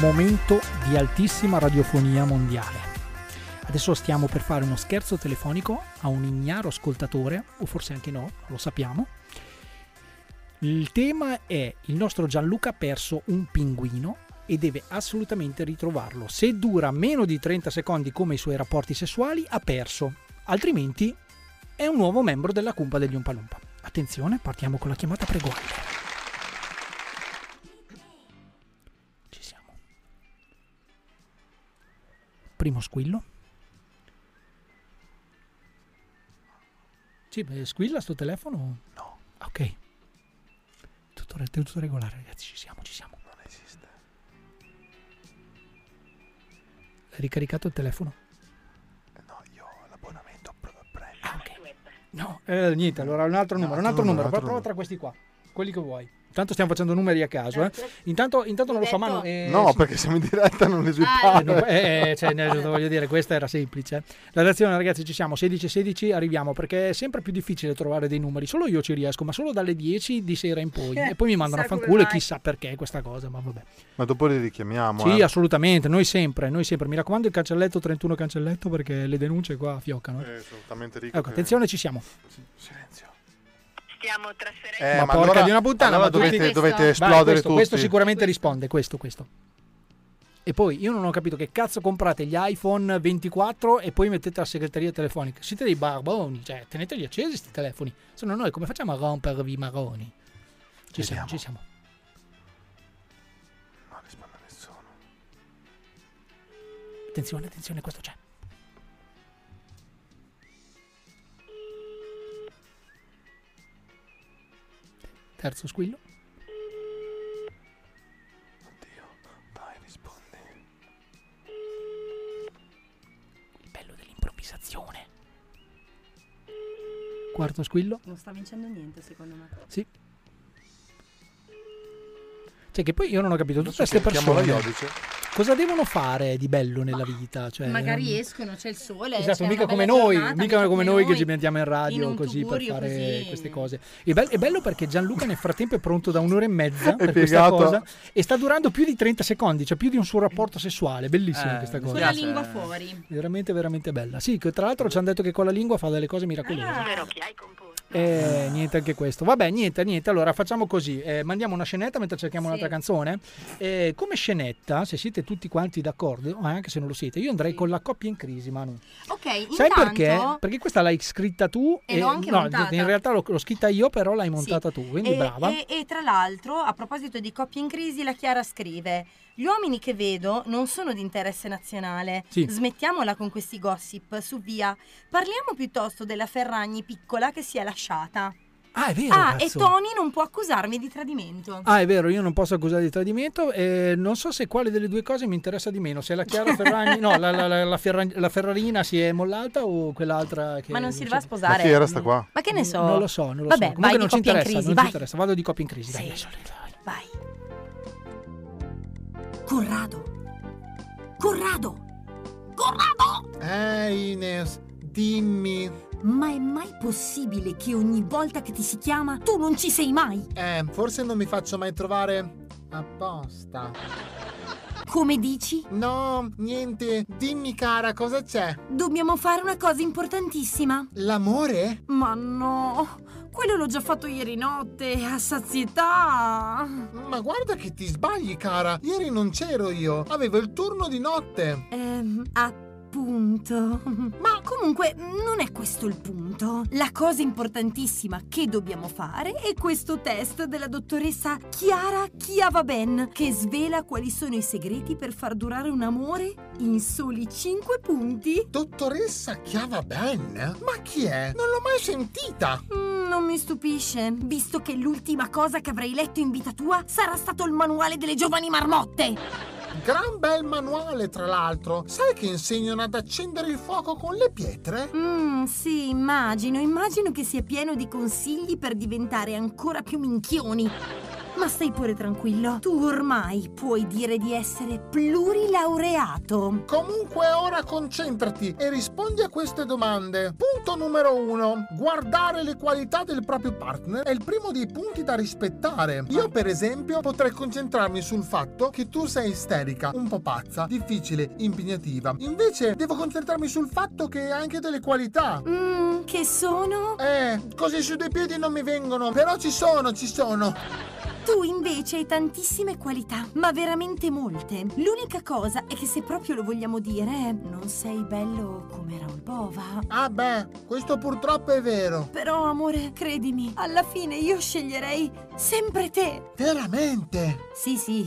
Speaker 5: Momento di altissima radiofonia mondiale. Adesso stiamo per fare uno scherzo telefonico a un ignaro ascoltatore, o forse anche no, non lo sappiamo. Il tema è il nostro Gianluca ha perso un pinguino e deve assolutamente ritrovarlo. Se dura meno di 30 secondi come i suoi rapporti sessuali, ha perso. Altrimenti è un nuovo membro della cumpa degli Umpalumpa. Attenzione, partiamo con la chiamata preguale. Ci siamo. Primo squillo. Sì, beh, squilla sto telefono? No. Ok. Tutto, re- tutto regolare, ragazzi, ci siamo, ci siamo. Non esiste. L'hai ricaricato il telefono? No, io ho l'abbonamento Premium. Ah, ok. No, eh, niente, allora un altro numero, un altro
Speaker 4: altro
Speaker 5: numero,
Speaker 4: numero, altro
Speaker 5: prova tra questi qua, quelli che vuoi. Intanto stiamo facendo numeri a caso, eh. Intanto, intanto non lo so, ma... no, eh,
Speaker 13: No,
Speaker 5: sì.
Speaker 13: perché siamo in diretta, non
Speaker 5: Eh,
Speaker 13: esitare.
Speaker 5: non- eh, eh, cioè, nel- voglio dire, questa era semplice. La reazione, ragazzi, ci siamo 16-16, arriviamo perché è sempre più difficile trovare dei numeri. Solo io ci riesco, ma solo dalle 10 di sera in poi.
Speaker 13: Eh,
Speaker 5: E poi mi mandano a
Speaker 13: chissà come
Speaker 5: fanculo e
Speaker 13: mai.
Speaker 5: chissà perché questa cosa, ma vabbè.
Speaker 13: Ma dopo li richiamiamo.
Speaker 5: Sì,
Speaker 13: eh.
Speaker 5: assolutamente, noi sempre, noi sempre. Mi raccomando il cancelletto 31 cancelletto perché le denunce qua fioccano. eh.
Speaker 13: Eh, assolutamente Rico.
Speaker 5: Ecco, attenzione, ci siamo.
Speaker 13: Silenzio. Eh,
Speaker 5: ma,
Speaker 13: ma
Speaker 5: porca
Speaker 13: allora-
Speaker 5: di una puttana,
Speaker 13: allora
Speaker 5: ma tutti-
Speaker 13: dovete-
Speaker 5: questo-
Speaker 13: dovete
Speaker 5: Vai,
Speaker 13: esplodere
Speaker 5: questo, questo
Speaker 13: tutti.
Speaker 5: sicuramente risponde, questo, questo. E poi io non ho capito che cazzo comprate gli iPhone 24 e poi mettete la segreteria telefonica. Siete dei barboni, cioè teneteli accesi sti telefoni. Se no noi come facciamo a rompervi i maroni? Ci siamo, ci siamo.
Speaker 13: Non risponde nessuno.
Speaker 5: Attenzione, attenzione, questo c'è. Terzo squillo.
Speaker 13: Dai, rispondi.
Speaker 5: Il bello dell'improvvisazione. Quarto squillo.
Speaker 10: Non sta vincendo niente, secondo me.
Speaker 5: Sì. Cioè che poi io non ho capito, tutte queste
Speaker 13: cerchiamo la
Speaker 5: persone
Speaker 13: Iodice.
Speaker 5: cosa devono fare di bello nella vita? Cioè,
Speaker 20: Magari
Speaker 5: ehm,
Speaker 20: escono, c'è il sole.
Speaker 5: Esatto,
Speaker 20: c'è
Speaker 5: mica
Speaker 20: una
Speaker 5: come
Speaker 20: bella
Speaker 5: noi,
Speaker 20: giornata,
Speaker 5: mica come noi che ci mettiamo in
Speaker 20: in
Speaker 5: radio
Speaker 20: un
Speaker 5: così per
Speaker 20: tuburio,
Speaker 5: fare
Speaker 20: così.
Speaker 5: queste cose. È, be- è bello perché Gianluca nel frattempo è pronto da un'ora e
Speaker 13: È
Speaker 5: mezza per
Speaker 13: piegato.
Speaker 5: questa cosa e sta durando più di 30 secondi, cioè più di un suo rapporto sessuale, bellissima
Speaker 20: Eh,
Speaker 5: questa
Speaker 20: mi
Speaker 5: cosa.
Speaker 20: dispiace. Con la lingua fuori.
Speaker 5: Veramente veramente bella. Sì, che tra l'altro ci hanno detto che con la lingua fa delle cose miracolose. Eh, niente anche questo. Vabbè, niente, niente. Allora facciamo così: eh, mandiamo una scenetta mentre cerchiamo un'altra canzone. Eh, come scenetta, se siete tutti quanti d'accordo, ma anche se non lo siete, io andrei con la coppia in crisi, Manu.
Speaker 10: Ok,
Speaker 5: Sai
Speaker 10: intanto
Speaker 5: perché? Perché questa l'hai scritta tu
Speaker 10: E l'ho anche
Speaker 5: no,
Speaker 10: montata.
Speaker 5: in realtà l'ho, l'ho scritta io, però l'hai montata tu, quindi
Speaker 10: e,
Speaker 5: brava.
Speaker 10: E, e tra l'altro, a proposito di coppie in crisi, la Chiara scrive: Gli uomini che vedo non sono di interesse nazionale.
Speaker 5: Sì.
Speaker 10: Smettiamola con questi gossip su via. Parliamo piuttosto della Ferragni piccola che si è lasciata.
Speaker 5: Ah, è vero,
Speaker 10: Ah,
Speaker 5: cazzo.
Speaker 10: e Tony non può accusarmi di tradimento.
Speaker 5: Ah, è vero, io non posso accusare di tradimento. eh, non so se quale delle due cose mi interessa di meno. Se la Chiara Ferragni, no, la, la- la- la Ferra- la Ferrarina si è mollata o quell'altra che.
Speaker 10: Ma non si va a
Speaker 5: c'è- Mm,
Speaker 10: sposare. Ma chi era sta
Speaker 13: qua?
Speaker 10: Ma che ne so?
Speaker 5: Non lo so, non lo
Speaker 10: Vabbè,
Speaker 5: so. Comunque
Speaker 10: vai
Speaker 5: non
Speaker 10: di
Speaker 5: ci
Speaker 10: coppia in
Speaker 5: interessa,
Speaker 10: crisi,
Speaker 5: non
Speaker 10: vai.
Speaker 5: ci interessa. Vado di coppia in crisi. Dai, adesso.
Speaker 10: Vai.
Speaker 20: Corrado. Corrado. Corrado!
Speaker 18: Ehi, Ines, dimmi.
Speaker 20: Ma è mai possibile che ogni volta che ti si chiama tu non ci sei mai?
Speaker 18: Eh, forse non mi faccio mai trovare apposta.
Speaker 20: Come dici?
Speaker 18: No, niente. Dimmi, cara, cosa c'è?
Speaker 20: Dobbiamo fare una cosa importantissima.
Speaker 18: L'amore?
Speaker 20: Ma no, quello l'ho già fatto ieri notte, a sazietà.
Speaker 18: Ma guarda che ti sbagli, cara. Ieri non c'ero io. Avevo il turno di notte.
Speaker 20: Ehm, appunto. Ma comunque non è questo il punto. La cosa importantissima che dobbiamo fare è questo test della dottoressa Chiara Chiavaben che svela quali sono i segreti per far durare un amore in soli 5 punti.
Speaker 18: Dottoressa Chiavaben? Ma chi è? Non l'ho mai sentita.
Speaker 20: Mm, Non mi stupisce, visto che l'ultima cosa che avrai letto in vita tua sarà stato il manuale delle giovani marmotte.
Speaker 18: Gran bel manuale, tra l'altro. Sai che insegnano ad accendere il fuoco con le pietre?
Speaker 20: Mmm, sì, immagino, immagino che sia pieno di consigli per diventare ancora più minchioni.
Speaker 10: Ma stai pure tranquillo, tu ormai puoi dire di essere plurilaureato.
Speaker 18: Comunque ora concentrati e rispondi a queste domande. Punto numero uno. Guardare le qualità del proprio partner è il primo dei punti da rispettare. Io per esempio potrei concentrarmi sul fatto che tu sei isterica, un po' pazza, difficile, impegnativa.
Speaker 13: Ah.
Speaker 18: Invece devo concentrarmi sul fatto che hai anche delle qualità.
Speaker 10: Mmm, che sono?
Speaker 18: Eh, così su dei piedi non mi vengono, però ci sono, ci sono.
Speaker 10: Tu invece hai tantissime qualità, ma veramente molte. L'unica cosa è che se proprio lo vogliamo dire, non sei bello come Raul Bova.
Speaker 18: Ah beh, questo purtroppo è vero.
Speaker 10: Però amore, credimi, alla fine io sceglierei sempre te.
Speaker 18: Veramente?
Speaker 10: Sì, sì.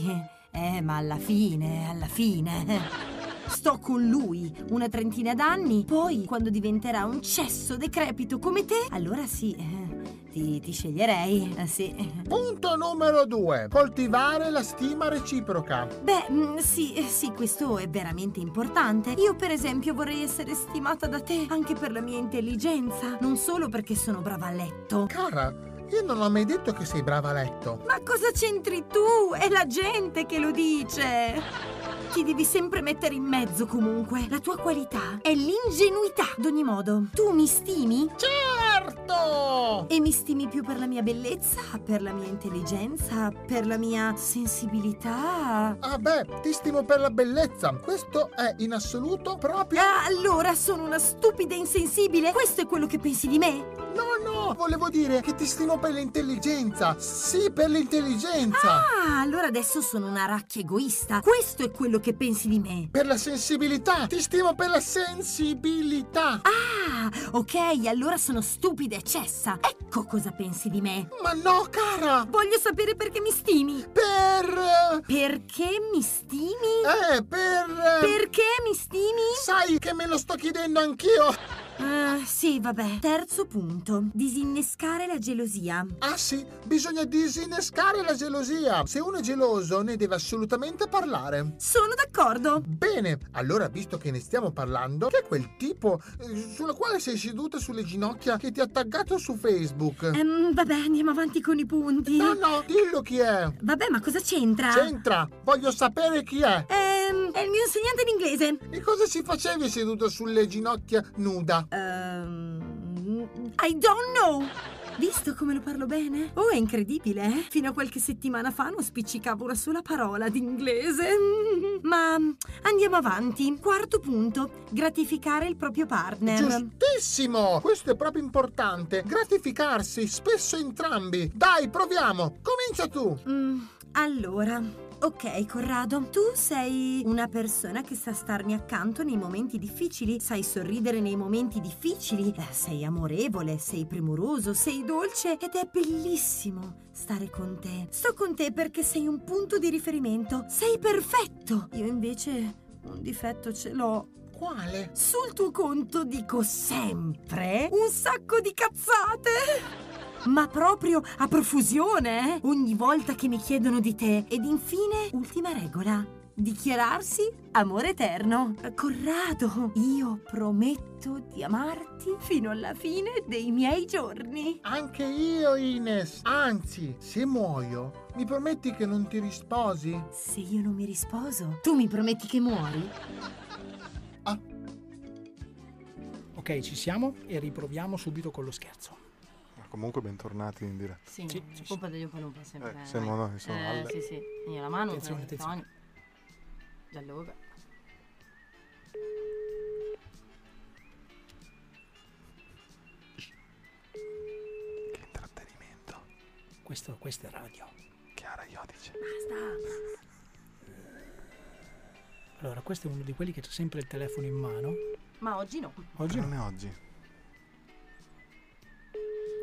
Speaker 10: Eh, ma alla fine, alla fine. Sto con lui una trentina d'anni, poi quando diventerà un cesso decrepito come te, allora sì, eh, ti, ti sceglierei. Eh, sì.
Speaker 18: Punto numero due. Coltivare la stima reciproca.
Speaker 10: Beh, mm, sì, eh, sì, questo è veramente importante. Io, per esempio, vorrei essere stimata da te anche per la mia intelligenza, non solo perché sono brava a letto.
Speaker 18: Cara, io non ho mai detto che sei brava a letto.
Speaker 10: Ma cosa c'entri tu? È la gente che lo dice! Ti devi sempre mettere in mezzo comunque. La tua qualità è l'ingenuità. Ad ogni modo, tu mi stimi?
Speaker 18: Certo!
Speaker 10: E mi stimi più per la mia bellezza, per la mia intelligenza, per la mia sensibilità.
Speaker 18: Ah beh, ti stimo per la bellezza. Questo è in assoluto proprio...
Speaker 10: Ah, allora sono una stupida insensibile? Questo è quello che pensi di me?
Speaker 18: No, no, volevo dire che ti stimo per l'intelligenza. Sì, per l'intelligenza.
Speaker 10: Ah, allora adesso sono una racchia egoista. Questo è quello che pensi di me.
Speaker 18: Per la sensibilità. Ti stimo per la sensibilità.
Speaker 10: Ah, ok, allora sono stupida e cessa. Ecco cosa pensi di me.
Speaker 18: Ma Ah, no, cara.
Speaker 10: Voglio sapere perché mi stimi.
Speaker 18: Per...
Speaker 10: Perché mi stimi?
Speaker 18: Eh, per...
Speaker 10: Perché mi stimi?
Speaker 18: Sai che me lo sto chiedendo anch'io.
Speaker 10: Ah, sì, vabbè. Terzo punto. Disinnescare la gelosia.
Speaker 18: Ah sì, bisogna disinnescare la gelosia. Se uno è geloso ne deve assolutamente parlare.
Speaker 10: Sono d'accordo.
Speaker 18: Bene, allora visto che ne stiamo parlando, che è quel tipo eh, sulla quale sei seduta sulle ginocchia che ti ha taggato su Facebook?
Speaker 10: Ehm, vabbè, andiamo avanti con i punti.
Speaker 18: No, no, dillo chi è.
Speaker 10: Vabbè, ma cosa c'entra?
Speaker 18: C'entra, voglio sapere chi è.
Speaker 10: Ehm, è il mio insegnante di inglese.
Speaker 18: E cosa si facevi seduta sulle ginocchia nuda?
Speaker 10: Ehm, I don't know. Visto come lo parlo bene? Oh, è incredibile, eh? Fino a qualche settimana fa non spiccicavo una sola parola d'inglese. Mm. Ma andiamo avanti. Quarto punto, gratificare il proprio partner.
Speaker 18: Giustissimo! Questo è proprio importante. Gratificarsi, spesso entrambi. Dai, proviamo. Comincia tu.
Speaker 10: Mm, allora, ok Corrado, tu sei una persona che sa starmi accanto nei momenti difficili, sai sorridere nei momenti difficili, eh, sei amorevole, sei premuroso, sei dolce ed è bellissimo stare con te. Sto con te perché sei un punto di riferimento, sei perfetto. Io invece un difetto ce l'ho.
Speaker 18: Quale?
Speaker 10: Sul tuo conto dico sempre un sacco di cazzate. ma proprio a profusione, eh? ogni volta che mi chiedono di te. Ed infine, ultima regola, dichiararsi amore eterno. Corrado, io prometto di amarti fino alla fine dei miei giorni.
Speaker 18: Anche io, Ines. Anzi, se muoio, mi prometti che non ti risposi?
Speaker 10: Se io non mi risposo, tu mi prometti che muori?
Speaker 5: Ok, ci siamo e riproviamo subito con lo scherzo.
Speaker 13: Comunque bentornati in diretta.
Speaker 26: Sì, colpa degli Opalumpa sempre.
Speaker 13: Eh, siamo noi, siamo
Speaker 26: eh,
Speaker 13: alle-
Speaker 26: Sì, sì. Io la mano,
Speaker 5: Attenzione,
Speaker 26: eh,
Speaker 5: attenzione.
Speaker 26: Tony. Gialloga.
Speaker 5: Questo, questo è radio.
Speaker 13: Chiara Iodice.
Speaker 5: Allora, questo è uno di quelli che c'è sempre il telefono in mano.
Speaker 26: Ma oggi no.
Speaker 5: Oggi
Speaker 13: non è oggi.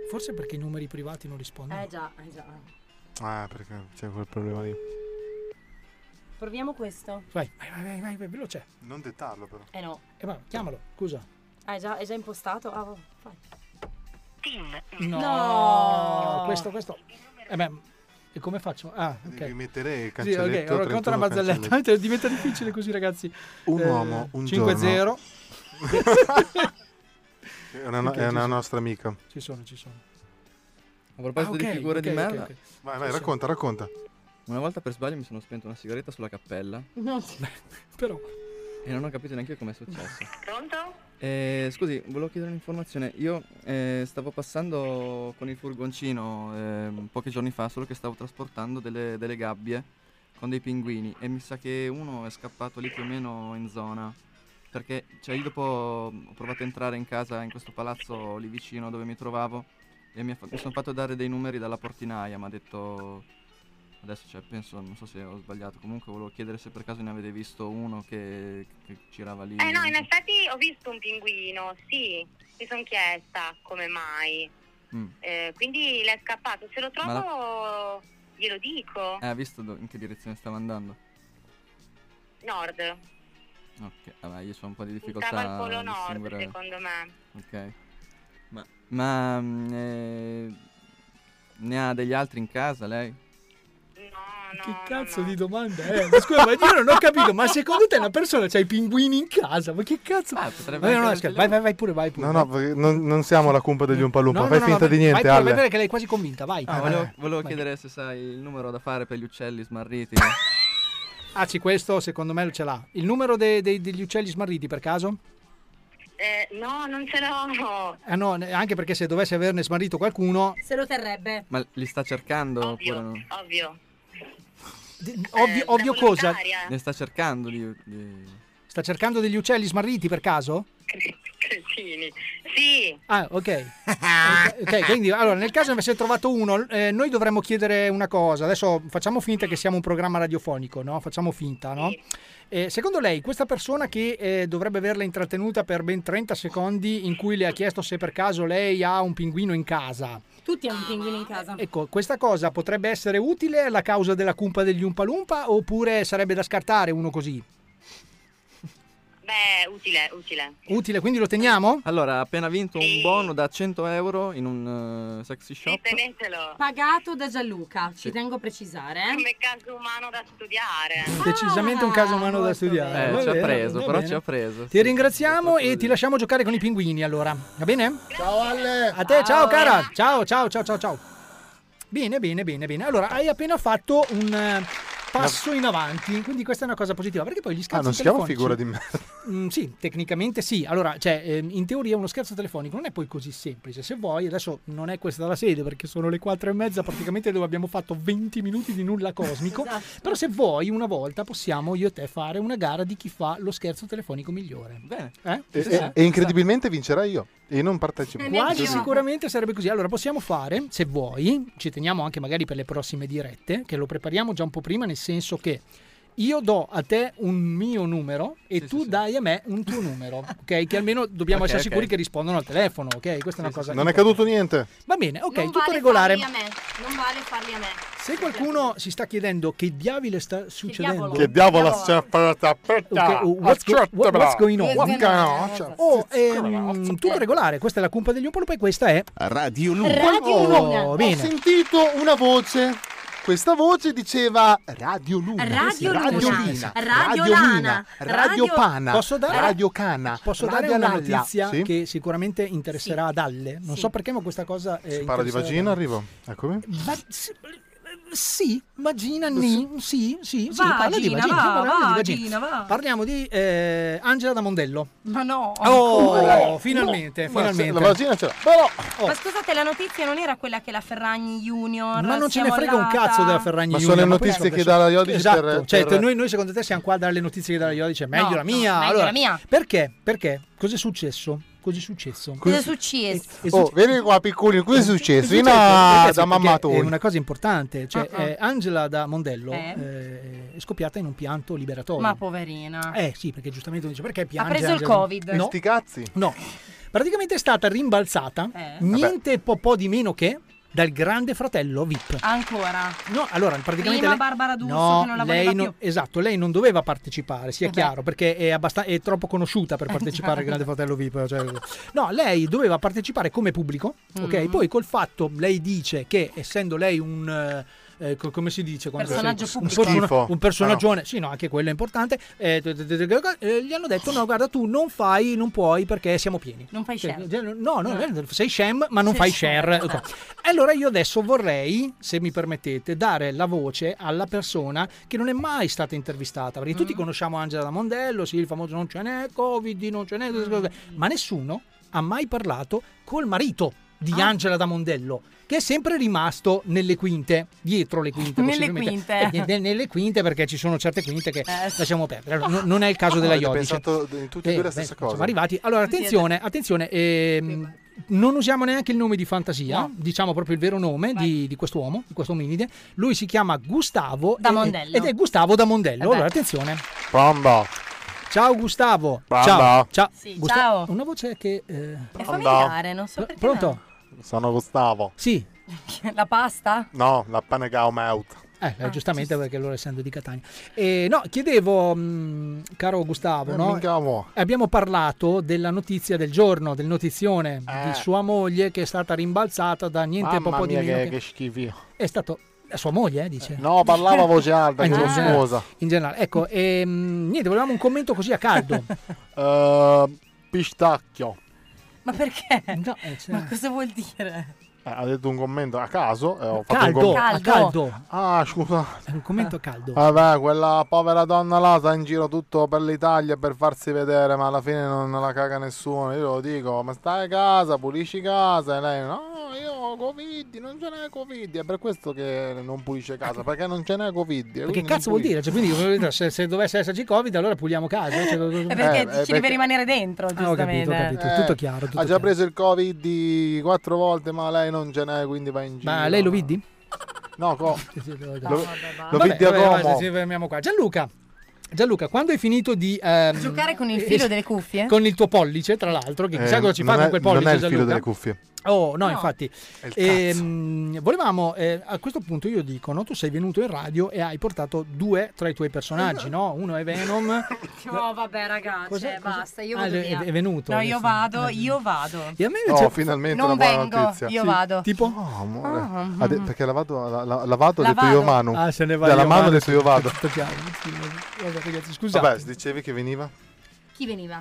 Speaker 5: Forse perché i numeri privati non rispondono.
Speaker 26: Eh già, eh già.
Speaker 13: Ah, perché c'è quel problema lì.
Speaker 26: Proviamo questo.
Speaker 5: Vai, vai, vai, vai, vai, vai, veloce.
Speaker 13: Non dettarlo però.
Speaker 26: Eh no.
Speaker 5: Eh, ma chiamalo, scusa.
Speaker 26: Ah, è già, è già impostato? Ah, vabbè, fai.
Speaker 5: No,
Speaker 26: No.
Speaker 5: questo, questo. Eh beh, e come faccio? Ah, ok.
Speaker 13: Devi mettere il
Speaker 5: Sì,
Speaker 13: cancelletto.
Speaker 5: ok, allora conta
Speaker 13: 31
Speaker 5: una barzelletta.
Speaker 13: cancelletto.
Speaker 5: Diventa difficile così, ragazzi.
Speaker 13: Un
Speaker 5: Eh,
Speaker 13: uomo, un
Speaker 5: 5-0.
Speaker 13: È una,
Speaker 5: Ok,
Speaker 13: è
Speaker 5: ci
Speaker 13: una
Speaker 5: sono.
Speaker 13: nostra amica.
Speaker 5: Eh, Ci sono, ci sono.
Speaker 17: A proposito
Speaker 4: Ah, ok,
Speaker 17: di figure
Speaker 4: ok,
Speaker 17: di
Speaker 4: ok,
Speaker 17: merda.
Speaker 4: ok. Vai, vai, racconta,
Speaker 13: racconta.
Speaker 17: Una volta per sbaglio mi sono spento una sigaretta sulla cappella
Speaker 5: No, però.
Speaker 17: e non ho capito neanche io com'è successo.
Speaker 6: Pronto?
Speaker 17: Eh, scusi, volevo chiedere un'informazione. Io eh, stavo passando con il furgoncino ehm, pochi giorni fa, solo che stavo trasportando delle, delle gabbie con dei pinguini e mi sa che uno è scappato lì più o meno in zona. Perché cioè, io dopo ho provato a entrare in casa in questo palazzo lì vicino dove mi trovavo e mi, ha fa- mi sono fatto dare dei numeri dalla portinaia, mi ha detto adesso cioè, penso, non so se ho sbagliato, comunque volevo chiedere se per caso ne avete visto uno che, che girava lì.
Speaker 6: Eh no, in effetti ho visto un pinguino, sì, mi sono chiesta come mai.
Speaker 17: Mm.
Speaker 6: Eh, quindi l'è scappato, se lo trovo
Speaker 17: Ma la-
Speaker 6: glielo dico.
Speaker 17: Eh, ha visto do- in che direzione stava andando?
Speaker 6: Nord,
Speaker 17: Ok, vabbè, io ho un po' di difficoltà
Speaker 6: stava al polo
Speaker 17: a
Speaker 6: nord
Speaker 17: distinguere-
Speaker 6: secondo me.
Speaker 17: Ok. Ma, ma, mm, eh, ne ha degli altri in casa lei?
Speaker 5: Che cazzo di domanda è? Ma scusa, ma io Ah, non ho capito. Ma secondo te una persona c'ha i pinguini in casa? Ma che cazzo?
Speaker 17: Ah, potrebbe
Speaker 5: Vabbè, no, no,
Speaker 17: anche
Speaker 5: scherzo, vai, vai, vai pure, vai pure.
Speaker 13: No, no, perché non, non siamo la cumpa degli Umpalumpa,
Speaker 5: No, no,
Speaker 13: fai
Speaker 5: no,
Speaker 13: finta
Speaker 5: vai-
Speaker 13: di
Speaker 5: vai
Speaker 13: niente,
Speaker 5: pure, vai
Speaker 13: Ale.
Speaker 5: pure che lei è quasi convinta, vai.
Speaker 17: Ah,
Speaker 5: vai,
Speaker 17: volevo,
Speaker 5: vai.
Speaker 17: volevo
Speaker 5: Vai.
Speaker 17: chiedere se sai il numero da fare per gli uccelli smarriti.
Speaker 5: Ah, sì, questo secondo me lo ce l'ha. Il numero de- de- degli uccelli smarriti per caso?
Speaker 6: Eh, no, non ce l'ho.
Speaker 5: Ah, no, ne- anche perché se dovesse averne smarrito qualcuno.
Speaker 6: Se lo terrebbe.
Speaker 17: ma li sta cercando? Ovvio. Oppure no?
Speaker 6: Ovvio.
Speaker 5: Eh, Ovvio, ovvio cosa?
Speaker 17: Ne sta cercando di... di-
Speaker 5: Sta cercando degli uccelli smarriti per caso?
Speaker 6: Cretini. Sì.
Speaker 5: Ah, ok. ok, ok, quindi allora nel caso ne avesse trovato uno, eh, noi dovremmo chiedere una cosa. Adesso facciamo finta che siamo un programma radiofonico, no? Facciamo finta, no? Eh, secondo lei, questa persona che eh, dovrebbe averla intrattenuta per ben 30 secondi in cui le ha chiesto se per caso lei ha un pinguino in casa,
Speaker 10: Tutti
Speaker 6: Ah,
Speaker 10: hanno un pinguino in casa.
Speaker 5: ecco, questa cosa potrebbe essere utile alla causa della cumpa degli Umpalumpa oppure sarebbe da scartare uno così?
Speaker 6: Beh, utile, utile.
Speaker 5: Utile, quindi lo teniamo?
Speaker 17: Allora, ha appena vinto un bono da 100 euro in un eh, sexy shop.
Speaker 6: Tenetelo.
Speaker 10: Pagato da Gianluca, ci
Speaker 17: Sì.
Speaker 10: tengo a precisare.
Speaker 6: Come caso umano da studiare.
Speaker 5: Decisamente un caso umano da studiare.
Speaker 17: Eh,
Speaker 5: Va
Speaker 17: ci ha
Speaker 5: bene,
Speaker 17: preso,
Speaker 5: va
Speaker 17: però
Speaker 5: bene.
Speaker 17: ci ha preso.
Speaker 5: Ti ringraziamo e ti lasciamo giocare con i pinguini allora. Va bene?
Speaker 18: Ciao Ale!
Speaker 5: A te, ciao cara. Ciao, ciao, ciao, ciao, ciao. Bene, bene, bene, bene. Allora, hai appena fatto un eh, passo in avanti, quindi questa è una cosa positiva, perché poi gli scherzi
Speaker 13: Ah, non si chiama figura
Speaker 5: telefonici...
Speaker 13: di me.
Speaker 5: Mm, sì, tecnicamente sì. Allora, cioè, ehm, in teoria uno scherzo telefonico non è poi così semplice. Se vuoi, adesso non è questa la sede perché sono le quattro e mezza praticamente dove abbiamo fatto 20 minuti di nulla cosmico. Però se vuoi, una volta possiamo io e te fare una gara di chi fa lo scherzo telefonico migliore.
Speaker 17: Bene.
Speaker 5: Eh?
Speaker 13: E,
Speaker 5: Sì,
Speaker 13: e-
Speaker 5: sì.
Speaker 13: e incredibilmente vincerò io. E io non partecipo.
Speaker 5: Quasi sicuramente sarebbe così. Allora possiamo fare, se vuoi, ci teniamo anche magari per le prossime dirette, che lo prepariamo già un po' prima, nel senso che io do a te un mio numero e tu dai a me un tuo numero, ok? Che almeno dobbiamo
Speaker 13: Ok,
Speaker 5: essere
Speaker 13: ok.
Speaker 5: sicuri che rispondono al telefono, ok? Questa è una cosa...
Speaker 13: Non è
Speaker 5: importante.
Speaker 13: caduto niente.
Speaker 5: Va bene, ok,
Speaker 10: non
Speaker 5: tutto
Speaker 10: vale
Speaker 5: regolare.
Speaker 10: farli a me, non vale farli a me.
Speaker 5: Se qualcuno si sta chiedendo che diavole sta succedendo,
Speaker 10: diavolo? Che diavolo Diavolo. sta
Speaker 5: Ok, oh, what's, go- what- what's going on?
Speaker 3: What's going on?
Speaker 5: Oh, ehm, tutto regolare, questa è la cumpa degli Umpalumpa e questa è Radio
Speaker 4: Luna.
Speaker 5: Oh,
Speaker 4: Ho
Speaker 5: bene.
Speaker 4: sentito una voce. Questa voce diceva Radio Luna,
Speaker 5: Radio Luna,
Speaker 4: Lina,
Speaker 5: Radio
Speaker 4: Radio
Speaker 5: Lana,
Speaker 4: Mina,
Speaker 5: Radio-
Speaker 4: Radio Pana,
Speaker 5: Posso dare-
Speaker 4: Radio Cana,
Speaker 5: Posso
Speaker 4: Radio
Speaker 5: dare una
Speaker 4: Lalla.
Speaker 5: notizia
Speaker 4: Sì?
Speaker 5: che sicuramente interesserà ad Alle? Non so perché, ma questa cosa. eh,
Speaker 13: Si parla di
Speaker 5: interesserà ad
Speaker 13: vagina,
Speaker 5: Alle.
Speaker 13: arrivo. Eccomi.
Speaker 5: Va- sì, sì, vagina, ni, sì, sì, sì,
Speaker 10: Va,
Speaker 5: parla di
Speaker 10: Gina,
Speaker 5: vagina.
Speaker 10: va,
Speaker 5: parliamo
Speaker 10: va,
Speaker 5: di vagina.
Speaker 10: Gina, va.
Speaker 5: Parliamo di eh, Angela da Mondello.
Speaker 10: Ma no.
Speaker 5: Oh,
Speaker 13: Ma
Speaker 5: finalmente,
Speaker 13: se-
Speaker 5: finalmente.
Speaker 13: La vagina ce l'ha.
Speaker 5: Oh.
Speaker 10: Ma scusate, la notizia non era quella che la Ferragni Junior.
Speaker 5: Ma non ce ne
Speaker 10: si è
Speaker 5: frega un
Speaker 10: mollata?
Speaker 5: cazzo della Ferragni
Speaker 13: Ma sono
Speaker 5: Junior,
Speaker 13: le
Speaker 5: poi
Speaker 13: notizie
Speaker 5: adesso-
Speaker 13: che dà la Iodice
Speaker 5: esatto.
Speaker 13: per-
Speaker 5: cioè,
Speaker 13: per-
Speaker 5: te- noi, noi secondo te siamo qua a dare le notizie che dà la Iodice, meglio
Speaker 10: No,
Speaker 5: la
Speaker 10: no,
Speaker 5: mia.
Speaker 10: meglio
Speaker 5: allora,
Speaker 10: la mia.
Speaker 5: Perché? Perché? Cos'è successo? Cos'è successo?
Speaker 10: Cosa è successo?
Speaker 13: Oh, vieni qua piccoli, cosa è successo? Vieni
Speaker 5: Ragazzi,
Speaker 13: a-
Speaker 5: Eh, certo. perché
Speaker 13: da mamma
Speaker 5: È una cosa importante, cioè
Speaker 10: Ah, ah.
Speaker 5: eh, Angela da Mondello
Speaker 10: Eh.
Speaker 5: eh, è scoppiata in un pianto liberatorio.
Speaker 10: Ma poverina.
Speaker 5: Eh sì, perché giustamente dice perché piange
Speaker 10: preso il
Speaker 5: Angela?
Speaker 10: Covid.
Speaker 5: No.
Speaker 10: Sti
Speaker 13: cazzi.
Speaker 5: No. Praticamente è stata rimbalzata
Speaker 10: Eh.
Speaker 5: niente po' po' di meno che dal grande fratello VIP.
Speaker 10: Ancora.
Speaker 5: No, allora praticamente
Speaker 10: Prima
Speaker 5: lei-
Speaker 10: Barbara D'Urso
Speaker 5: no,
Speaker 10: che non la
Speaker 5: lei
Speaker 10: voleva
Speaker 5: non-
Speaker 10: più.
Speaker 5: Esatto, lei non doveva partecipare, sia
Speaker 10: Eh beh. Esatto.
Speaker 5: chiaro, perché è, abbasta- è troppo conosciuta per partecipare al Grande Fratello VIP. cioè- No, lei doveva partecipare come pubblico, ok?
Speaker 10: Mm.
Speaker 5: Poi col fatto, lei dice che essendo lei un... eh, eh, co- come si dice? quando
Speaker 10: Personaggio
Speaker 5: sei-
Speaker 10: pubblico.
Speaker 5: Un,
Speaker 10: Schifo.
Speaker 5: person- un personaggione, sì, no, anche quello è importante. eh, t- t- t- t- eh, gli hanno detto: no, guarda, tu non fai, non puoi perché siamo pieni. Cioè,
Speaker 10: Non fai share.
Speaker 5: No, no, sei sham, ma non
Speaker 10: Sei Eh,
Speaker 5: fai
Speaker 10: share.
Speaker 5: share. ok. Allora io adesso vorrei, se mi permettete, dare la voce alla persona che non è mai stata intervistata, perché tutti conosciamo Angela da Mondello, sì, il famoso non ce n'è Covid, non ce n'è, ma nessuno ha mai parlato col marito di Angela da Mondello, che è sempre rimasto nelle quinte, dietro le quinte.
Speaker 10: Nelle
Speaker 5: possibilmente.
Speaker 10: quinte.
Speaker 5: Eh, ne- nelle quinte perché ci sono certe quinte che lasciamo perdere. Allora, no- non è il caso della
Speaker 13: Ah. Avete
Speaker 5: Iodice.
Speaker 13: pensato d- tutti e
Speaker 5: Eh,
Speaker 13: due la
Speaker 5: beh,
Speaker 13: stessa
Speaker 5: siamo
Speaker 13: cosa.
Speaker 5: arrivati. Allora, attenzione, attenzione. ehm, non usiamo neanche il nome di fantasia, diciamo proprio il vero nome di, di quest'uomo, di questo ominide. Lui si chiama Gustavo
Speaker 10: Da
Speaker 5: e-
Speaker 10: Mondello.
Speaker 5: Ed è Gustavo da Mondello.
Speaker 10: Eh beh.
Speaker 5: allora, attenzione. Ciao Gustavo. Ciao. Ciao.
Speaker 10: Sì,
Speaker 5: Gusta-
Speaker 10: ciao.
Speaker 5: Una voce che... eh,
Speaker 10: È familiare, non so perché.
Speaker 5: Pronto?
Speaker 13: Sono Gustavo.
Speaker 5: Sì.
Speaker 10: La pasta?
Speaker 13: No, la panega out.
Speaker 5: Eh,
Speaker 10: Ah,
Speaker 5: eh, giustamente perché loro essendo di Catania. Eh, no, chiedevo, mh, caro Gustavo,
Speaker 13: Eh,
Speaker 5: no?
Speaker 13: minchia, mo.
Speaker 5: abbiamo parlato della notizia del giorno, del notizione di sua moglie che è stata rimbalzata da niente
Speaker 13: Eh. Mamma
Speaker 5: poco di
Speaker 13: mia,
Speaker 5: meno.
Speaker 13: che,
Speaker 5: che-
Speaker 13: eh, che schifo.
Speaker 5: È stato la sua moglie, eh, dice.
Speaker 13: No, parlava a voce alta,
Speaker 5: Eh, in
Speaker 13: chiedo
Speaker 5: generale-
Speaker 13: scusa.
Speaker 5: In generale, ecco, ehm, niente, volevamo un commento così a caldo.
Speaker 13: Eh, pistacchio.
Speaker 10: Ma perché? Ma
Speaker 5: cioè-
Speaker 10: cosa vuol dire?
Speaker 13: Eh, ha detto un commento a caso. eh, ho fatto un
Speaker 5: caldo,
Speaker 13: commento.
Speaker 5: a caldo.
Speaker 13: Ah, scusa. Ah,
Speaker 5: Un commento a caldo.
Speaker 13: Eh, Vabbè, quella povera donna là sta in giro tutto per l'Italia per farsi vedere, ma alla fine non la caga nessuno. Io lo dico, ma stai a casa, pulisci casa. E lei, no, io ho Covid, non ce n'è Covid. È per questo che non pulisce casa, perché non ce n'è Covid.
Speaker 5: Perché cazzo vuol dire? Cioè, quindi se, se dovesse esserci Covid, allora puliamo casa. Cioè,
Speaker 10: È perché
Speaker 13: Eh,
Speaker 10: ci
Speaker 13: eh,
Speaker 10: devi
Speaker 13: perché-
Speaker 10: rimanere dentro,
Speaker 5: Ah, ho
Speaker 10: giustamente.
Speaker 5: capito, ho capito.
Speaker 13: Eh,
Speaker 5: tutto chiaro. tutto
Speaker 13: ha già
Speaker 5: chiaro.
Speaker 13: preso il Covid di quattro volte, ma lei non ce n'è, quindi va in giro.
Speaker 5: Ma lei lo vidi?
Speaker 13: No, co-
Speaker 5: lo,
Speaker 13: lo vidi a Como.
Speaker 5: fermiamo qua. Gianluca. Gianluca, quando hai finito di ehm,
Speaker 10: Giocare con il filo
Speaker 5: eh,
Speaker 10: delle cuffie?
Speaker 5: con il tuo pollice, tra l'altro, che chissà
Speaker 13: Eh,
Speaker 5: cosa ci fa
Speaker 13: non
Speaker 5: con
Speaker 13: è-
Speaker 5: quel pollice
Speaker 13: Non è il filo
Speaker 5: Gianluca.
Speaker 13: delle cuffie.
Speaker 5: Oh, no,
Speaker 13: No.
Speaker 5: infatti.
Speaker 13: È il
Speaker 5: Ehm, volevamo, eh, a questo punto io dico, no, tu sei venuto in radio e hai portato due tra i tuoi personaggi, no? Uno è Venom.
Speaker 10: No, vabbè, ragazzi, cioè, basta. Io
Speaker 5: Ah,
Speaker 10: vado
Speaker 5: è-
Speaker 10: via.
Speaker 5: è venuto
Speaker 10: No, io
Speaker 5: adesso.
Speaker 10: vado, io vado.
Speaker 5: E a me
Speaker 13: invece- Oh, finalmente
Speaker 10: non
Speaker 13: una buona
Speaker 10: vengo,
Speaker 13: notizia.
Speaker 10: Io
Speaker 13: Sì.
Speaker 10: vado.
Speaker 5: Tipo?
Speaker 13: No, amore.
Speaker 10: Ah,
Speaker 13: Ha de- perché la vado, la, la, la vado, ho
Speaker 10: La
Speaker 13: detto io
Speaker 10: vado.
Speaker 13: Manu.
Speaker 5: Ah, se ne va
Speaker 13: Dalla
Speaker 5: io
Speaker 13: mano ho
Speaker 5: Manu,
Speaker 13: detto io vado.
Speaker 5: tutto chiaro. Vabbè, ragazzi, scusate.
Speaker 13: Vabbè, dicevi che veniva?
Speaker 10: Chi veniva?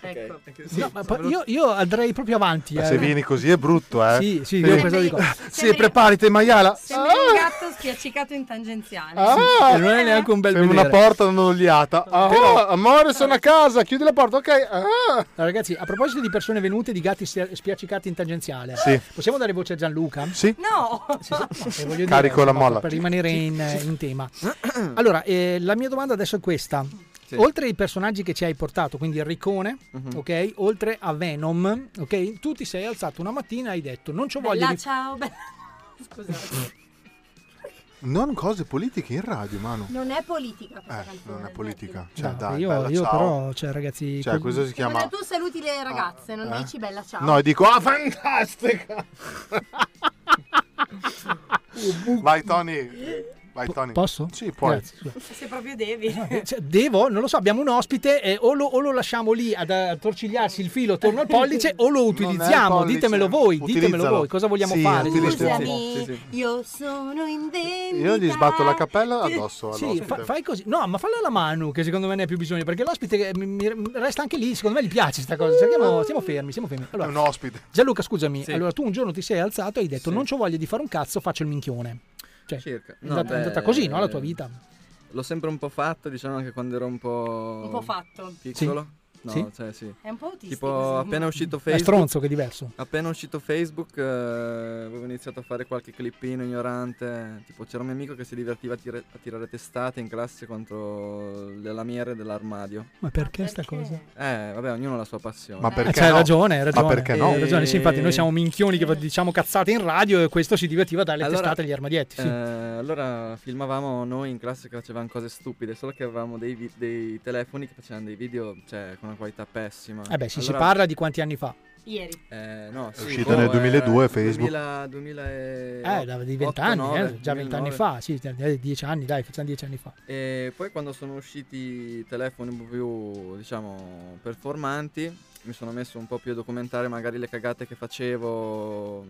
Speaker 10: Ecco.
Speaker 5: No, ma poi io, io andrei proprio avanti.
Speaker 13: Ma
Speaker 5: eh.
Speaker 13: se vieni così è brutto, eh.
Speaker 5: Sì, sì,
Speaker 13: Se-
Speaker 5: io questo dico.
Speaker 13: Sì, preparati, maiala.
Speaker 10: Sembra un gatto spiaccicato in tangenziale.
Speaker 13: Ah,
Speaker 5: non è neanche un bel
Speaker 13: Sembra una
Speaker 5: vedere.
Speaker 13: porta non oliata. Ah,
Speaker 5: Però-
Speaker 13: amore, sono a casa, chiudi la porta, ok. Ah.
Speaker 5: Allora, Ragazzi, a proposito di persone venute, di gatti sia- spiaccicati in tangenziale,
Speaker 13: Sì.
Speaker 5: possiamo dare voce a Gianluca? Eh,
Speaker 13: Sì.
Speaker 10: No!
Speaker 13: Carico la molla.
Speaker 5: Per rimanere in, in tema. Allora, eh, la mia domanda adesso è questa.
Speaker 17: Sì.
Speaker 5: Oltre ai personaggi che ci hai portato, quindi il Ricone,
Speaker 17: Mhm.
Speaker 5: ok? Oltre a Venom, ok? Tu ti sei alzato una mattina e hai detto non c'ho voglia
Speaker 10: Bella,
Speaker 5: di...
Speaker 10: ciao, bella. Scusate.
Speaker 13: Non cose politiche in radio, Manu.
Speaker 20: Non è politica
Speaker 13: Eh, non è politica. Cioè, dai,
Speaker 5: io
Speaker 13: bella,
Speaker 5: io
Speaker 13: ciao.
Speaker 5: però, cioè ragazzi...
Speaker 13: Cioè, questo si chiama...
Speaker 20: tu saluti le ragazze, non
Speaker 13: eh?
Speaker 20: dici bella ciao.
Speaker 13: No, e dico, ah, fantastica! Vai, Tony. Vai, Tony.
Speaker 5: Posso?
Speaker 13: Sì, puoi.
Speaker 5: Grazie.
Speaker 10: Se proprio devi.
Speaker 5: Cioè, devo, non lo so, abbiamo un ospite e o lo, o lo lasciamo lì ad attorcigliarsi il filo attorno al pollice o lo utilizziamo,
Speaker 13: pollice,
Speaker 5: ditemelo voi, ditemelo
Speaker 13: utilizzalo.
Speaker 5: voi, cosa vogliamo
Speaker 13: Sì,
Speaker 5: fare?
Speaker 13: utilizzalo.
Speaker 5: Sì,
Speaker 13: Sì,
Speaker 5: sì.
Speaker 20: Io sono in vendita.
Speaker 13: Io gli sbatto la cappella Eh, addosso
Speaker 5: Sì,
Speaker 13: all'ospite.
Speaker 5: fa- fai così. No, ma falla la mano, che secondo me ne ha più bisogno, perché l'ospite eh, mi- mi- resta anche lì, secondo me gli piace sta cosa. Cerchiamo, stiamo fermi, stiamo fermi. Allora,
Speaker 13: È un ospite.
Speaker 5: Gianluca, scusami,
Speaker 17: Sì.
Speaker 5: allora tu un giorno ti sei alzato e hai detto non c'ho voglia di fare un cazzo, faccio il minchione. Cioè,
Speaker 17: Circa.
Speaker 5: È
Speaker 17: No,
Speaker 5: andata, è
Speaker 17: beh,
Speaker 5: andata così, no, la tua
Speaker 17: eh,
Speaker 5: vita?
Speaker 17: L'ho sempre un po' fatto, diciamo anche quando ero un po'.
Speaker 10: Un po' fatto.
Speaker 17: Piccolo. No,
Speaker 5: Sì.
Speaker 17: cioè sì.
Speaker 10: È un po' autistico,
Speaker 17: Tipo
Speaker 10: secondo
Speaker 17: appena
Speaker 10: me.
Speaker 17: uscito
Speaker 5: È
Speaker 17: Facebook.
Speaker 5: stronzo, che è diverso.
Speaker 17: Appena uscito Facebook eh, avevo iniziato a fare qualche clippino ignorante. Tipo c'era un mio amico che si divertiva a, tira- a tirare testate in classe contro le lamiere dell'armadio.
Speaker 5: Ma perché sta cosa?
Speaker 17: Eh, vabbè, ognuno ha la sua passione.
Speaker 5: Ma perché Eh, c'hai ragione, hai ragione. Eh, Hai ragione, sì, infatti noi
Speaker 17: E-
Speaker 5: siamo minchioni che diciamo cazzate in radio e questo si divertiva a dare le
Speaker 17: Eh. Allora,
Speaker 5: testate agli armadietti. Sì.
Speaker 17: eh, allora filmavamo noi in classe che facevamo cose stupide, solo che avevamo dei, vi- dei telefoni che facevano dei video cioè, con una qualità pessima.
Speaker 5: Eh beh, sì, si
Speaker 17: Allora-
Speaker 5: parla di quanti anni fa?
Speaker 10: Ieri.
Speaker 17: Eh, no, sì,
Speaker 13: uscito
Speaker 17: boh,
Speaker 13: nel
Speaker 17: era
Speaker 13: 2002 Facebook.
Speaker 17: 2000, 2000 e...
Speaker 5: Eh, da- di vent'anni, eh, già vent'anni fa, sì, da- da- dieci anni, dai, facciamo dieci anni fa.
Speaker 17: E poi quando sono usciti i telefoni un po' più, diciamo, performanti, mi sono messo un po' più a documentare magari le cagate che facevo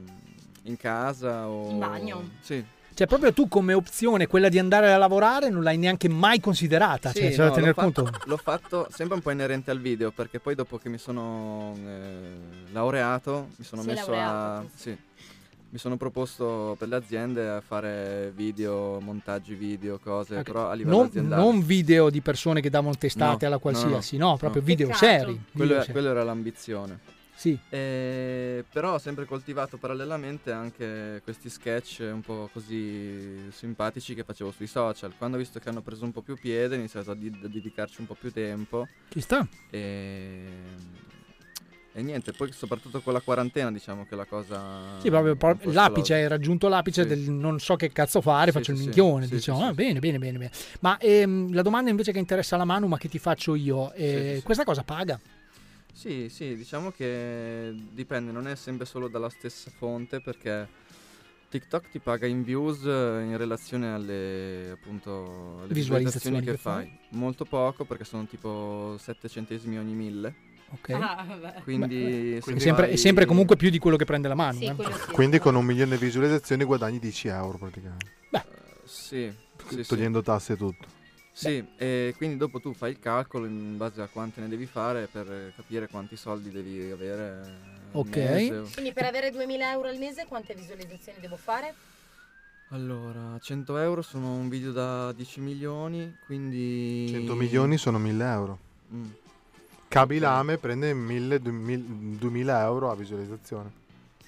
Speaker 17: in casa o...
Speaker 10: In bagno.
Speaker 17: Sì.
Speaker 5: Cioè, proprio tu come opzione, quella di andare a lavorare, non l'hai neanche mai considerata.
Speaker 17: Sì,
Speaker 5: cioè, c'è
Speaker 17: no,
Speaker 5: da tener
Speaker 17: l'ho fatto-
Speaker 5: conto.
Speaker 17: L'ho fatto sempre un po' inerente al video, perché poi dopo che mi sono eh, laureato, mi sono
Speaker 10: Sei
Speaker 17: messo a.
Speaker 10: laureato,
Speaker 17: Sì. Mi sono proposto per le aziende a fare video, montaggi video, cose,
Speaker 5: Ok.
Speaker 17: eh, però a livello
Speaker 5: Non,
Speaker 17: aziendale.
Speaker 5: non video di persone che davano testate
Speaker 17: No,
Speaker 5: alla
Speaker 17: no, no,
Speaker 5: qualsiasi, no,
Speaker 17: no.
Speaker 5: proprio
Speaker 17: No.
Speaker 5: video
Speaker 17: Peccato.
Speaker 5: seri. video
Speaker 17: Quello,
Speaker 5: seri.
Speaker 17: quello era l'ambizione.
Speaker 5: Sì.
Speaker 17: Eh, però ho sempre coltivato parallelamente anche questi sketch un po' così simpatici che facevo sui social. Quando ho visto che hanno preso un po' più piede, ho iniziato a, di- a dedicarci un po' più tempo.
Speaker 5: Ci sta.
Speaker 17: E, e niente, poi soprattutto con la quarantena diciamo che la cosa...
Speaker 5: Sì, proprio, pro-
Speaker 17: un po'
Speaker 5: l'apice, hai
Speaker 17: esplode.
Speaker 5: raggiunto l'apice
Speaker 17: Ah, Sì.
Speaker 5: del non so che cazzo fare,
Speaker 17: Sì,
Speaker 5: faccio il
Speaker 17: sì, sì.
Speaker 5: minchione.
Speaker 17: Sì,
Speaker 5: diciamo,
Speaker 17: sì,
Speaker 5: ah, bene, bene, bene, bene. Ma ehm, la domanda invece che interessa alla Manu, ma che ti faccio io, eh,
Speaker 17: Sì, sì, sì.
Speaker 5: questa cosa paga?
Speaker 17: Sì, sì, diciamo che dipende, non è sempre solo dalla stessa fonte perché TikTok ti paga in views eh, in relazione alle, appunto, alle
Speaker 5: Visualizzazioni
Speaker 17: visualizzazioni
Speaker 5: che
Speaker 17: che fai. Molto poco perché sono tipo 7 centesimi ogni mille.
Speaker 5: Ok.
Speaker 10: Ah, vabbè.
Speaker 17: Quindi, se
Speaker 5: è, sempre, è
Speaker 17: fai-
Speaker 5: sempre comunque più di quello che prende la mano. eh.
Speaker 13: Quindi con un milione di visualizzazioni guadagni 10 euro praticamente.
Speaker 17: Sì, sì, sì.
Speaker 13: togliendo tasse e tutto.
Speaker 17: Sì, e quindi dopo tu fai il calcolo in base a quante ne devi fare per capire quanti soldi devi avere. al
Speaker 5: Ok.
Speaker 17: mese.
Speaker 10: Quindi per avere 2000 euro al mese quante visualizzazioni devo fare?
Speaker 17: Allora, 100 euro sono un video da 10 milioni, quindi...
Speaker 13: 100 milioni sono 1000 euro.
Speaker 17: Mm.
Speaker 13: Cabilame prende 1000, 2000 2000 euro a visualizzazione.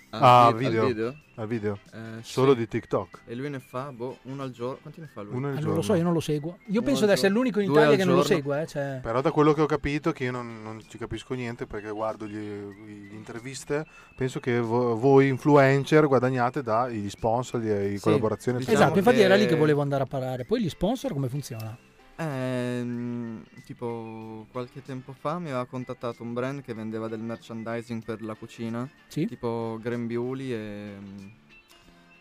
Speaker 17: Al
Speaker 13: Ah,
Speaker 17: vi- al
Speaker 13: video.
Speaker 17: video?
Speaker 13: Al video.
Speaker 17: Eh,
Speaker 13: Solo
Speaker 17: sì.
Speaker 13: di TikTok.
Speaker 17: E lui ne fa, boh, uno al giorno. Quanti ne fa lui?
Speaker 13: Uno al
Speaker 5: Ah,
Speaker 13: giorno.
Speaker 5: non lo so, io non lo seguo. Io
Speaker 17: Uno
Speaker 5: penso
Speaker 17: al
Speaker 5: di essere
Speaker 17: giorno.
Speaker 5: l'unico in
Speaker 17: Due
Speaker 5: Italia
Speaker 17: al
Speaker 5: che non lo
Speaker 17: giorno.
Speaker 5: segue. eh, cioè.
Speaker 13: Però da quello che ho capito, che io non, non ci capisco niente perché guardo gli- le interviste, penso che vo- voi influencer guadagnate dagli sponsor, le
Speaker 5: Sì.
Speaker 13: collaborazioni.
Speaker 17: Diciamo
Speaker 13: eccetera.
Speaker 5: esatto, infatti era lì che volevo andare a parare. Poi gli sponsor come funziona?
Speaker 17: Ehm, tipo qualche tempo fa mi aveva contattato un brand che vendeva del merchandising per la cucina, tipo grembiuli e, mm,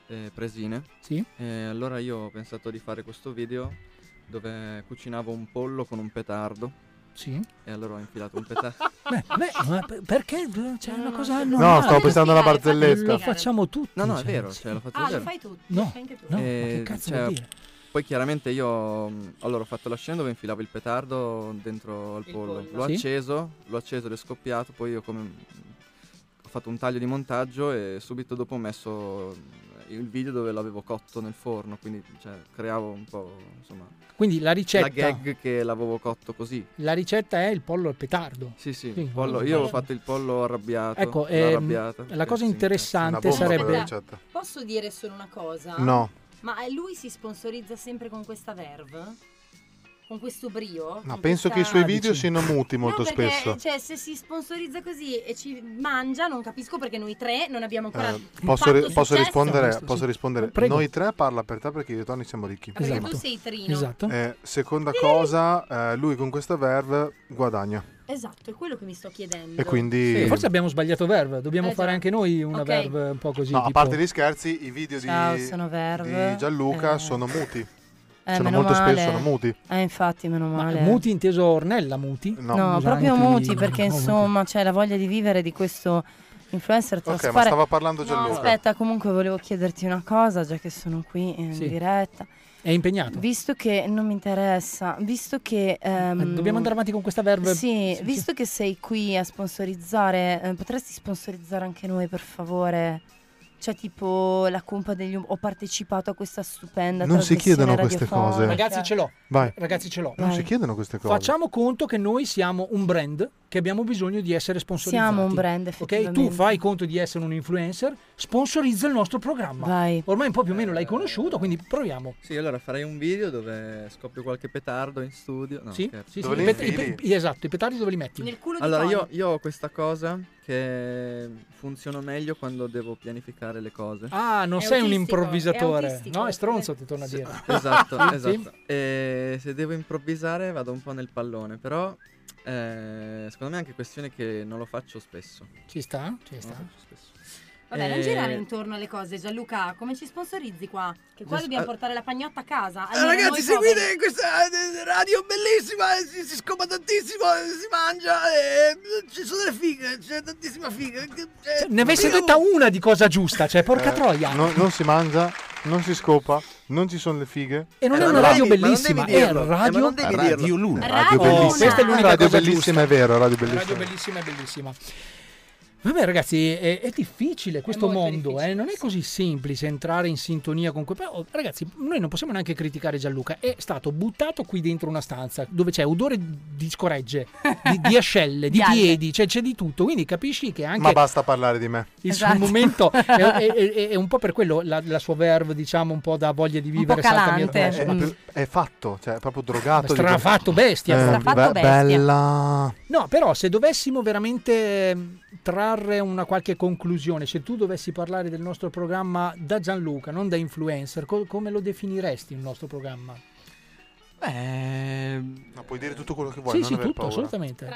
Speaker 17: e presine.
Speaker 5: Sì.
Speaker 17: E allora io ho pensato di fare questo video dove cucinavo un pollo con un petardo.
Speaker 5: Sì.
Speaker 17: E allora ho infilato un petardo.
Speaker 5: Beh, beh, ma per- perché c'è una
Speaker 10: Ah,
Speaker 5: cosa
Speaker 13: No, stavo pensando alla barzelletta.
Speaker 5: Lo facciamo tutti.
Speaker 17: No, no, è
Speaker 5: cioè,
Speaker 17: vero,
Speaker 5: sì.
Speaker 17: cioè, l'ho fatto
Speaker 10: Ah, lo
Speaker 17: vedere.
Speaker 10: fai tutti?
Speaker 5: No,
Speaker 10: Lo fai anche tu?
Speaker 5: no, ma che
Speaker 17: Eh,
Speaker 5: cazzo
Speaker 17: cioè,
Speaker 5: vuol dire?
Speaker 17: Poi chiaramente io mh, allora ho fatto la scena dove infilavo il petardo dentro al
Speaker 5: Il
Speaker 17: pollo.
Speaker 5: pollo.
Speaker 17: L'ho
Speaker 5: Sì.
Speaker 17: acceso, l'ho acceso ed è scoppiato, poi io come ho fatto un taglio di montaggio e subito dopo ho messo mh, il video dove l'avevo cotto nel forno, quindi cioè, creavo un po' insomma
Speaker 5: Quindi la ricetta-
Speaker 17: la gag che l'avevo cotto così.
Speaker 5: La ricetta è il pollo al petardo.
Speaker 17: Sì, sì,
Speaker 5: Sì,
Speaker 17: il pollo-
Speaker 5: no,
Speaker 17: io
Speaker 5: no.
Speaker 17: avevo fatto il pollo arrabbiato.
Speaker 5: Ecco, ehm,
Speaker 17: l'arrabbiata,
Speaker 5: la
Speaker 17: eh,
Speaker 5: cosa
Speaker 17: sì.
Speaker 5: interessante
Speaker 13: Una bomba
Speaker 5: sarebbe...
Speaker 13: quella ricetta.
Speaker 10: Posso dire solo una cosa?
Speaker 13: No.
Speaker 10: Ma lui si sponsorizza sempre con questa verve? Con questo brio?
Speaker 13: Ma
Speaker 10: Con
Speaker 13: penso
Speaker 10: questa-
Speaker 13: che i suoi video siano muti molto
Speaker 10: No, perché,
Speaker 13: spesso.
Speaker 10: Cioè, se si sponsorizza così e ci mangia, non capisco perché noi tre non abbiamo ancora.
Speaker 13: Eh, posso, ri-
Speaker 10: fatto
Speaker 13: posso
Speaker 10: successo.
Speaker 13: rispondere?
Speaker 10: Questo,
Speaker 13: posso
Speaker 10: sì.
Speaker 13: rispondere?
Speaker 10: Prego.
Speaker 13: Noi tre parla per te perché io e Tony siamo ricchi.
Speaker 10: Perché tu Esatto. sei Trino. Esatto.
Speaker 13: Eh, seconda cosa, eh, lui con questa verve guadagna.
Speaker 10: Esatto, è quello che mi sto chiedendo.
Speaker 13: E quindi- Sì.
Speaker 5: Forse abbiamo sbagliato verve, dobbiamo
Speaker 10: Eh,
Speaker 5: fare
Speaker 10: già.
Speaker 5: anche noi una
Speaker 10: Ok.
Speaker 5: verve un po' così.
Speaker 13: No, a
Speaker 5: tipo-
Speaker 13: parte gli scherzi, i video di,
Speaker 14: Ciao, sono Verve.
Speaker 13: di Gianluca sono muti.
Speaker 14: Eh,
Speaker 13: sono
Speaker 14: meno
Speaker 13: molto
Speaker 14: male.
Speaker 13: spesso sono muti.
Speaker 14: Eh, infatti, meno male.
Speaker 5: Muti inteso Ornella Muti?
Speaker 14: No, proprio muti perché insomma c'è la voglia di vivere di questo influencer
Speaker 13: ma
Speaker 14: traspare-
Speaker 13: stava parlando Gianluca.
Speaker 14: aspetta, comunque volevo chiederti una cosa, già che sono qui in
Speaker 5: Sì.
Speaker 14: diretta.
Speaker 5: È impegnato.
Speaker 14: Visto che non mi interessa, visto che... ehm,
Speaker 5: dobbiamo andare avanti con questa verve?
Speaker 14: Sì,
Speaker 5: Sì,
Speaker 14: visto che sei qui a sponsorizzare, eh, potresti sponsorizzare anche noi per favore? Cioè tipo la compa degli... Um- ho partecipato a questa stupenda
Speaker 13: Non si chiedono
Speaker 14: trasmissione
Speaker 13: queste cose.
Speaker 14: radiofonica.
Speaker 5: Ragazzi, ce l'ho.
Speaker 13: Vai.
Speaker 5: Ragazzi, ce l'ho.
Speaker 13: Non si chiedono queste cose.
Speaker 5: Facciamo conto che noi siamo un brand che abbiamo bisogno di essere sponsorizzati.
Speaker 14: Siamo un brand,
Speaker 5: Ok,
Speaker 14: effettivamente.
Speaker 5: tu fai conto di essere un influencer, sponsorizza il nostro programma. Ormai un po' più o meno l'hai conosciuto, quindi proviamo.
Speaker 17: Sì, allora farei un video dove scoppio qualche petardo in studio. No,
Speaker 5: Sì,
Speaker 17: scherzo.
Speaker 5: sì, sì, i pet- i pe- i- esatto, i petardi dove li metti?
Speaker 17: allora io, io ho questa cosa che funziona meglio quando devo pianificare le cose.
Speaker 5: Ah, non sei un improvvisatore, no? È stronzo, ti torna a dire.
Speaker 17: Esatto,
Speaker 5: Sì, sì.
Speaker 17: esatto. E se devo improvvisare vado un po' nel pallone, però eh, secondo me è anche questione che non lo faccio spesso.
Speaker 5: Ci sta, ci
Speaker 17: Non lo
Speaker 5: sta.
Speaker 17: faccio spesso.
Speaker 10: Vabbè, non
Speaker 17: Eh,
Speaker 10: girare intorno alle cose, Gianluca. Come ci sponsorizzi qua? Che qua
Speaker 17: Adesso-
Speaker 10: dobbiamo
Speaker 5: eh.
Speaker 17: ah-
Speaker 10: portare la pagnotta a casa.
Speaker 9: Eh,
Speaker 10: almeno
Speaker 9: ragazzi,
Speaker 10: noi
Speaker 9: seguite
Speaker 10: poveri.
Speaker 9: questa eh, radio bellissima, eh, si, si scopa tantissimo, eh, si mangia, eh, ci sono delle fighe, c'è
Speaker 3: Cioè,
Speaker 9: tantissima figa. eh,
Speaker 5: Ne avessi
Speaker 9: abbiamo-
Speaker 5: detta una di cosa giusta, cioè porca
Speaker 13: Eh,
Speaker 5: troia.
Speaker 13: no- non si mangia, non si scopa, non ci sono le fighe.
Speaker 5: E Eh, non Eh, è una radio bellissima, è radio,
Speaker 13: Radio bellissima.
Speaker 5: Questa è l'unica
Speaker 13: radio
Speaker 5: cosa
Speaker 13: bellissima,
Speaker 5: giusta.
Speaker 13: è vero, radio
Speaker 5: Radio
Speaker 13: bellissima.
Speaker 5: bellissima è bellissima. Vabbè ragazzi, è, è difficile questo mondo, eh, non è così semplice entrare in sintonia con quel... Però, ragazzi, noi non possiamo neanche criticare Gianluca, è stato buttato qui dentro una stanza dove c'è odore di scoregge, di, di ascelle, di
Speaker 13: Di alghe.
Speaker 5: piedi, cioè c'è di tutto, quindi capisci che anche...
Speaker 13: Ma basta parlare di me.
Speaker 5: Il suo momento è, è- è- è un po' per quello la, la sua verve, diciamo, un po' Mm. da voglia di vivere salta via tutto.
Speaker 13: Eh, ma più- È fatto, cioè è proprio drogato.
Speaker 5: Strafatto bestia,
Speaker 13: Eh,
Speaker 5: strafatto
Speaker 13: be-
Speaker 5: bestia.
Speaker 13: Bella.
Speaker 5: No, però se dovessimo veramente ehm, trarre una qualche conclusione, se tu dovessi parlare del nostro programma da Gianluca, non da influencer, co- come lo definiresti il nostro programma?
Speaker 13: No, puoi dire tutto quello che
Speaker 5: vuoi, Sì, non sì, aver tutto, paura. assolutamente.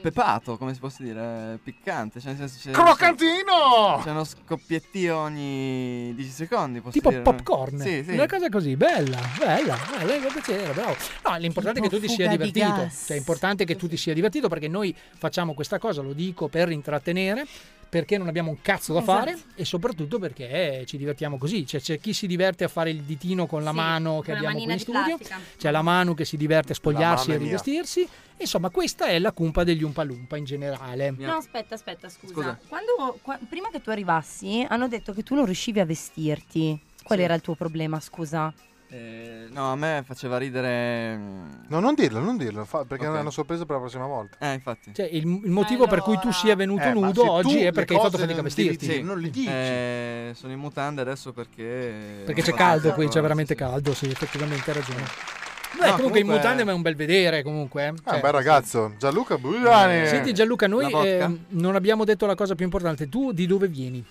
Speaker 17: Pepato, come si possa dire? Piccante. Cioè, nel senso, c'è,
Speaker 18: Croccantino!
Speaker 17: C'è uno scoppiettio ogni 10 secondi. posso
Speaker 5: Tipo
Speaker 17: dire, no?
Speaker 5: popcorn,
Speaker 17: Sì, sì.
Speaker 5: una cosa così, bella, bella, bella, mi fa piacere, bravo. No, l'importante è che tu ti
Speaker 17: Tipo
Speaker 5: sia
Speaker 17: fuga di
Speaker 5: divertito,
Speaker 17: gas.
Speaker 5: cioè è importante che tu ti sia divertito perché noi facciamo questa cosa, lo dico, per intrattenere, perché non abbiamo un cazzo da
Speaker 8: Esatto.
Speaker 5: fare e soprattutto perché eh, ci divertiamo così, cioè c'è chi si diverte a fare il ditino con la mano che
Speaker 8: una
Speaker 5: abbiamo qui
Speaker 8: manina
Speaker 5: in
Speaker 8: di
Speaker 5: studio,
Speaker 8: plastica.
Speaker 5: c'è la Manu che si diverte a spogliarsi
Speaker 8: La mano è
Speaker 5: e
Speaker 8: mia.
Speaker 5: rivestirsi, insomma questa è la cumpa degli Umpalumpa in generale.
Speaker 10: No, aspetta, aspetta, scusa.
Speaker 5: Scusa.
Speaker 14: Quando, qua- prima che tu arrivassi, hanno detto che tu non riuscivi a vestirti. Qual era il tuo problema, scusa?
Speaker 17: Eh, no, a me faceva ridere. mm,
Speaker 13: No, non dirlo, non dirlo, fa- perché
Speaker 17: Ok.
Speaker 13: è una sorpresa per la prossima volta.
Speaker 17: Eh, infatti.
Speaker 5: Cioè, il, il motivo per cui tu sia venuto
Speaker 17: Eh, ma se
Speaker 5: nudo
Speaker 17: tu
Speaker 5: oggi è
Speaker 17: le
Speaker 5: perché hai fatto
Speaker 17: cose
Speaker 5: fatica a
Speaker 17: non devi
Speaker 5: vestirti.
Speaker 17: dire, non le dici. Eh, sono in mutande adesso perché.
Speaker 5: Perché c'è
Speaker 17: non
Speaker 5: caldo
Speaker 17: faccio
Speaker 5: qui, c'è
Speaker 17: ancora.
Speaker 5: veramente caldo, sì, effettivamente hai ragione. Beh,
Speaker 17: No,
Speaker 5: comunque, in
Speaker 17: comunque-
Speaker 5: mutande ma è un bel vedere comunque. eh.
Speaker 13: Ah,
Speaker 5: Cioè-
Speaker 13: bel ragazzo, Gianluca Bugliani.
Speaker 5: Senti Gianluca, noi
Speaker 17: La vodka?
Speaker 5: ehm, non abbiamo detto la cosa più importante. Tu di dove vieni?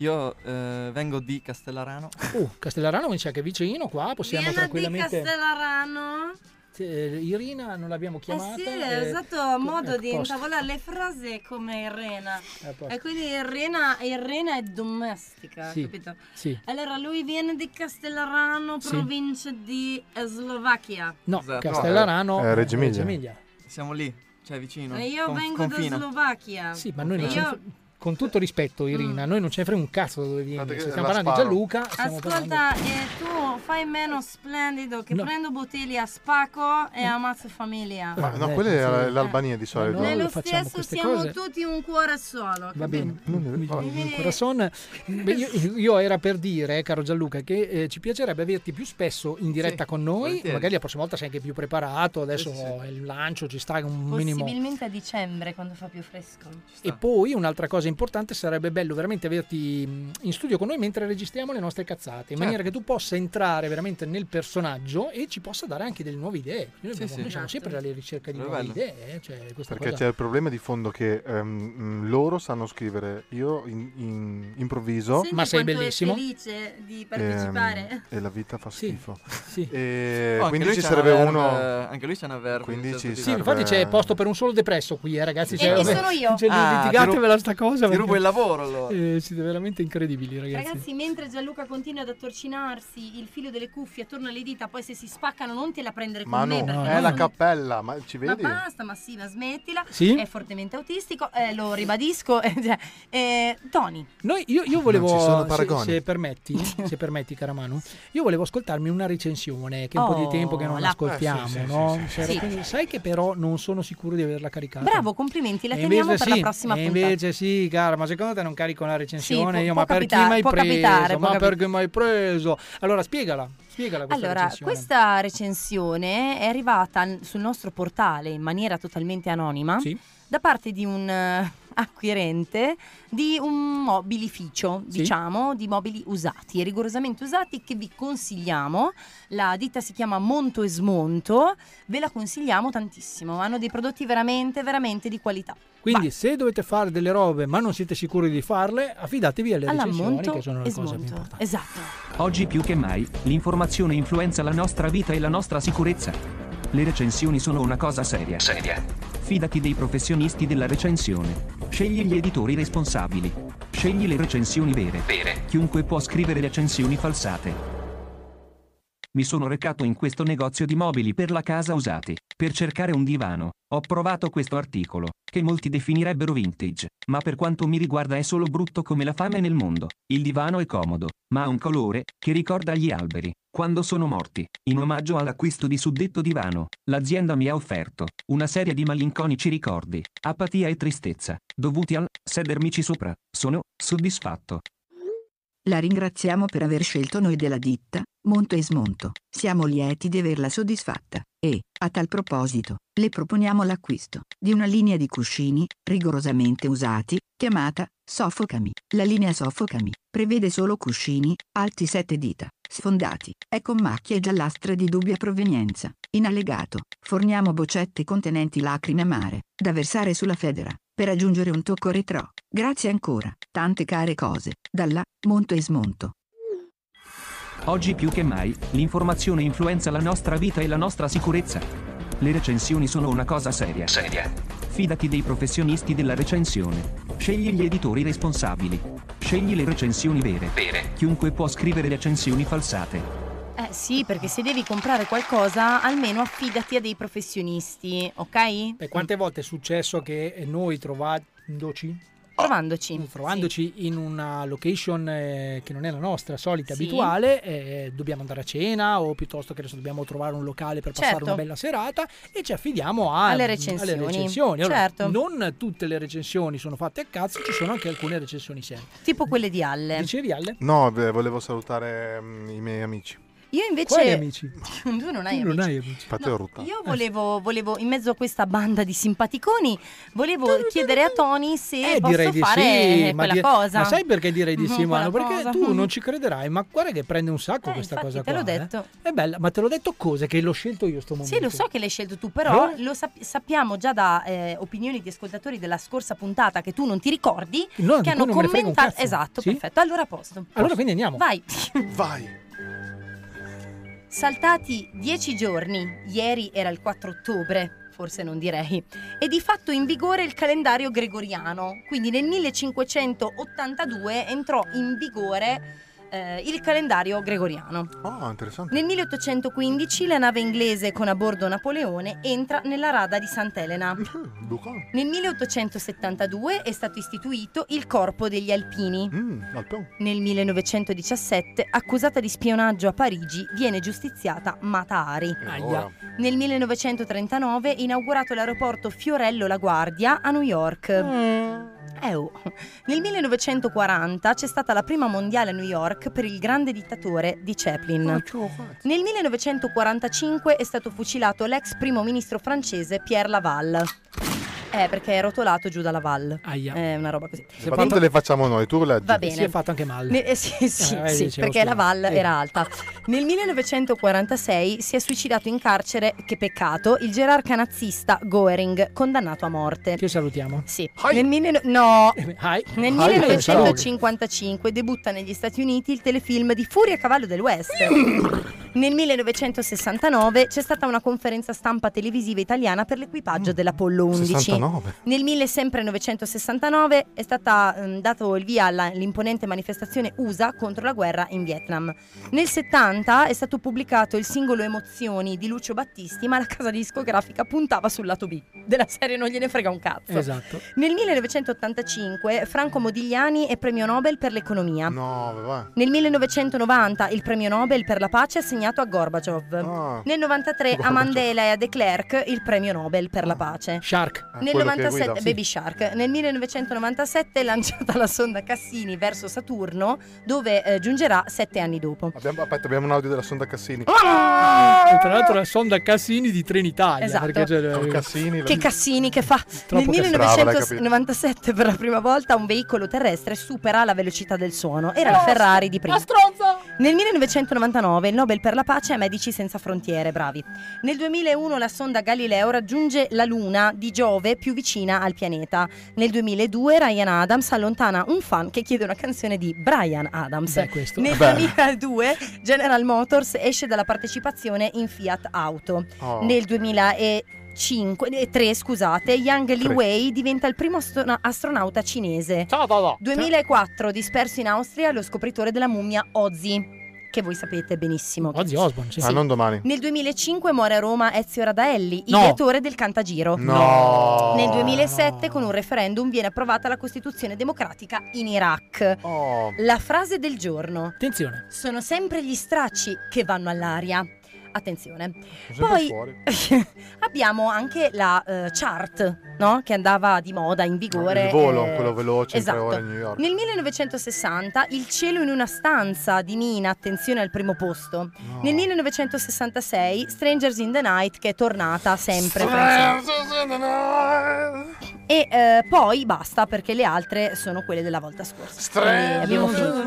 Speaker 17: Io eh, vengo di Castellarano.
Speaker 5: Oh, Castellarano mi c'è che è vicino qua, possiamo
Speaker 10: Diana
Speaker 5: tranquillamente...
Speaker 10: di Castellarano.
Speaker 5: Eh, Irina non l'abbiamo chiamata.
Speaker 10: eh sì, ha
Speaker 5: eh,
Speaker 10: usato modo
Speaker 5: ecco,
Speaker 10: di
Speaker 5: posto.
Speaker 10: intavolare le frasi come Irena.
Speaker 5: Eh, posto.
Speaker 10: e quindi Irena, Irena è domestica,
Speaker 5: Sì,
Speaker 10: capito?
Speaker 5: sì.
Speaker 10: Allora lui viene di Castellarano,
Speaker 5: Sì.
Speaker 10: provincia di eh, Slovacchia.
Speaker 5: No,
Speaker 17: Esatto.
Speaker 5: Castellarano...
Speaker 13: No, è- è Eh, Reggio Emilia.
Speaker 17: Siamo lì, cioè vicino.
Speaker 10: E Eh, io
Speaker 17: con-
Speaker 10: vengo
Speaker 17: confina.
Speaker 10: da Slovacchia.
Speaker 5: Sì, ma noi non
Speaker 10: E
Speaker 5: ce ne
Speaker 10: io...
Speaker 5: fre- Con tutto rispetto Irina, noi non ce ne frega un cazzo da dove vieni.
Speaker 17: che
Speaker 5: Se stiamo
Speaker 17: Mm. la
Speaker 5: parlando di
Speaker 17: sparo.
Speaker 5: Gianluca, stiamo parlando...
Speaker 10: Ascolta, eh, tu fai meno splendido che
Speaker 5: No.
Speaker 10: prendo bottiglie a spacco e ammazzo famiglia.
Speaker 13: Ma no,
Speaker 5: Eh,
Speaker 13: quella
Speaker 5: sì.
Speaker 13: è l'Albania di
Speaker 10: Eh,
Speaker 13: solito.
Speaker 5: noi
Speaker 10: Nello
Speaker 5: facciamo
Speaker 10: stesso
Speaker 5: queste
Speaker 10: siamo
Speaker 5: cose.
Speaker 10: tutti un cuore solo.
Speaker 5: Va
Speaker 10: capito?
Speaker 5: bene, Mi- mi-
Speaker 17: Eh.
Speaker 5: corazon. Beh, io, io era per dire, caro Gianluca, che eh, ci piacerebbe averti più spesso in diretta con noi.
Speaker 17: volentieri.
Speaker 5: Magari la prossima volta sei anche più preparato. Adesso
Speaker 17: Sì, sì.
Speaker 5: il lancio ci sta un minimo.
Speaker 10: Possibilmente a dicembre quando fa più fresco.
Speaker 5: E poi un'altra cosa importante sarebbe bello veramente averti mh, in studio con noi mentre registriamo le nostre cazzate, in maniera che
Speaker 17: Certo.
Speaker 5: tu possa entrare veramente nel personaggio e ci possa dare anche delle nuove idee. Noi, abbiamo-
Speaker 17: sì.
Speaker 5: noi siamo sempre alla ricerca di
Speaker 17: Però è
Speaker 5: nuove
Speaker 17: bello.
Speaker 5: idee. eh, cioè, questa
Speaker 13: Perché
Speaker 5: cosa-
Speaker 13: c'è il problema di fondo che ehm, mh, loro sanno scrivere, io in- in- improvviso.
Speaker 10: Senti quanto È felice di partecipare.
Speaker 13: Ehm, E la vita fa schifo.
Speaker 17: Oh,
Speaker 13: E
Speaker 17: anche
Speaker 13: quindi
Speaker 17: lui
Speaker 13: ci
Speaker 17: c'ha
Speaker 13: sarebbe
Speaker 17: una verve-
Speaker 13: uno.
Speaker 17: Anche lui c'è una certo, verve.
Speaker 13: Quindi ci
Speaker 5: Sì, infatti c'è posto per un solo depresso qui, eh, ragazzi.
Speaker 17: E
Speaker 5: Cioè,
Speaker 17: chi
Speaker 5: vabbè,
Speaker 17: sono io?
Speaker 5: cioè,
Speaker 17: Ah, ti
Speaker 5: litigatevela
Speaker 17: rubo-
Speaker 5: sta cosa.
Speaker 17: ti rubo
Speaker 5: perché-
Speaker 17: il lavoro, allora.
Speaker 5: Eh, siete veramente incredibili, ragazzi.
Speaker 10: Ragazzi, mentre Gianluca continua ad attorcinarsi il filo delle cuffie attorno alle dita, poi se si spaccano non te la prendere con
Speaker 13: Ma
Speaker 10: me
Speaker 13: no,
Speaker 10: perché
Speaker 13: è
Speaker 10: non-
Speaker 13: la cappella, ma ci
Speaker 10: Ma
Speaker 13: vedi?
Speaker 10: basta, ma sì, ma smettila.
Speaker 13: Sì?
Speaker 10: È fortemente autistico, eh, lo ribadisco. eh, cioè, eh, Tony.
Speaker 5: Noi, io, io
Speaker 13: Non ci sono
Speaker 5: volevo, se,
Speaker 13: paragoni.
Speaker 5: se permetti, se permetti, cara Manu, io volevo ascoltarmi una recensione che è un po'
Speaker 10: Oh,
Speaker 5: di tempo che non
Speaker 10: la-
Speaker 5: ascoltiamo,
Speaker 10: Eh, sì, sì,
Speaker 5: no?
Speaker 10: sì, sì,
Speaker 5: Cioè,
Speaker 10: sì.
Speaker 5: quindi Sai che però non sono sicuro di averla caricata.
Speaker 10: Bravo, complimenti, la
Speaker 5: E
Speaker 10: teniamo
Speaker 5: Eh, invece
Speaker 10: per la
Speaker 5: sì,
Speaker 10: prossima
Speaker 5: e
Speaker 10: puntata.
Speaker 5: invece sì, cara, ma secondo te non carico la recensione?
Speaker 10: Sì, può-
Speaker 5: io,
Speaker 10: può
Speaker 5: ma
Speaker 10: capitare,
Speaker 5: perché
Speaker 10: può
Speaker 5: mai preso?
Speaker 10: capitare, può
Speaker 5: ma
Speaker 10: capitare.
Speaker 5: perché mai preso? Allora, spiegala, spiegala questa
Speaker 14: allora,
Speaker 5: recensione.
Speaker 14: questa recensione è arrivata n- sul nostro portale in maniera totalmente anonima da parte di un eh, acquirente di un mobilificio,
Speaker 11: Sì.
Speaker 14: diciamo, di mobili usati, rigorosamente usati, che vi consigliamo. La ditta si chiama Monto e Smonto, ve la consigliamo tantissimo. Hanno dei prodotti veramente, veramente di qualità.
Speaker 5: Quindi, se dovete fare delle robe ma non siete sicuri di farle, affidatevi alle
Speaker 14: Alla
Speaker 5: recensioni
Speaker 14: Monto
Speaker 5: che sono
Speaker 14: e
Speaker 5: le cose più
Speaker 14: Smonto.
Speaker 5: importanti.
Speaker 14: Esatto.
Speaker 2: Oggi più che mai, l'informazione influenza la nostra vita e la nostra sicurezza. Le recensioni sono una cosa seria. Seria. Fidati dei professionisti della recensione. Scegli gli editori responsabili. Scegli le recensioni vere. Vere. Chiunque può scrivere recensioni falsate. Mi sono recato in questo negozio di mobili per la casa usati. Per cercare un divano, ho provato questo articolo, che molti definirebbero vintage, ma per quanto mi riguarda è solo brutto come la fame nel mondo. Il divano è comodo, ma ha un colore che ricorda gli alberi. Quando sono morti, in omaggio all'acquisto di suddetto divano, l'azienda mi ha offerto una serie di malinconici ricordi, apatia e tristezza, dovuti al sedermici sopra. Sono soddisfatto.
Speaker 8: La ringraziamo per aver scelto noi della ditta, Monto e Smonto. Siamo lieti di averla soddisfatta e, a tal proposito, le proponiamo l'acquisto di una linea di cuscini, rigorosamente usati, chiamata Soffocami. La linea Soffocami prevede solo cuscini, alti sette dita, sfondati, e con macchie giallastre di dubbia provenienza. In allegato, forniamo boccette contenenti lacrime amare, da versare sulla federa, per aggiungere un tocco retro. Grazie ancora, tante care cose, dalla Monto e Smonto.
Speaker 2: Oggi più che mai, l'informazione influenza la nostra vita e la nostra sicurezza. Le recensioni sono una cosa seria. Seria. Fidati dei professionisti della recensione. Scegli gli editori responsabili. Scegli le recensioni vere. Vere. Chiunque può scrivere recensioni falsate.
Speaker 10: Eh sì, perché se devi comprare qualcosa, almeno affidati a dei professionisti, ok?
Speaker 5: E quante volte è successo che eh, noi trovandoci Mm,
Speaker 10: Trovandoci.
Speaker 5: trovandoci in una location eh, che non è la nostra solita
Speaker 10: Sì.
Speaker 5: abituale eh, dobbiamo andare a cena o piuttosto che adesso dobbiamo trovare un locale per passare
Speaker 10: Certo.
Speaker 5: una bella serata e ci affidiamo a-
Speaker 10: Alle recensioni.
Speaker 5: alle recensioni. Allora,
Speaker 10: Certo.
Speaker 5: non tutte le recensioni sono fatte a cazzo ci sono anche alcune recensioni serie
Speaker 10: Tipo quelle di Alle.
Speaker 5: Dicevi Alle?
Speaker 13: No, beh, volevo salutare mm, i miei amici.
Speaker 10: Io invece...
Speaker 13: Quali amici?
Speaker 10: tu non hai
Speaker 5: Tu non
Speaker 10: amici.
Speaker 5: hai amici.
Speaker 13: Fate Eh,
Speaker 10: No,
Speaker 13: rotta.
Speaker 10: Io volevo, volevo, in mezzo a questa banda di simpaticoni, volevo chiedere a Tony se
Speaker 5: Eh,
Speaker 10: posso
Speaker 5: direi di
Speaker 10: fare
Speaker 5: sì, ma,
Speaker 10: quella
Speaker 5: di-
Speaker 10: cosa.
Speaker 5: ma sai perché direi di
Speaker 10: Mhm,
Speaker 5: sì, Manu?
Speaker 10: quella
Speaker 5: Perché
Speaker 10: cosa.
Speaker 5: tu
Speaker 10: Mhm.
Speaker 5: non ci crederai, ma guarda che prende un sacco questa cosa
Speaker 10: te
Speaker 5: qua.
Speaker 10: l'ho
Speaker 5: eh.
Speaker 10: detto.
Speaker 5: È bella, ma te l'ho detto cosa? Che l'ho scelto io sto momento.
Speaker 10: Sì, lo so che l'hai scelto tu, però
Speaker 5: Eh?
Speaker 10: lo sap- sappiamo già da eh, opinioni di ascoltatori della scorsa puntata che tu non ti ricordi,
Speaker 5: No, di
Speaker 10: che
Speaker 5: cui
Speaker 10: hanno
Speaker 5: non me ne frega un
Speaker 10: commentato.
Speaker 5: cazzo.
Speaker 10: Esatto,
Speaker 5: Sì?
Speaker 10: perfetto. Allora a posto.
Speaker 5: Allora quindi andiamo.
Speaker 10: Vai. Vai. Saltati dieci giorni, ieri era il 4 ottobre, forse non direi, è di fatto in vigore il calendario gregoriano, quindi nel 1582 entrò in vigore eh, il calendario gregoriano.
Speaker 13: Ah, interessante.
Speaker 10: Nel 1815 la nave inglese con a bordo Napoleone entra nella rada di Sant'Elena. Nel 1872 è stato istituito il Corpo degli Alpini.
Speaker 13: Mm,
Speaker 10: Nel 1917, accusata di spionaggio a Parigi, viene giustiziata Mata Hari.
Speaker 3: Eh,
Speaker 5: ora?
Speaker 10: Nel 1939 è inaugurato l'aeroporto Fiorello La Guardia a New York. Eh, oh. Nel 1940 c'è stata la prima mondiale a New York per il grande dittatore di Chaplin. Nel 1945 è stato fucilato l'ex primo ministro francese Pierre Laval. Eh, perché è rotolato giù da Laval.
Speaker 5: Aia.
Speaker 10: È una roba così.
Speaker 13: Ma tutte le facciamo noi, tu leggi.
Speaker 10: Va bene. Si è fatto
Speaker 5: anche male.
Speaker 10: Ne- eh, sì, sì,
Speaker 13: Eh, vedi,
Speaker 10: sì,
Speaker 13: c'è lo
Speaker 10: perché la
Speaker 13: schema.
Speaker 10: Val
Speaker 13: Eh.
Speaker 10: era alta. Nel 1946 si è suicidato in carcere, che peccato, il gerarca nazista Goering, condannato a morte.
Speaker 5: Che salutiamo.
Speaker 10: Sì. Nel, mille- no. Eh, Nel
Speaker 5: Eh, Hai.
Speaker 10: 1955 debutta negli Stati Uniti il telefilm di Furia a cavallo del West. Nel 1969 c'è stata una conferenza stampa televisiva italiana per l'equipaggio dell'Apollo 11.
Speaker 13: 69.
Speaker 10: Nel 1969 è stata ehm, dato il via alla- all'imponente manifestazione USA contro la guerra in Vietnam. Nel 70 è stato pubblicato il singolo Emozioni di Lucio Battisti, ma la casa discografica puntava sul lato B. Della serie non gliene frega un cazzo.
Speaker 5: Esatto.
Speaker 10: Nel 1985 Franco Modigliani è premio Nobel per l'economia. Nel 1990 il premio Nobel per la pace è assegnato a Gorbaciov. Nel 93 a
Speaker 5: Ah. Gorbaciov.
Speaker 10: Mandela e a De Klerk il premio Nobel per la pace.
Speaker 5: Shark.
Speaker 10: Nel 97 Baby Shark. Nel 1997 è lanciata la sonda Cassini verso Saturno, dove eh, giungerà sette anni dopo.
Speaker 13: Abbiamo, aspetta, abbiamo un audio della sonda Cassini.
Speaker 5: E tra l'altro la sonda Cassini di
Speaker 10: Ah!
Speaker 5: Trenitalia.
Speaker 10: Esatto.
Speaker 5: Perché c'è eh,
Speaker 13: Con Cassini,
Speaker 10: Che Cassini che fa? Nel
Speaker 5: Troppo che- Brava, l'hai capito.
Speaker 10: 1997 per la prima volta un veicolo terrestre supera la velocità del suono. Era la Ferrari di prima. Nel 1999 il Nobel per la pace a Medici Senza Frontiere, bravi. Nel 2001 la sonda Galileo raggiunge la Luna di Giove più vicina al pianeta. Nel 2002 Ryan Adams allontana un fan che chiede una canzone di Brian Adams. Nel
Speaker 3: Beh.
Speaker 10: 2002 General Motors esce dalla partecipazione in Fiat Auto.
Speaker 3: Oh.
Speaker 10: Nel 2005 eh, tre, scusate, Yang Li
Speaker 3: Tre.
Speaker 10: Wei diventa il primo astro- astronauta cinese. 2004, disperso in Austria, lo scopritore della mummia Ozzy. che voi sapete benissimo. chi
Speaker 5: Ozzy Osbourne, sì.
Speaker 13: Ah, non domani.
Speaker 10: nel 2005 muore a Roma Ezio Radaelli, il
Speaker 13: No.
Speaker 10: direttore del Cantagiro.
Speaker 13: No.
Speaker 10: Nel 2007 con un referendum viene approvata la Costituzione democratica in Iraq.
Speaker 13: Oh.
Speaker 10: La frase del giorno.
Speaker 5: Attenzione.
Speaker 10: Sono sempre gli stracci che vanno all'aria. Attenzione.
Speaker 5: sempre
Speaker 10: Poi
Speaker 5: fuori.
Speaker 10: abbiamo anche la eh, chart, no? Che andava di moda in vigore.
Speaker 13: Il volo,
Speaker 10: eh,
Speaker 13: quello veloce, in tre
Speaker 10: esatto.
Speaker 13: ore a New York.
Speaker 10: Nel 1960 Il cielo in una stanza di Mina, attenzione al primo posto. Nel 1966 Strangers in the Night che è tornata sempre.
Speaker 3: Strangers
Speaker 10: Francesca. E eh, poi basta perché le altre sono quelle della volta scorsa. Quindi abbiamo finito.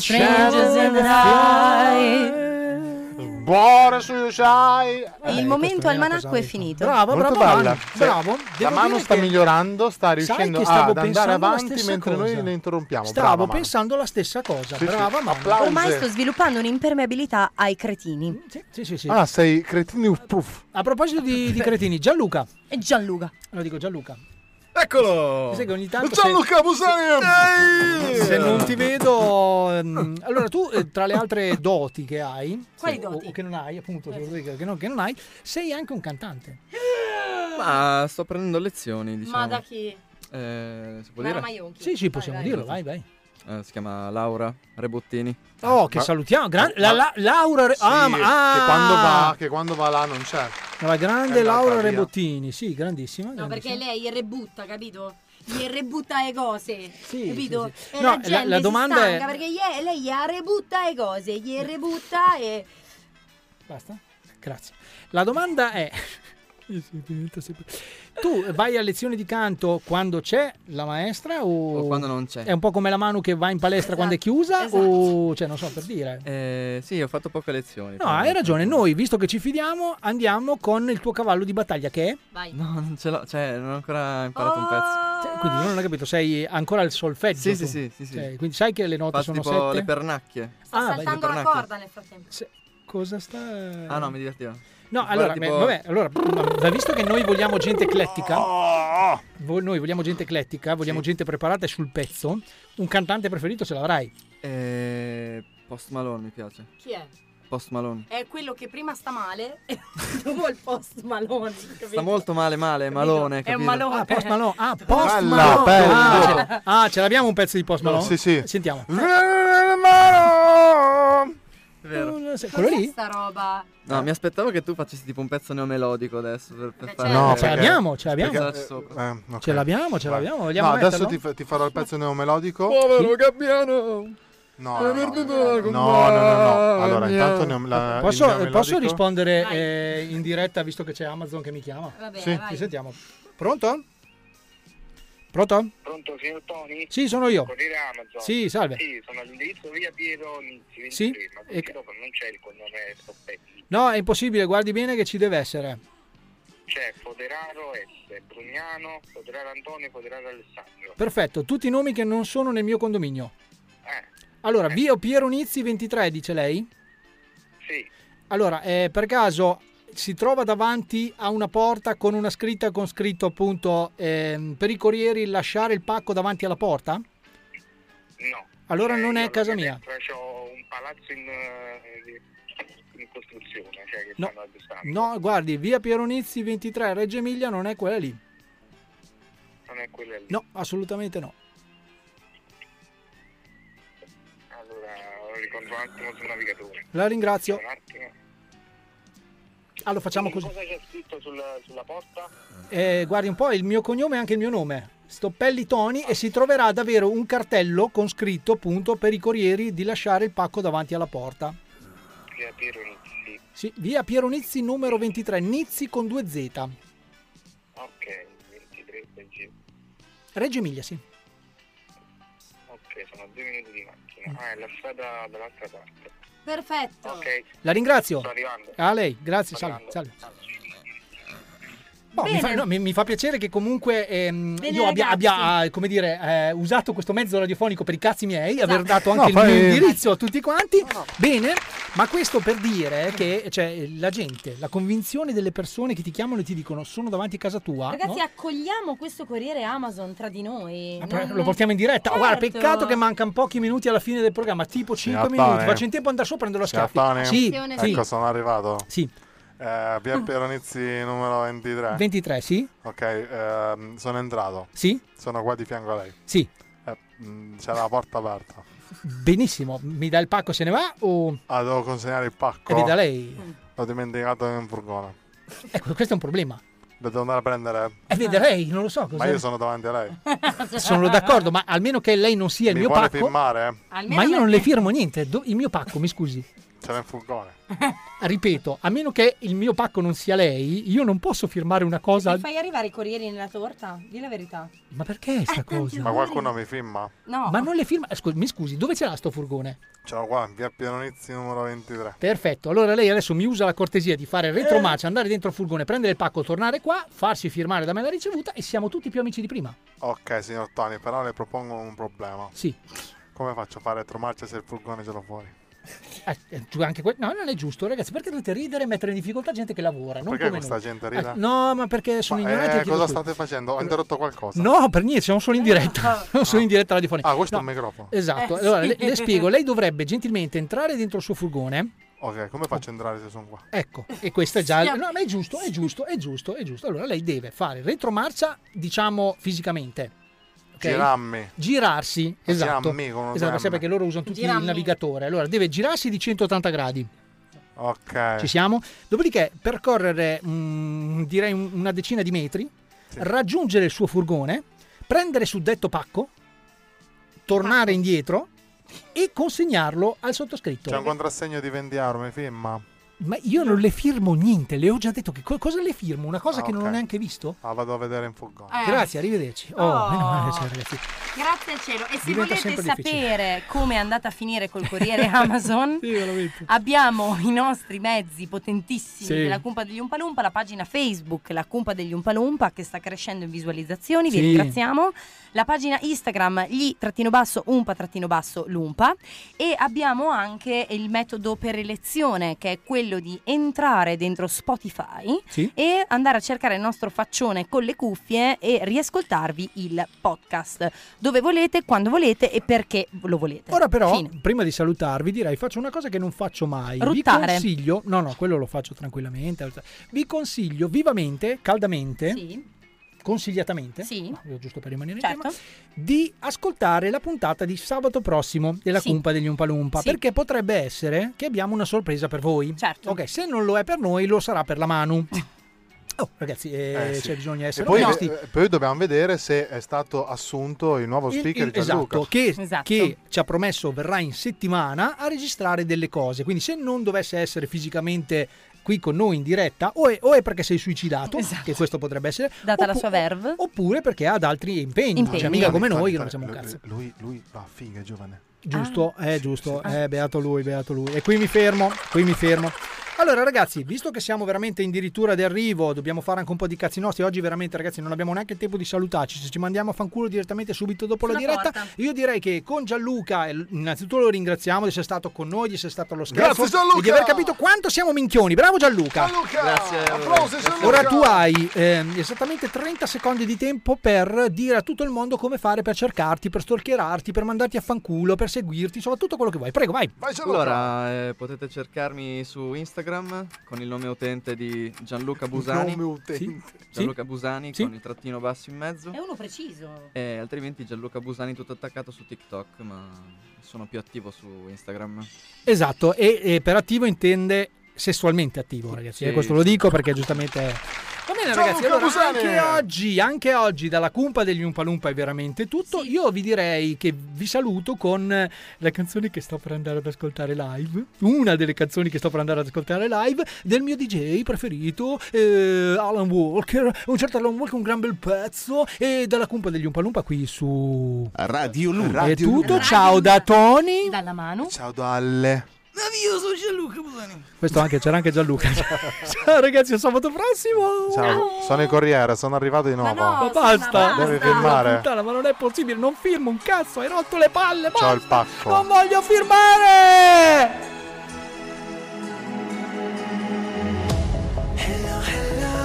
Speaker 3: Strangers in the night.
Speaker 13: Buore suicide.
Speaker 10: Il momento almanacco è finito.
Speaker 5: Bravo,
Speaker 13: Molto
Speaker 5: bravo,
Speaker 13: bella.
Speaker 5: Manu,
Speaker 13: Cioè,
Speaker 5: bravo.
Speaker 13: La
Speaker 5: Devo
Speaker 13: mano
Speaker 5: dire
Speaker 13: sta
Speaker 5: che-
Speaker 13: migliorando, sta
Speaker 5: Sai
Speaker 13: riuscendo
Speaker 5: che
Speaker 13: ad
Speaker 5: stavo
Speaker 13: andare
Speaker 5: pensando la
Speaker 13: avanti
Speaker 5: stessa
Speaker 13: mentre noi
Speaker 5: cosa.
Speaker 13: le interrompiamo.
Speaker 5: Stavo
Speaker 13: Brava Manu.
Speaker 5: pensando la stessa cosa.
Speaker 13: Sì, sì.
Speaker 5: Brava, ma
Speaker 13: Applausi.
Speaker 10: Ormai sto sviluppando un'impermeabilità ai cretini.
Speaker 5: Sì, sì, sì.
Speaker 13: Ah, sei cretini proof.
Speaker 5: A proposito di, di cretini, Gianluca.
Speaker 10: Gianluca.
Speaker 5: Lo dico Gianluca.
Speaker 11: Eccolo!
Speaker 5: Sai che ogni tanto
Speaker 11: Gianluca
Speaker 5: se-
Speaker 11: Busani! Mm.
Speaker 5: Se non ti vedo... ehm, Allora tu, eh, tra le altre doti che hai...
Speaker 11: Quali
Speaker 5: o- O, che non hai, appunto, soprattutto che non, che non hai, sei anche un cantante.
Speaker 17: Ma sto prendendo lezioni, diciamo.
Speaker 10: chi?
Speaker 17: Eh, si può
Speaker 10: Mara
Speaker 17: dire?
Speaker 10: Maionchi.
Speaker 5: Sì, sì, possiamo dirlo, vai, vai.
Speaker 17: Eh, si chiama Laura Rebottini.
Speaker 5: Oh, che
Speaker 17: Ma-
Speaker 5: salutiamo. gran- la,
Speaker 17: ma-
Speaker 5: la- Laura... Re- ah, ma- ah!
Speaker 13: che, quando va, che quando va là non c'è.
Speaker 5: La grande
Speaker 13: È andata
Speaker 5: Laura
Speaker 13: via.
Speaker 5: Rebottini, sì, grandissima.
Speaker 20: No, perché lei rebutta, capito? Gli rebutta le cose, capito?
Speaker 5: sì, sì.
Speaker 20: E la
Speaker 5: No, la-
Speaker 20: gente
Speaker 5: la
Speaker 20: si
Speaker 5: domanda è-
Speaker 20: stanca perché gli- lei gli rebutta le cose, gli rebutta e...
Speaker 5: Basta? Grazie. La domanda è... Io sono diventato sempre- Tu vai a lezioni di canto quando c'è la maestra o...
Speaker 17: quando non c'è.
Speaker 5: Oh, È un po' come la mano che va in
Speaker 20: Esatto,
Speaker 5: palestra quando è chiusa o... Cioè, non so, per dire.
Speaker 17: Eh, sì, ho fatto poche lezioni.
Speaker 5: No, hai ragione. Noi, visto che ci fidiamo, andiamo con il tuo cavallo di battaglia che è...
Speaker 20: Vai.
Speaker 17: No, non ce l'ho, cioè, non ho ancora imparato un pezzo.
Speaker 5: Cioè, quindi non ho capito, sei ancora al solfeggio.
Speaker 17: Sì, sì,
Speaker 5: tu.
Speaker 17: sì, sì, sì.
Speaker 5: Cioè, quindi sai che le note
Speaker 17: Faccio tipo
Speaker 5: sono sette?
Speaker 17: le pernacchie.
Speaker 5: Ah, vai,
Speaker 20: saltando
Speaker 5: le
Speaker 20: la
Speaker 5: pernacchie.
Speaker 20: corda nel frattempo.
Speaker 5: Cosa sta...
Speaker 17: Ah, no, mi divertiva.
Speaker 5: No,
Speaker 17: Guarda,
Speaker 5: allora,
Speaker 17: tipo-
Speaker 5: beh, vabbè, allora, ma visto che noi vogliamo gente eclettica, vo- noi vogliamo gente eclettica, vogliamo gente preparata e sul pezzo, un cantante preferito ce l'avrai.
Speaker 17: Eh, Post Malone mi piace.
Speaker 20: Chi è?
Speaker 17: Post Malone.
Speaker 20: È quello che prima sta male e dopo il post malone, capito?
Speaker 17: Sta molto male, male, Malone.
Speaker 20: È un
Speaker 17: capito?
Speaker 20: malone.
Speaker 5: Ah, Post Malone. Ah, Post
Speaker 17: Bella,
Speaker 5: Malone.
Speaker 17: bella.
Speaker 5: Ah, ce- ah, ce l'abbiamo un pezzo di Post Malone?
Speaker 13: Sì, sì.
Speaker 5: Sentiamo.
Speaker 20: Cos'è
Speaker 17: Quello lì?
Speaker 20: sta roba?
Speaker 17: No, mi aspettavo che tu facessi tipo un pezzo neomelodico adesso. Per, per fare...
Speaker 13: No,
Speaker 5: Eh, ce
Speaker 13: perché-
Speaker 5: l'abbiamo, ce l'abbiamo.
Speaker 17: perché- sopra.
Speaker 13: Eh, ok.
Speaker 5: Ce l'abbiamo, ce
Speaker 13: Vai.
Speaker 5: l'abbiamo, vogliamo
Speaker 13: No, adesso
Speaker 5: metterlo?
Speaker 13: ti, fa- ti farò il pezzo neomelodico.
Speaker 5: Povero
Speaker 17: Gabbiano!
Speaker 13: No, no, no, no, no, no. Allora, intanto neom- la- il
Speaker 5: Posso,
Speaker 13: neomelodico-
Speaker 5: posso rispondere eh, in diretta visto che c'è Amazon che mi chiama?
Speaker 3: Va bene, Sì. vai.
Speaker 5: Ci sentiamo. Pronto? Pronto?
Speaker 15: Pronto, signor Tony?
Speaker 5: Sì, sono io.
Speaker 15: Corriere Amazon.
Speaker 5: Sì, salve.
Speaker 15: Sì, sono all'indirizzo via Piero Nizzi,
Speaker 5: Sì,
Speaker 15: 23, ma
Speaker 5: e-
Speaker 15: qui dopo non c'è il cognome Stoppetti,
Speaker 5: No, è impossibile, guardi bene che ci deve essere.
Speaker 15: c'è Foderaro S, Brugnano, Foderaro Antonio, Foderaro Alessandro.
Speaker 5: Perfetto, tutti i nomi che non sono nel mio condominio.
Speaker 15: Eh,
Speaker 5: Allora, via Piero Nizzi 23, dice lei?
Speaker 15: sì,
Speaker 5: Allora, eh, per caso si trova davanti a una porta con una scritta con scritto appunto ehm, per i corrieri lasciare il pacco davanti alla porta?
Speaker 15: no.
Speaker 5: Allora non è
Speaker 15: Io
Speaker 5: casa
Speaker 15: alla
Speaker 5: mia.
Speaker 15: destra C'ho un palazzo in, eh, in costruzione, cioè che
Speaker 5: No.
Speaker 15: stanno aggiustando.
Speaker 5: No, guardi, via Piero Nizzi 23 Reggio Emilia non è quella lì.
Speaker 15: Non è quella lì.
Speaker 5: No, assolutamente no.
Speaker 15: Allora, ricordo un attimo sul navigatore.
Speaker 5: La ringrazio.
Speaker 15: Un attimo.
Speaker 5: Ah, lo facciamo così.
Speaker 15: Cosa c'è scritto sul- sulla porta?
Speaker 5: Eh, guardi un po', il mio cognome è anche il mio nome. Stoppelli Tony e si troverà ad avere un cartello con scritto appunto per i corrieri di lasciare il pacco davanti alla porta.
Speaker 15: Via Piero Nizzi.
Speaker 5: Sì, via Piero Nizzi numero 23, Nizzi con 2 Z.
Speaker 15: Ok, 23 PG.
Speaker 5: Reggio Emilia, sì.
Speaker 15: Ok, sono due minuti di macchina. Ah, è la strada dall'altra parte.
Speaker 20: Perfetto.
Speaker 15: Ok.
Speaker 5: La ringrazio.
Speaker 15: Sto arrivando.
Speaker 5: A lei, grazie, salve, salve. No, mi, fa,
Speaker 10: Bene.
Speaker 5: no, mi- mi fa piacere che comunque ehm,
Speaker 10: Bene,
Speaker 5: io abbia,
Speaker 10: ragazzi.
Speaker 5: abbia, eh, come dire, eh, usato questo mezzo radiofonico per i cazzi miei,
Speaker 10: Esatto.
Speaker 5: aver dato
Speaker 4: No,
Speaker 5: anche il
Speaker 4: poi-
Speaker 5: mio indirizzo a tutti quanti. Bene, ma questo per dire che cioè, la gente, la convinzione delle persone che ti chiamano e ti dicono sono davanti a casa tua.
Speaker 10: Ragazzi,
Speaker 5: no?
Speaker 10: accogliamo questo corriere Amazon tra di noi.
Speaker 5: Però
Speaker 10: Non-
Speaker 5: Ah, Lo portiamo in diretta. Oh,
Speaker 10: Certo.
Speaker 5: Guarda, peccato che mancano pochi minuti alla fine del programma, tipo 5
Speaker 4: Signor
Speaker 5: minuti.
Speaker 4: Tane.
Speaker 5: Faccio in tempo ad andare sopra e prendo la
Speaker 4: Gattone?
Speaker 5: schiaffa. Sì, sì.
Speaker 4: Ecco, sono arrivato.
Speaker 5: Sì.
Speaker 4: Eh, via Peronizzi numero 23.
Speaker 5: 23, sì.
Speaker 4: Ok, ehm, sono entrato.
Speaker 5: Sì.
Speaker 4: Sono qua di fianco a lei.
Speaker 5: Sì.
Speaker 4: Eh, mh, c'è la porta aperta.
Speaker 5: Benissimo, mi dà il pacco e se ne va o...
Speaker 4: Ah, devo consegnare il pacco.
Speaker 5: E veda lei.
Speaker 4: L'ho dimenticato in furgone.
Speaker 5: Ecco, questo è un problema.
Speaker 4: Lo devo andare a prendere.
Speaker 5: E veda lei, non lo so.
Speaker 4: Ma
Speaker 5: cos'è.
Speaker 4: io sono davanti a lei.
Speaker 5: Sono d'accordo, ma almeno che lei non sia il
Speaker 4: Mi
Speaker 5: mio
Speaker 4: vuole
Speaker 5: pacco.
Speaker 4: filmare?
Speaker 5: Ma io non le firmo niente, do- il mio pacco, mi scusi.
Speaker 4: C'era in furgone.
Speaker 5: Ripeto, a meno che il mio pacco non sia lei, io non posso firmare una cosa.
Speaker 10: Ti fai arrivare i corrieri nella torta? Di la verità.
Speaker 5: Ma perché sta cosa?
Speaker 4: Ma qualcuno mi filma?
Speaker 10: Eh, No.
Speaker 5: Ma non le firma. scusi, mi scusi, dove c'era sto furgone?
Speaker 4: Ciao qua, via Peronizzi numero 23.
Speaker 5: Perfetto, allora lei adesso mi usa la cortesia di fare il retromarcia, andare dentro al furgone, prendere il pacco, tornare qua, farsi firmare da me la ricevuta e siamo tutti più amici di prima.
Speaker 4: Ok, signor Tony, però le propongo un problema.
Speaker 5: Sì.
Speaker 4: Come faccio a fare retromarcia se il furgone ce l'ho fuori?
Speaker 5: Eh, eh, giù anche que- no, non è giusto, ragazzi, perché dovete ridere e mettere in difficoltà gente che lavora? Non
Speaker 4: Perché
Speaker 5: come
Speaker 4: questa
Speaker 5: noi.
Speaker 4: gente ride?
Speaker 5: Eh, no, ma perché sono
Speaker 4: Ma,
Speaker 5: ignorati.
Speaker 4: eh,
Speaker 5: e chiedo
Speaker 4: cosa
Speaker 5: scusa.
Speaker 4: state facendo? Ho interrotto qualcosa.
Speaker 5: No, per niente, siamo solo in diretta. Non sono in diretta radiofonica.
Speaker 4: Ah, questo è
Speaker 5: No,
Speaker 4: un microfono.
Speaker 5: Esatto,
Speaker 4: Eh,
Speaker 5: allora
Speaker 4: sì.
Speaker 5: le, le spiego, lei dovrebbe gentilmente entrare dentro il suo furgone.
Speaker 4: Ok, come faccio a entrare se sono qua?
Speaker 5: Ecco, e questo è già.
Speaker 4: Sì.
Speaker 5: No, ma è giusto, è giusto, è giusto, è giusto. Allora lei deve fare retromarcia, diciamo fisicamente. ok?
Speaker 4: Girarmi.
Speaker 5: Girarsi, esatto.
Speaker 4: Girarmi con una
Speaker 5: esatto,
Speaker 4: M.
Speaker 5: sai perché loro usano tutti
Speaker 4: Girarmi.
Speaker 5: il navigatore. Allora deve girarsi di 180 gradi.
Speaker 4: Ok.
Speaker 5: Ci siamo? Dopodiché percorrere mm, direi un- una decina di metri, raggiungere il suo furgone, prendere suddetto pacco, tornare indietro e consegnarlo al sottoscritto.
Speaker 4: C'è un contrassegno di 20 euro, mi firma?
Speaker 5: Ma io non le firmo niente, le ho già detto che co- cosa le firmo? Una cosa
Speaker 4: Ah,
Speaker 5: che non ho
Speaker 4: ok.
Speaker 5: neanche visto?
Speaker 4: Ah, vado a vedere in furgone.
Speaker 10: Eh.
Speaker 5: Grazie, arrivederci. Oh,
Speaker 10: Oh.
Speaker 5: meno male che c'è, ragazzi.
Speaker 10: Grazie al cielo. E se
Speaker 5: Diventa
Speaker 10: volete
Speaker 5: sempre
Speaker 10: sapere come è andata a finire col corriere Amazon,
Speaker 5: Sì, veramente.
Speaker 10: abbiamo i nostri mezzi potentissimi
Speaker 14: Sì.
Speaker 10: della Cumpa degli Umpalumpa, la pagina Facebook, la Cumpa degli Umpalumpa che sta crescendo in visualizzazioni,
Speaker 14: Sì.
Speaker 10: vi ringraziamo. La pagina Instagram gli trattino basso umpa trattino basso lumpa e abbiamo anche il metodo per elezione che è quello di entrare dentro Spotify
Speaker 5: Sì.
Speaker 10: e andare a cercare il nostro faccione con le cuffie e riascoltarvi il podcast dove volete, quando volete e perché lo volete.
Speaker 5: Ora però,
Speaker 10: Fine.
Speaker 5: prima di salutarvi, direi faccio una cosa che non faccio mai.
Speaker 10: Ruttare.
Speaker 5: Vi consiglio, no, no, quello lo faccio tranquillamente. Vi consiglio vivamente, caldamente, consigliatamente, no, giusto per rimanere in
Speaker 10: Certo.
Speaker 5: tema, di ascoltare la puntata di sabato prossimo della
Speaker 10: Sì.
Speaker 5: Cumpa degli Umpalumpa,
Speaker 10: Sì.
Speaker 5: perché potrebbe essere che abbiamo una sorpresa per voi. Certo. Ok, se non lo è per noi, lo sarà per la Manu. Oh, ragazzi, eh,
Speaker 4: Eh, sì.
Speaker 5: cioè, bisogna
Speaker 4: E
Speaker 5: essere
Speaker 4: poi,
Speaker 5: onesti.
Speaker 4: eh, poi dobbiamo vedere se è stato assunto il nuovo
Speaker 5: Il-
Speaker 4: speaker
Speaker 5: il-
Speaker 4: Gianluca.
Speaker 5: esatto, che, che ci ha promesso verrà in settimana a registrare delle cose. Quindi, se non dovesse essere fisicamente qui con noi in diretta, o è, o è perché sei suicidato, che questo potrebbe essere,
Speaker 10: Esatto. Data la
Speaker 5: oppu-
Speaker 10: sua verve.
Speaker 5: oppure perché ha ad altri impegni.
Speaker 10: Impegni.
Speaker 5: Cioè, mica come noi, che non
Speaker 4: Tony,
Speaker 5: facciamo un
Speaker 4: Tony,
Speaker 5: cazzo.
Speaker 4: Lui, lui, va, figa, è giovane.
Speaker 10: Ah,
Speaker 5: Giusto, eh, giusto, eh, beato lui, beato lui. E qui mi fermo, qui mi fermo. Allora ragazzi, visto che siamo veramente addirittura di arrivo, dobbiamo fare anche un po' di cazzi nostri, oggi veramente ragazzi non abbiamo neanche il tempo di salutarci, se ci mandiamo a fanculo direttamente subito dopo la
Speaker 10: Sulla
Speaker 5: diretta,
Speaker 10: porta.
Speaker 5: io direi che con Gianluca, eh, innanzitutto lo ringraziamo di essere stato con noi, di essere stato allo scherzo
Speaker 4: Grazie, Gianluca!
Speaker 5: e di aver capito quanto siamo minchioni, bravo Gianluca!
Speaker 4: Grazie.
Speaker 5: Applausi, Ora tu hai ehm, esattamente 30 secondi di tempo per dire a tutto il mondo come fare per cercarti, per stalkerarti, per mandarti a fanculo, per seguirti, insomma tutto quello che vuoi. Prego, vai.
Speaker 17: Allora, eh, potete cercarmi su Instagram con il nome utente di Gianluca Busani.
Speaker 4: Nome utente.
Speaker 5: Sì.
Speaker 17: Gianluca Busani con il trattino basso in mezzo.
Speaker 10: È uno preciso.
Speaker 17: E altrimenti Gianluca Busani tutto attaccato su TikTok, ma sono più attivo su Instagram.
Speaker 5: Esatto, e, e per attivo intende sessualmente attivo,
Speaker 17: Sì,
Speaker 5: ragazzi. eh, questo lo dico perché giustamente... Va bene
Speaker 4: Ciao,
Speaker 5: ragazzi,
Speaker 4: Luca
Speaker 5: allora,
Speaker 4: Busani!
Speaker 5: anche oggi, anche oggi dalla cumpa degli Umpalumpa è veramente tutto. Io vi direi che vi saluto con eh, la canzone che sto per andare ad ascoltare live, una delle canzoni che sto per andare ad ascoltare live del mio DJ preferito eh, Alan Walker, un certo Alan Walker un gran bel pezzo e dalla cumpa degli Umpalumpa qui su Radio Luna. È
Speaker 4: Radio
Speaker 5: tutto,
Speaker 4: Luna.
Speaker 5: ciao da Tony.
Speaker 10: Dalla mano.
Speaker 4: Ciao dalle.
Speaker 9: Ma io sono Gianluca Busani.
Speaker 5: Questo anche, c'era anche Gianluca. Ciao ragazzi, a sabato prossimo.
Speaker 13: Ciao, sono il corriere, sono arrivato di nuovo.
Speaker 5: ma basta.
Speaker 13: Devi
Speaker 5: Ma
Speaker 13: filmare.
Speaker 5: puttana, ma non è possibile, non firmo un cazzo, hai rotto le palle.
Speaker 13: C'ho
Speaker 5: basta.
Speaker 13: il pacco.
Speaker 5: Non voglio firmare.
Speaker 3: Hello, hello,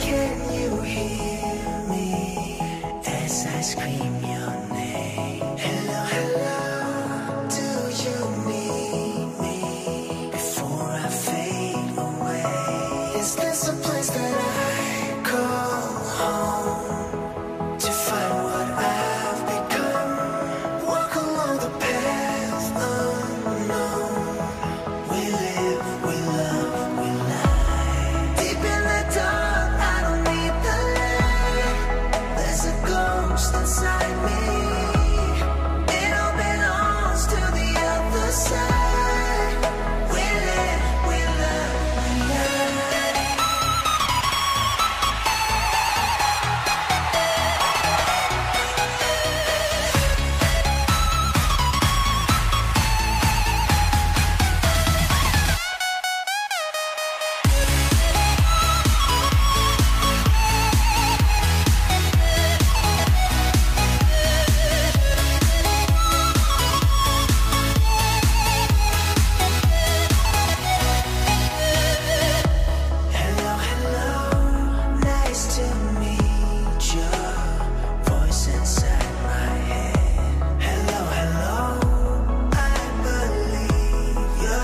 Speaker 3: can you hear me as I scream your name? Hello, hello, do you need me before I fade away? Is this a place that I call home to find what I've become? Walk along the path unknown. We live, we love, we love. Deep in the dark, I don't need the light. There's a ghost inside me. It all belongs to the other side. We live, we love, we love. Hello, hello, nice to meet your voice inside my head. Hello, hello, I believe you.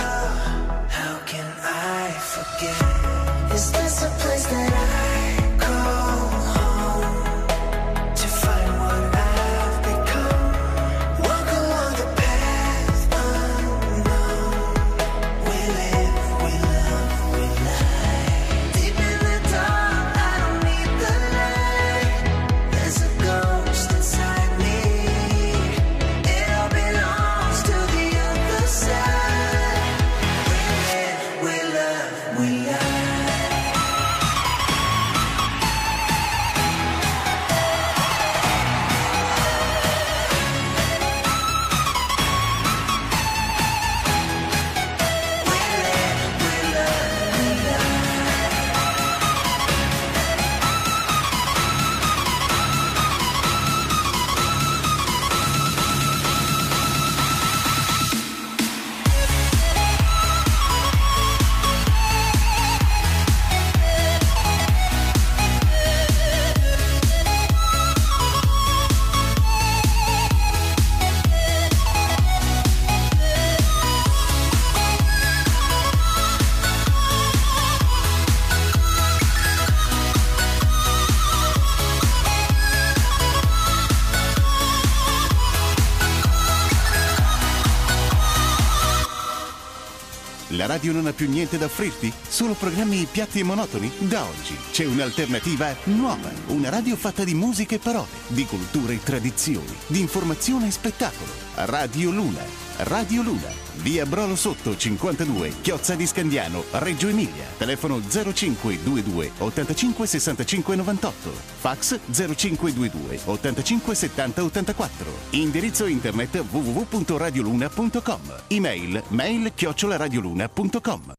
Speaker 3: How can I forget? Is this a place that I call home to find what I've become? Walk along the path unknown. We live, we love, we lie. Deep in the dark, I don't need the light. There's a ghost inside me. It all belongs to the other side. We live, we love, we lie.
Speaker 23: La radio non ha più niente da offrirti? Solo programmi piatti e monotoni? Da oggi c'è un'alternativa nuova. Una radio fatta di musica e parole, di cultura e tradizioni, di informazione e spettacolo. Radio Luna. Radio Luna. Via Brolo Sotto 52, Chiozza di Scandiano, Reggio Emilia. Telefono 0522 85 65 98. Fax 0522 85 70 84. Indirizzo internet www.radioluna.com. Email mail chiocciolaradioluna.com.